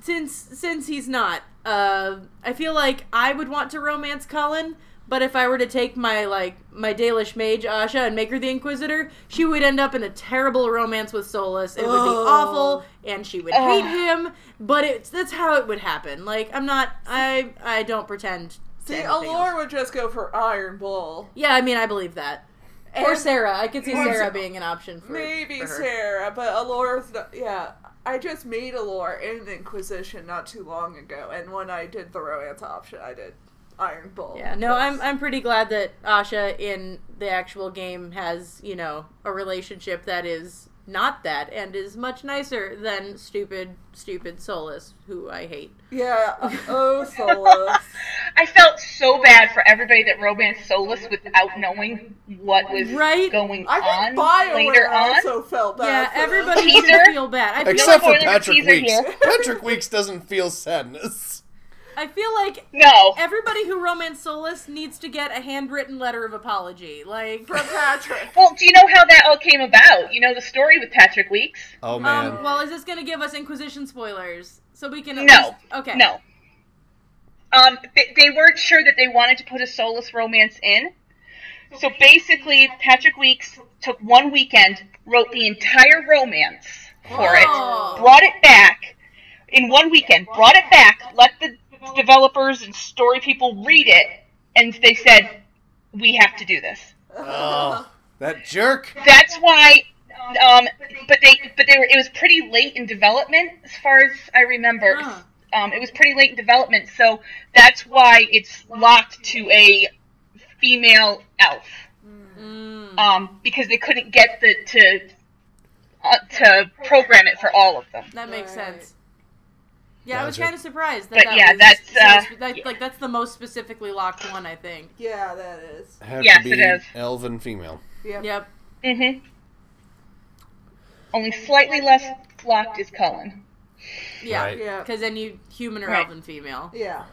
Speaker 6: since since he's not, uh, I feel like I would want to romance Colin. But if I were to take my like my Dalish mage Asha and make her the Inquisitor, she would end up in a terrible romance with Solus. It would be
Speaker 7: Oh.
Speaker 6: awful, and she would hate him. But it's that's how it would happen. Like I'm not, I I don't pretend. to
Speaker 7: See,
Speaker 6: anything else.
Speaker 7: Allure would just go for Iron Bull.
Speaker 6: Yeah, I mean, I believe that. or Sarah. I could see Sarah being an option for
Speaker 7: Maybe
Speaker 6: for her.
Speaker 7: Sarah, but Allure's not. Yeah, I just made Allure in Inquisition not too long ago, and when I did the romance option, I did Iron Bull.
Speaker 6: Yeah, no, I'm I'm pretty glad that Asha in the actual game has you know a relationship that is not that and is much nicer than stupid stupid Solus, who I hate.
Speaker 7: Yeah. Oh, Solus.
Speaker 8: i felt so bad for everybody that romanced solus without knowing what was
Speaker 6: Right?
Speaker 8: going
Speaker 7: I
Speaker 8: on
Speaker 7: think Bioware
Speaker 8: later on
Speaker 7: also felt bad.
Speaker 6: Yeah,
Speaker 7: for that.
Speaker 6: everybody should
Speaker 8: Teaser?
Speaker 6: feel bad. I feel
Speaker 5: except
Speaker 8: No
Speaker 5: for
Speaker 8: spoiler
Speaker 5: Patrick
Speaker 8: teaser
Speaker 5: Weeks.
Speaker 8: here.
Speaker 5: Patrick Weeks doesn't feel sadness.
Speaker 6: I feel like
Speaker 2: no.
Speaker 6: Everybody who romanced Solus needs to get a handwritten letter of apology, like
Speaker 7: from Patrick.
Speaker 8: well, do you know how that all came about? You know the story with Patrick Weeks.
Speaker 5: Oh man.
Speaker 6: Um, well, is this going to give us Inquisition spoilers? So we can at
Speaker 8: No.
Speaker 6: least- okay.
Speaker 8: No. Um, they, they weren't sure that they wanted to put a soulless romance in. So basically, Patrick Weeks took one weekend, wrote the entire romance for
Speaker 6: Oh.
Speaker 8: it, brought it back in one weekend, brought it back, let the developers and story people read it, and they said, We have to do this.
Speaker 5: Oh, that jerk.
Speaker 8: That's why. Um, but they, but they were. It was pretty late in development, as far as I remember.
Speaker 6: Huh.
Speaker 8: Um, it was pretty late in development, so that's why it's locked to a female elf.
Speaker 6: Mm.
Speaker 8: Um, because they couldn't get the to uh, to program it for all of them.
Speaker 6: That makes
Speaker 7: Right.
Speaker 6: sense. Yeah, I was
Speaker 5: Gotcha.
Speaker 6: kind of surprised that
Speaker 8: But
Speaker 6: that
Speaker 8: yeah,
Speaker 6: was
Speaker 8: that's,
Speaker 6: so
Speaker 8: uh,
Speaker 6: spe- that- like that's the most specifically locked one, I think.
Speaker 7: Yeah, that is.
Speaker 5: Have
Speaker 8: Yes,
Speaker 5: to
Speaker 8: it
Speaker 5: be
Speaker 8: is.
Speaker 5: elven female.
Speaker 7: Yep.
Speaker 6: Yep.
Speaker 8: hmm Only slightly less locked is Cullen.
Speaker 6: Yeah.
Speaker 5: Right.
Speaker 7: Yeah.
Speaker 6: Because then you human or
Speaker 8: Right.
Speaker 6: elven female.
Speaker 7: Yeah.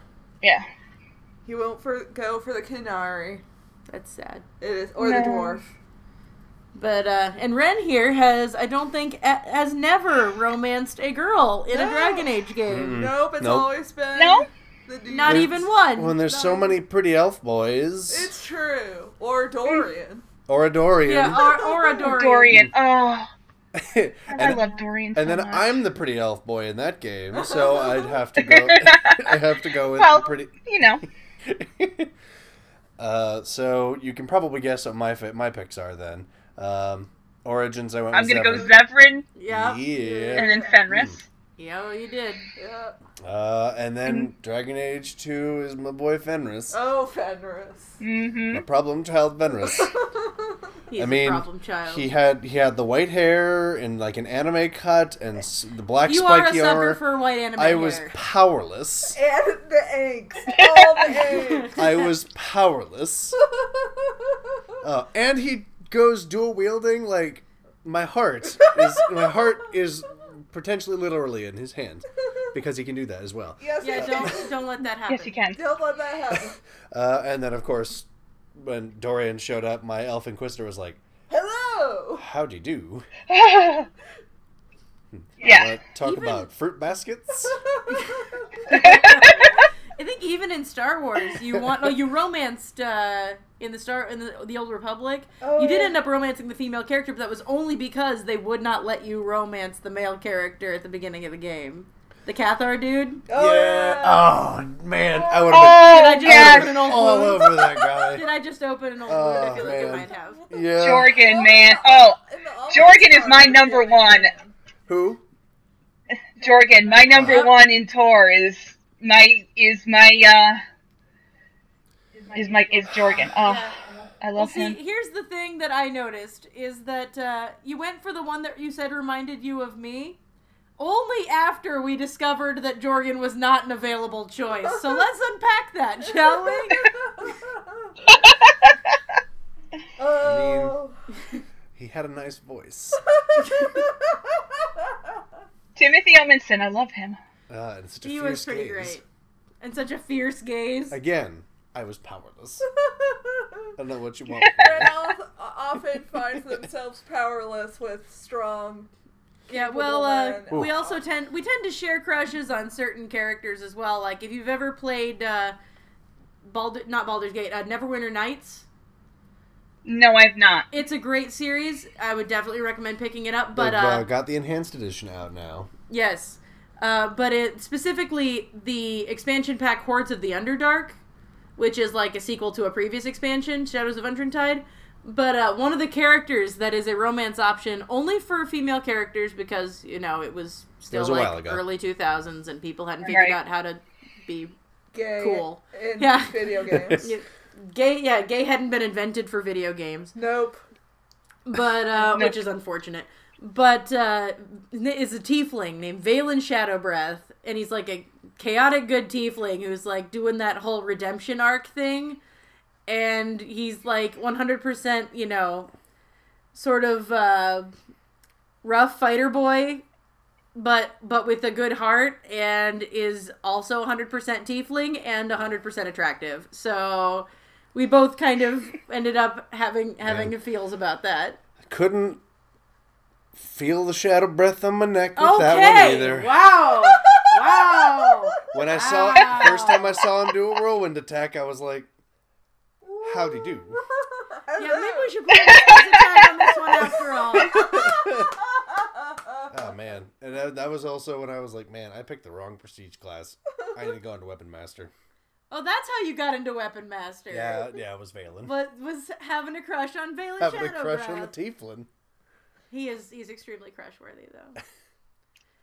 Speaker 8: Yeah.
Speaker 7: He won't for go for the Canary.
Speaker 6: That's sad.
Speaker 7: It is or the
Speaker 8: No.
Speaker 7: dwarf.
Speaker 6: But uh and Ren here has I don't think a- has never romanced a girl in a
Speaker 7: No.
Speaker 6: Dragon Age
Speaker 5: Mm.
Speaker 6: game.
Speaker 7: Nope, it's
Speaker 5: Nope.
Speaker 7: always been
Speaker 8: No?
Speaker 7: the dude.
Speaker 6: Not
Speaker 5: There's-
Speaker 6: even one.
Speaker 5: When there's so many pretty elf boys,
Speaker 7: It's true. Or Dorian.
Speaker 5: or a Dorian,
Speaker 6: yeah, or, or a Dorian.
Speaker 8: Dorian. Oh,
Speaker 5: Hmm. and,
Speaker 8: I love Dorian. So
Speaker 5: and then
Speaker 8: much.
Speaker 5: I'm the pretty elf boy in that game, so I'd have to go. I have to go with
Speaker 8: Well,
Speaker 5: the pretty.
Speaker 8: you know.
Speaker 5: uh, so you can probably guess what my fi- my picks are then. Um, Origins, I went.
Speaker 8: I'm
Speaker 5: with
Speaker 8: gonna
Speaker 5: Zephyr.
Speaker 8: go Zevran
Speaker 6: Yep. Yeah.
Speaker 5: Yeah. Hmm.
Speaker 8: and then Fenris.
Speaker 6: well, you did.
Speaker 7: Yeah.
Speaker 5: Uh, and then Dragon Age 2 is my boy Fenris.
Speaker 7: Oh, Fenris.
Speaker 8: Mm-hmm.
Speaker 5: My problem child Fenris.
Speaker 6: He's
Speaker 5: I mean,
Speaker 6: a problem child.
Speaker 5: he had he had the white hair and like an anime cut and s- the black
Speaker 6: you are a
Speaker 5: spiky
Speaker 6: sucker
Speaker 5: armor.
Speaker 6: for white anime
Speaker 5: I was
Speaker 6: hair.
Speaker 5: powerless.
Speaker 7: And the angst. All the angst.
Speaker 5: I was powerless. Oh, and he goes dual wielding like my heart is my heart is potentially literally in his hand because he can do that as well.
Speaker 7: yes,
Speaker 6: Yeah, don't don't let that happen.
Speaker 8: Yes, you can.
Speaker 7: don't let that happen.
Speaker 5: Uh, and then of course when Dorian showed up, my elf inquisitor was like,
Speaker 7: Hello.
Speaker 5: "How'd you do?"
Speaker 8: yeah.
Speaker 5: Wanna talk
Speaker 6: Even-
Speaker 5: about fruit baskets.
Speaker 6: I think even in Star Wars, you want well, you romanced uh, in the Star in the, the Old Republic.
Speaker 7: Oh,
Speaker 6: you did
Speaker 7: yeah.
Speaker 6: end up romancing the female character, but that was only because they would not let you romance the male character at the beginning of the game. The Cathar dude.
Speaker 7: Oh,
Speaker 5: Oh man, I would have
Speaker 8: Oh,
Speaker 6: I just
Speaker 8: yes.
Speaker 6: open
Speaker 5: been
Speaker 6: an old
Speaker 5: all
Speaker 6: wound?
Speaker 5: over that guy.
Speaker 6: Did I just open an old
Speaker 5: Oh,
Speaker 6: wound? I feel like I
Speaker 5: man.
Speaker 6: might have.
Speaker 5: Yeah.
Speaker 8: Jorgen, man. Oh,
Speaker 7: In the Almond
Speaker 8: Jorgen is my
Speaker 7: Tower.
Speaker 8: number one.
Speaker 5: Who?
Speaker 8: Jorgen, my number one in Tor is my is my uh is my is Jorgen. Oh, I
Speaker 6: Well,
Speaker 8: love
Speaker 6: see,
Speaker 8: him.
Speaker 6: here's the thing that I noticed is that uh, you went for the one that you said reminded you of me. Only after we discovered that Jorgen was not an available choice. So let's unpack that, shall we?
Speaker 7: Oh.
Speaker 5: He had a nice voice.
Speaker 8: Timothy Omenson, I love him.
Speaker 5: Uh, and such a
Speaker 6: He
Speaker 5: fierce
Speaker 6: was pretty
Speaker 5: gaze.
Speaker 6: great. And such a fierce gaze.
Speaker 5: Again, I was powerless. I don't know what you want.
Speaker 7: Red elf often finds themselves powerless with strong.
Speaker 6: Yeah, well, uh,
Speaker 7: Capable man.
Speaker 6: we also tend we tend to share crushes on certain characters as well. Like if you've ever played uh, Baldur, not Baldur's Gate, uh, Neverwinter Nights.
Speaker 8: No, I've not.
Speaker 6: It's a great series. I would definitely recommend picking it up.
Speaker 5: But
Speaker 6: But
Speaker 5: uh,
Speaker 6: uh,
Speaker 5: got the enhanced edition out now.
Speaker 6: Yes. Uh, but it specifically the expansion pack Hordes of the Underdark, which is like a sequel to a previous expansion, Shadows of Untrentide. But uh, one of the characters that is a romance option only for female characters because you know it was still
Speaker 5: was a while
Speaker 6: like
Speaker 5: ago.
Speaker 6: early two thousands and people hadn't figured
Speaker 8: Right.
Speaker 6: out how to be
Speaker 7: Gay
Speaker 6: Cool.
Speaker 7: In
Speaker 6: Yeah.
Speaker 7: video games.
Speaker 6: gay. Yeah, gay hadn't been invented for video games.
Speaker 7: Nope.
Speaker 6: but uh, which is unfortunate. But uh, is a tiefling named Valen Shadowbreath, and he's like a chaotic good tiefling who's like doing that whole redemption arc thing, and he's like 100%, you know, sort of uh, rough fighter boy but but with a good heart and is also 100% tiefling and 100% attractive. So we both kind of ended up having having feels about that.
Speaker 5: Couldn't feel the shadow breath on my neck with that one
Speaker 6: Okay.
Speaker 5: either.
Speaker 6: Wow. wow.
Speaker 5: When I saw it, first time I saw him do a whirlwind attack, I was like, "Howdy do."
Speaker 6: Yeah, maybe we should put a time on this one after all.
Speaker 5: Oh man, and that, that was also when I was like, "Man, I picked the wrong prestige class. I need to go into weapon master."
Speaker 6: Oh, that's how you got into Weapon Master.
Speaker 5: Yeah, yeah, it was Valen.
Speaker 6: But was having a crush on Valen
Speaker 5: Having a
Speaker 6: Shadowbreath.
Speaker 5: crush on the Tieflin.
Speaker 6: He is he's extremely crush worthy though.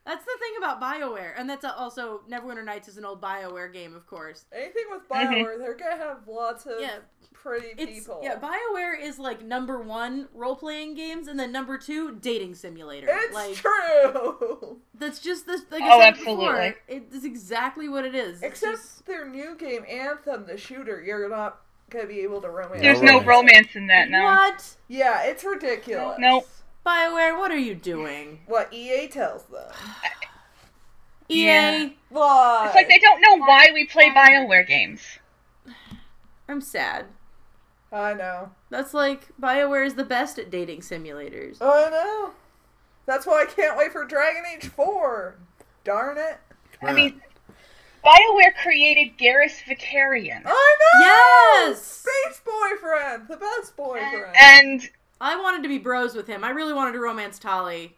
Speaker 6: That's the thing about BioWare, and that's also Neverwinter Nights is an old BioWare game, of course.
Speaker 7: Anything with
Speaker 6: Mhm.
Speaker 7: Bioware, they're gonna have lots of
Speaker 6: Yeah.
Speaker 7: pretty
Speaker 6: It's
Speaker 7: people.
Speaker 6: yeah, BioWare is like number one role playing games, and then number two dating simulator.
Speaker 7: It's
Speaker 6: like
Speaker 7: true.
Speaker 6: that's just this. Like
Speaker 7: Oh,
Speaker 6: I said before,
Speaker 7: absolutely.
Speaker 6: it is exactly what it is. It's
Speaker 7: Except
Speaker 6: just-
Speaker 7: their new game Anthem, the shooter, you're not gonna be able to romance.
Speaker 8: There's no romance in that now.
Speaker 6: What?
Speaker 7: Yeah, it's ridiculous.
Speaker 8: Nope.
Speaker 6: Bioware, what are you doing?
Speaker 7: What EA tells them.
Speaker 6: EA.
Speaker 8: Yeah.
Speaker 7: Why?
Speaker 8: It's like they don't know why we play Bioware games.
Speaker 6: I'm sad.
Speaker 7: I know.
Speaker 6: That's like Bioware is the best at dating simulators.
Speaker 7: I know. That's why I can't wait for Dragon Age 4. Darn it.
Speaker 8: I mean, BioWare created Garrus Vicarian.
Speaker 7: I know!
Speaker 6: Yes!
Speaker 7: Beach boyfriend! The best boyfriend!
Speaker 8: And
Speaker 6: I wanted to be bros with him. I really wanted to romance Tolly,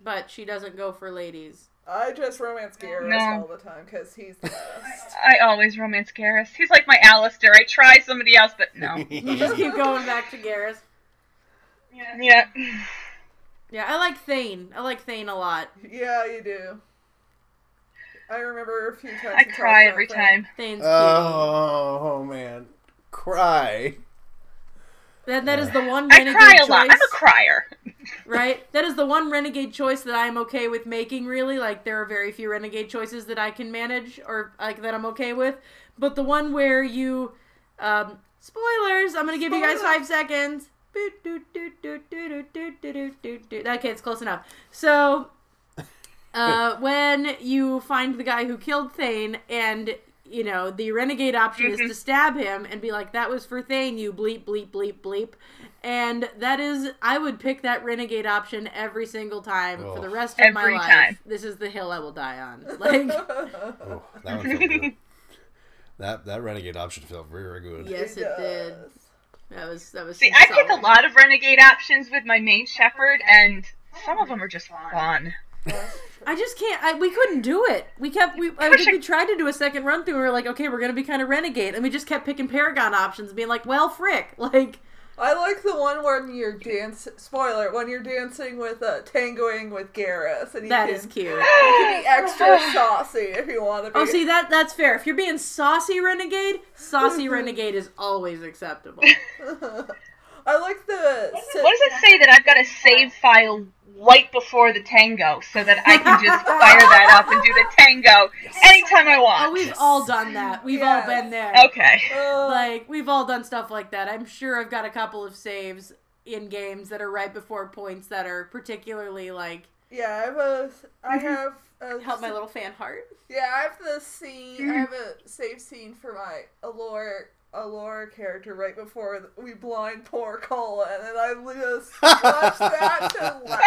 Speaker 6: but she doesn't go for ladies.
Speaker 7: I just romance Garrus
Speaker 8: No.
Speaker 7: all the time because he's the best.
Speaker 8: I always romance Garrus. He's like my Alistair. I try somebody else, but no.
Speaker 6: You just keep going back to Garrus.
Speaker 8: yeah.
Speaker 6: Yeah, I like Thane. I like Thane a lot.
Speaker 7: yeah, you do. I remember a few times.
Speaker 8: I
Speaker 7: you talked
Speaker 8: cry
Speaker 7: about
Speaker 8: every
Speaker 7: that.
Speaker 8: time.
Speaker 6: Thane's cute.
Speaker 5: Oh, oh man, cry.
Speaker 6: that, that is the one
Speaker 8: I
Speaker 6: renegade
Speaker 8: cry a
Speaker 6: choice,
Speaker 8: lot. I'm a crier.
Speaker 6: right? That is the one renegade choice that I am okay with making. Really, like there are very few renegade choices that I can manage or like that I'm okay with. But the one where you, um, spoilers. I'm gonna give you guys five seconds. Boot, doot, doot, doot, doot, doot, doot, doot, doot, doot. Okay, it's close enough. So uh, when you find the guy who killed Thane and you know the renegade option is
Speaker 8: Mm-hmm.
Speaker 6: to stab him and be like that was for Thane you bleep bleep bleep bleep and that is I would pick that renegade option every single time for the
Speaker 5: Oh.
Speaker 6: rest of
Speaker 8: Every
Speaker 6: my life
Speaker 8: time.
Speaker 6: this is the hill I will die on like
Speaker 5: Oh, that one felt good. that that renegade option felt very good.
Speaker 6: yes it did that was that was
Speaker 8: See,
Speaker 6: some
Speaker 8: I pick a
Speaker 6: solid-
Speaker 8: lot of renegade options with my main shepherd, and some of them are just fun.
Speaker 6: I just can't. I, we couldn't do it. We kept. We I think we tried to do a second run through. and We were like, okay, we're gonna be kind of renegade, and we just kept picking Paragon options, being like, well, frick, like
Speaker 7: I like the one when you're dance. Spoiler: when you're dancing with uh, tangoing with Garrus, and you
Speaker 6: that
Speaker 7: can,
Speaker 6: is cute.
Speaker 7: you can be extra saucy if you want to be.
Speaker 6: Oh, see that that's fair. If you're being saucy renegade, saucy renegade is always acceptable.
Speaker 7: I like the.
Speaker 8: What does it say that I've got a save file right before the tango so that I can just fire that up and do the tango anytime I want?
Speaker 6: Oh, we've all done that. We've all been there.
Speaker 8: Okay.
Speaker 7: uh,
Speaker 6: Like we've all done stuff like that. I'm sure I've got a couple of saves in games that are right before points that are particularly like
Speaker 7: Yeah, I have a. I have. A,
Speaker 6: Mm-hmm. help my little fan heart.
Speaker 7: Yeah, I have the scene. I have a save scene for my Allure Allure character right before th- we blind pour Cola, and then I just watch that to laugh.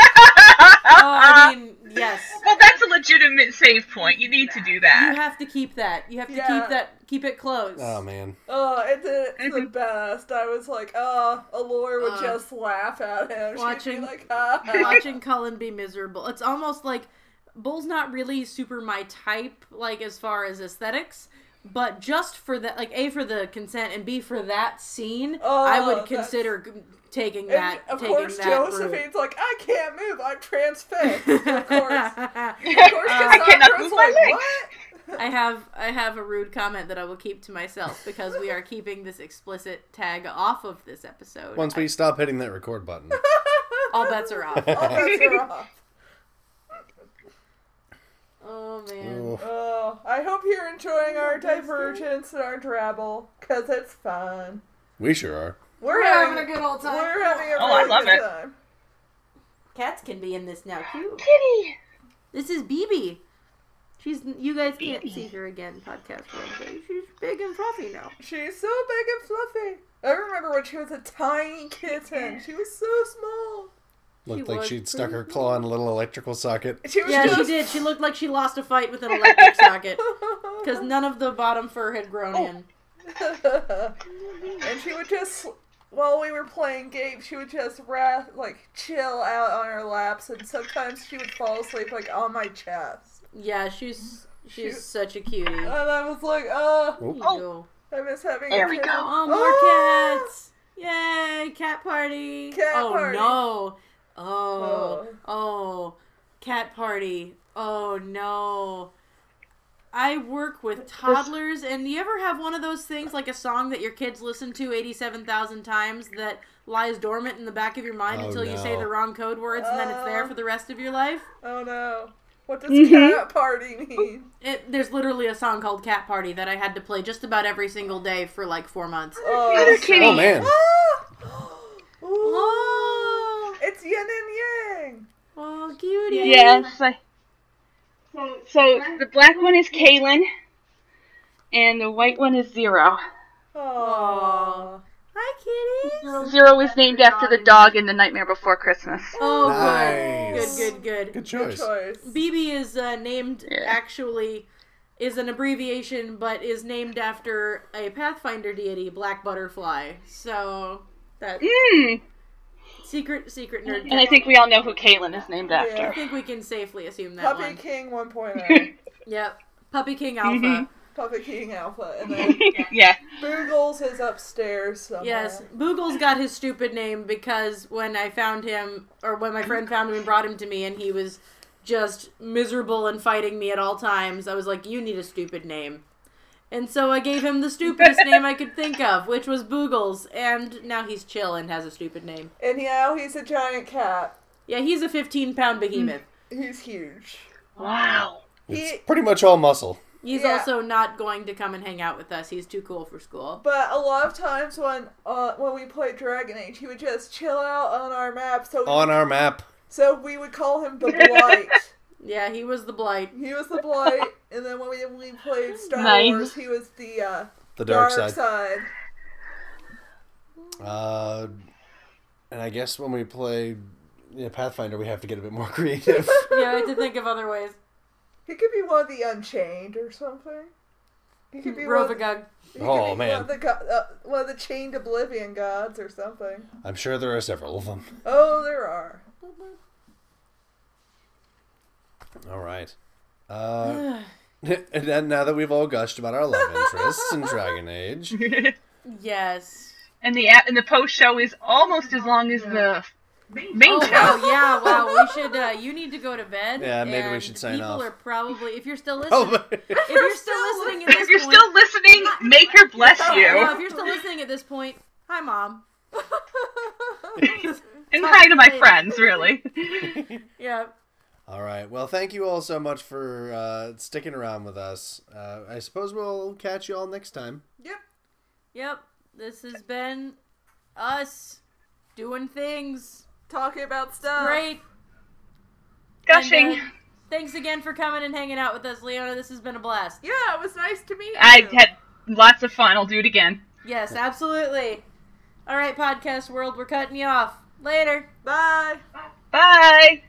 Speaker 6: Oh, I mean, yes.
Speaker 8: Well, that's a legitimate save point. You need to do
Speaker 6: You
Speaker 8: that.
Speaker 6: have to keep that. You have to
Speaker 7: Yeah.
Speaker 6: keep that. Keep it close.
Speaker 5: Oh man,
Speaker 7: Oh, it did it to the best. I was like, oh, Allure would
Speaker 6: Uh,
Speaker 7: just laugh at him. She'd
Speaker 6: watching-
Speaker 7: be like, ah.
Speaker 6: Watching Cullen be miserable. It's almost like Bull's not really super my type, like as far as aesthetics. But just for that, like a for the consent and b for that scene,
Speaker 7: Oh,
Speaker 6: I would
Speaker 7: that's-
Speaker 6: consider g- taking
Speaker 7: And
Speaker 6: that.
Speaker 7: of
Speaker 6: taking
Speaker 7: course,
Speaker 6: that
Speaker 7: Josephine's like, I can't move. I'm transfixed. of course, of
Speaker 6: route.
Speaker 7: course,
Speaker 8: Uh, I cannot
Speaker 7: Cassandra's
Speaker 8: move my
Speaker 7: like,
Speaker 8: legs.
Speaker 7: what?
Speaker 6: I have I have a rude comment that I will keep to myself because we are keeping this explicit tag off of this episode.
Speaker 5: once we stop hitting that record button,
Speaker 6: All bets are off.
Speaker 7: All bets are off.
Speaker 6: Oh man.
Speaker 5: Ooh,
Speaker 7: Oh, I hope you're enjoying our divergence and our drabble, cause it's fun.
Speaker 5: we sure are.
Speaker 7: We're, having, a good old time. We're having a
Speaker 8: Oh, I
Speaker 7: really
Speaker 8: love
Speaker 7: good
Speaker 8: it.
Speaker 7: time.
Speaker 6: Cats can be in this now too.
Speaker 8: Kitty.
Speaker 6: This is BB. She's you guys can't see her again, podcast world, but she's big and fluffy now.
Speaker 7: She's so big and fluffy. I remember when she was a tiny kitten. She was so small.
Speaker 5: Looked
Speaker 6: She
Speaker 5: like
Speaker 6: was
Speaker 5: she'd stuck her claw in a little electrical socket.
Speaker 7: She was
Speaker 6: yeah,
Speaker 7: just,
Speaker 6: she did. She looked like she lost a fight with an electric socket because none of the bottom fur had grown in.
Speaker 7: and she would just while we were playing games, she would just ra- like chill out on our laps, and sometimes she would fall asleep like on my chest.
Speaker 6: Yeah, she's she's
Speaker 7: She-
Speaker 6: such a cutie.
Speaker 7: And I was like, Uh, oh,
Speaker 6: There you
Speaker 5: Oh,
Speaker 6: go.
Speaker 7: I miss having.
Speaker 8: There
Speaker 7: a
Speaker 8: we
Speaker 7: kitten.
Speaker 8: go.
Speaker 6: Oh, more
Speaker 7: Ah!
Speaker 6: cats! Yay, cat party!
Speaker 7: Cat
Speaker 6: oh
Speaker 7: party.
Speaker 6: no! Oh, oh, cat party! Oh no! I work with toddlers, and you ever have one of those things like a song that your kids listen to eighty-seven thousand times that lies dormant in the back of your mind
Speaker 5: Oh,
Speaker 6: until you say
Speaker 5: no.
Speaker 6: the wrong code words, and then it's there
Speaker 7: Oh.
Speaker 6: for the rest of your life?
Speaker 7: Oh no! What does
Speaker 6: Mm-hmm.
Speaker 8: Mhm.
Speaker 7: cat party mean?
Speaker 6: It, there's literally a song called "Cat Party" that I had to play just about every single day for like four months.
Speaker 7: Oh,
Speaker 8: kitty.
Speaker 5: Oh man,
Speaker 7: ah! Ooh,
Speaker 6: Oh.
Speaker 7: it's yin and yang.
Speaker 6: Oh, cutie.
Speaker 8: Yes. I- So the black one is Kaylin, and the white one is Zero.
Speaker 7: Oh,
Speaker 6: Hi, kitties.
Speaker 8: Zero is named after the dog in The Nightmare Before Christmas.
Speaker 6: Oh,
Speaker 5: Nice.
Speaker 6: good. Good, good, good.
Speaker 5: good choice.
Speaker 7: choice.
Speaker 6: BB is uh, named
Speaker 8: Yeah.
Speaker 6: actually is an abbreviation, but is named after a Pathfinder deity, Black Butterfly. So that
Speaker 8: Mm.
Speaker 6: secret, secret nerd.
Speaker 8: And I think we all know who Kaylin is named
Speaker 6: I
Speaker 8: after.
Speaker 6: think we can safely assume that
Speaker 7: Puppy
Speaker 6: one.
Speaker 7: King 1.0.
Speaker 6: Yep. Puppy King Alpha.
Speaker 8: Mhm.
Speaker 7: Puppy King Alpha, and then
Speaker 8: yeah.
Speaker 7: Boogles is upstairs somewhere.
Speaker 6: Yes, Boogles got his stupid name because when I found him, or when my friend found him and brought him to me, and he was just miserable and fighting me at all times, I was like, "You need a stupid name," and so I gave him the stupidest name I could think of, which was Boogles, and now he's chill and has a stupid name.
Speaker 7: And now he's a giant cat.
Speaker 6: Yeah, he's a 15 pound behemoth.
Speaker 7: He's huge.
Speaker 8: Wow.
Speaker 7: He,
Speaker 5: Pretty much all muscle.
Speaker 6: He's
Speaker 7: Yeah.
Speaker 6: also not going to come and hang out with us. He's too cool for school.
Speaker 7: but a lot of times when uh, when we played Dragon Age, he would just chill out on our map. So
Speaker 5: On our map.
Speaker 7: so we would call him the Blight.
Speaker 6: Yeah, he was the blight.
Speaker 7: he was the Blight, and then when we, we played Star
Speaker 8: Nice.
Speaker 7: Wars, he was the uh,
Speaker 5: The
Speaker 7: dark,
Speaker 5: dark, side.
Speaker 7: side.
Speaker 5: Uh, and I guess when we play yeah, Pathfinder, we have to get a bit more creative.
Speaker 6: Yeah, I had to think of other ways.
Speaker 7: He could be one of the Unchained or something. He could be one of the,
Speaker 6: Rovagug.
Speaker 7: he could
Speaker 5: Oh,
Speaker 7: be one
Speaker 5: man.
Speaker 7: of the, go- uh, one of the Chained Oblivion gods or something.
Speaker 5: I'm sure there are several of them.
Speaker 7: Oh, there are.
Speaker 5: All right. Uh, and then now that we've all gushed about our love interests in Dragon Age,
Speaker 6: Yes.
Speaker 8: And the and the post show is almost as long as the main
Speaker 6: Oh
Speaker 8: show.
Speaker 6: wow, yeah, wow. We should. Uh, you need to go to bed.
Speaker 5: Yeah, maybe we
Speaker 6: and
Speaker 5: should sign
Speaker 6: people
Speaker 5: off.
Speaker 6: People are probably, if you're still listening,
Speaker 5: oh,
Speaker 6: if you're still listening at this
Speaker 8: If you're
Speaker 6: point,
Speaker 8: still listening, make her bless
Speaker 6: Yeah,
Speaker 8: you.
Speaker 6: if you're still listening at this point, hi mom.
Speaker 8: And hi to my friends, really.
Speaker 6: uh, Yeah.
Speaker 5: All right. Well, thank you all so much for uh, sticking around with us. Uh, I suppose we'll catch you all next time.
Speaker 7: Yep.
Speaker 6: Yep. This has been us doing things.
Speaker 7: Talking about stuff.
Speaker 6: Great.
Speaker 8: Uh, Gushing.
Speaker 6: And, uh, thanks again for coming and hanging out with us, Leona. This has been a blast.
Speaker 7: Yeah, it was nice to meet you.
Speaker 8: I had lots of fun. I'll do it again.
Speaker 6: Yes, absolutely. All right, podcast world, we're cutting you off. Later.
Speaker 7: Bye.
Speaker 8: Bye.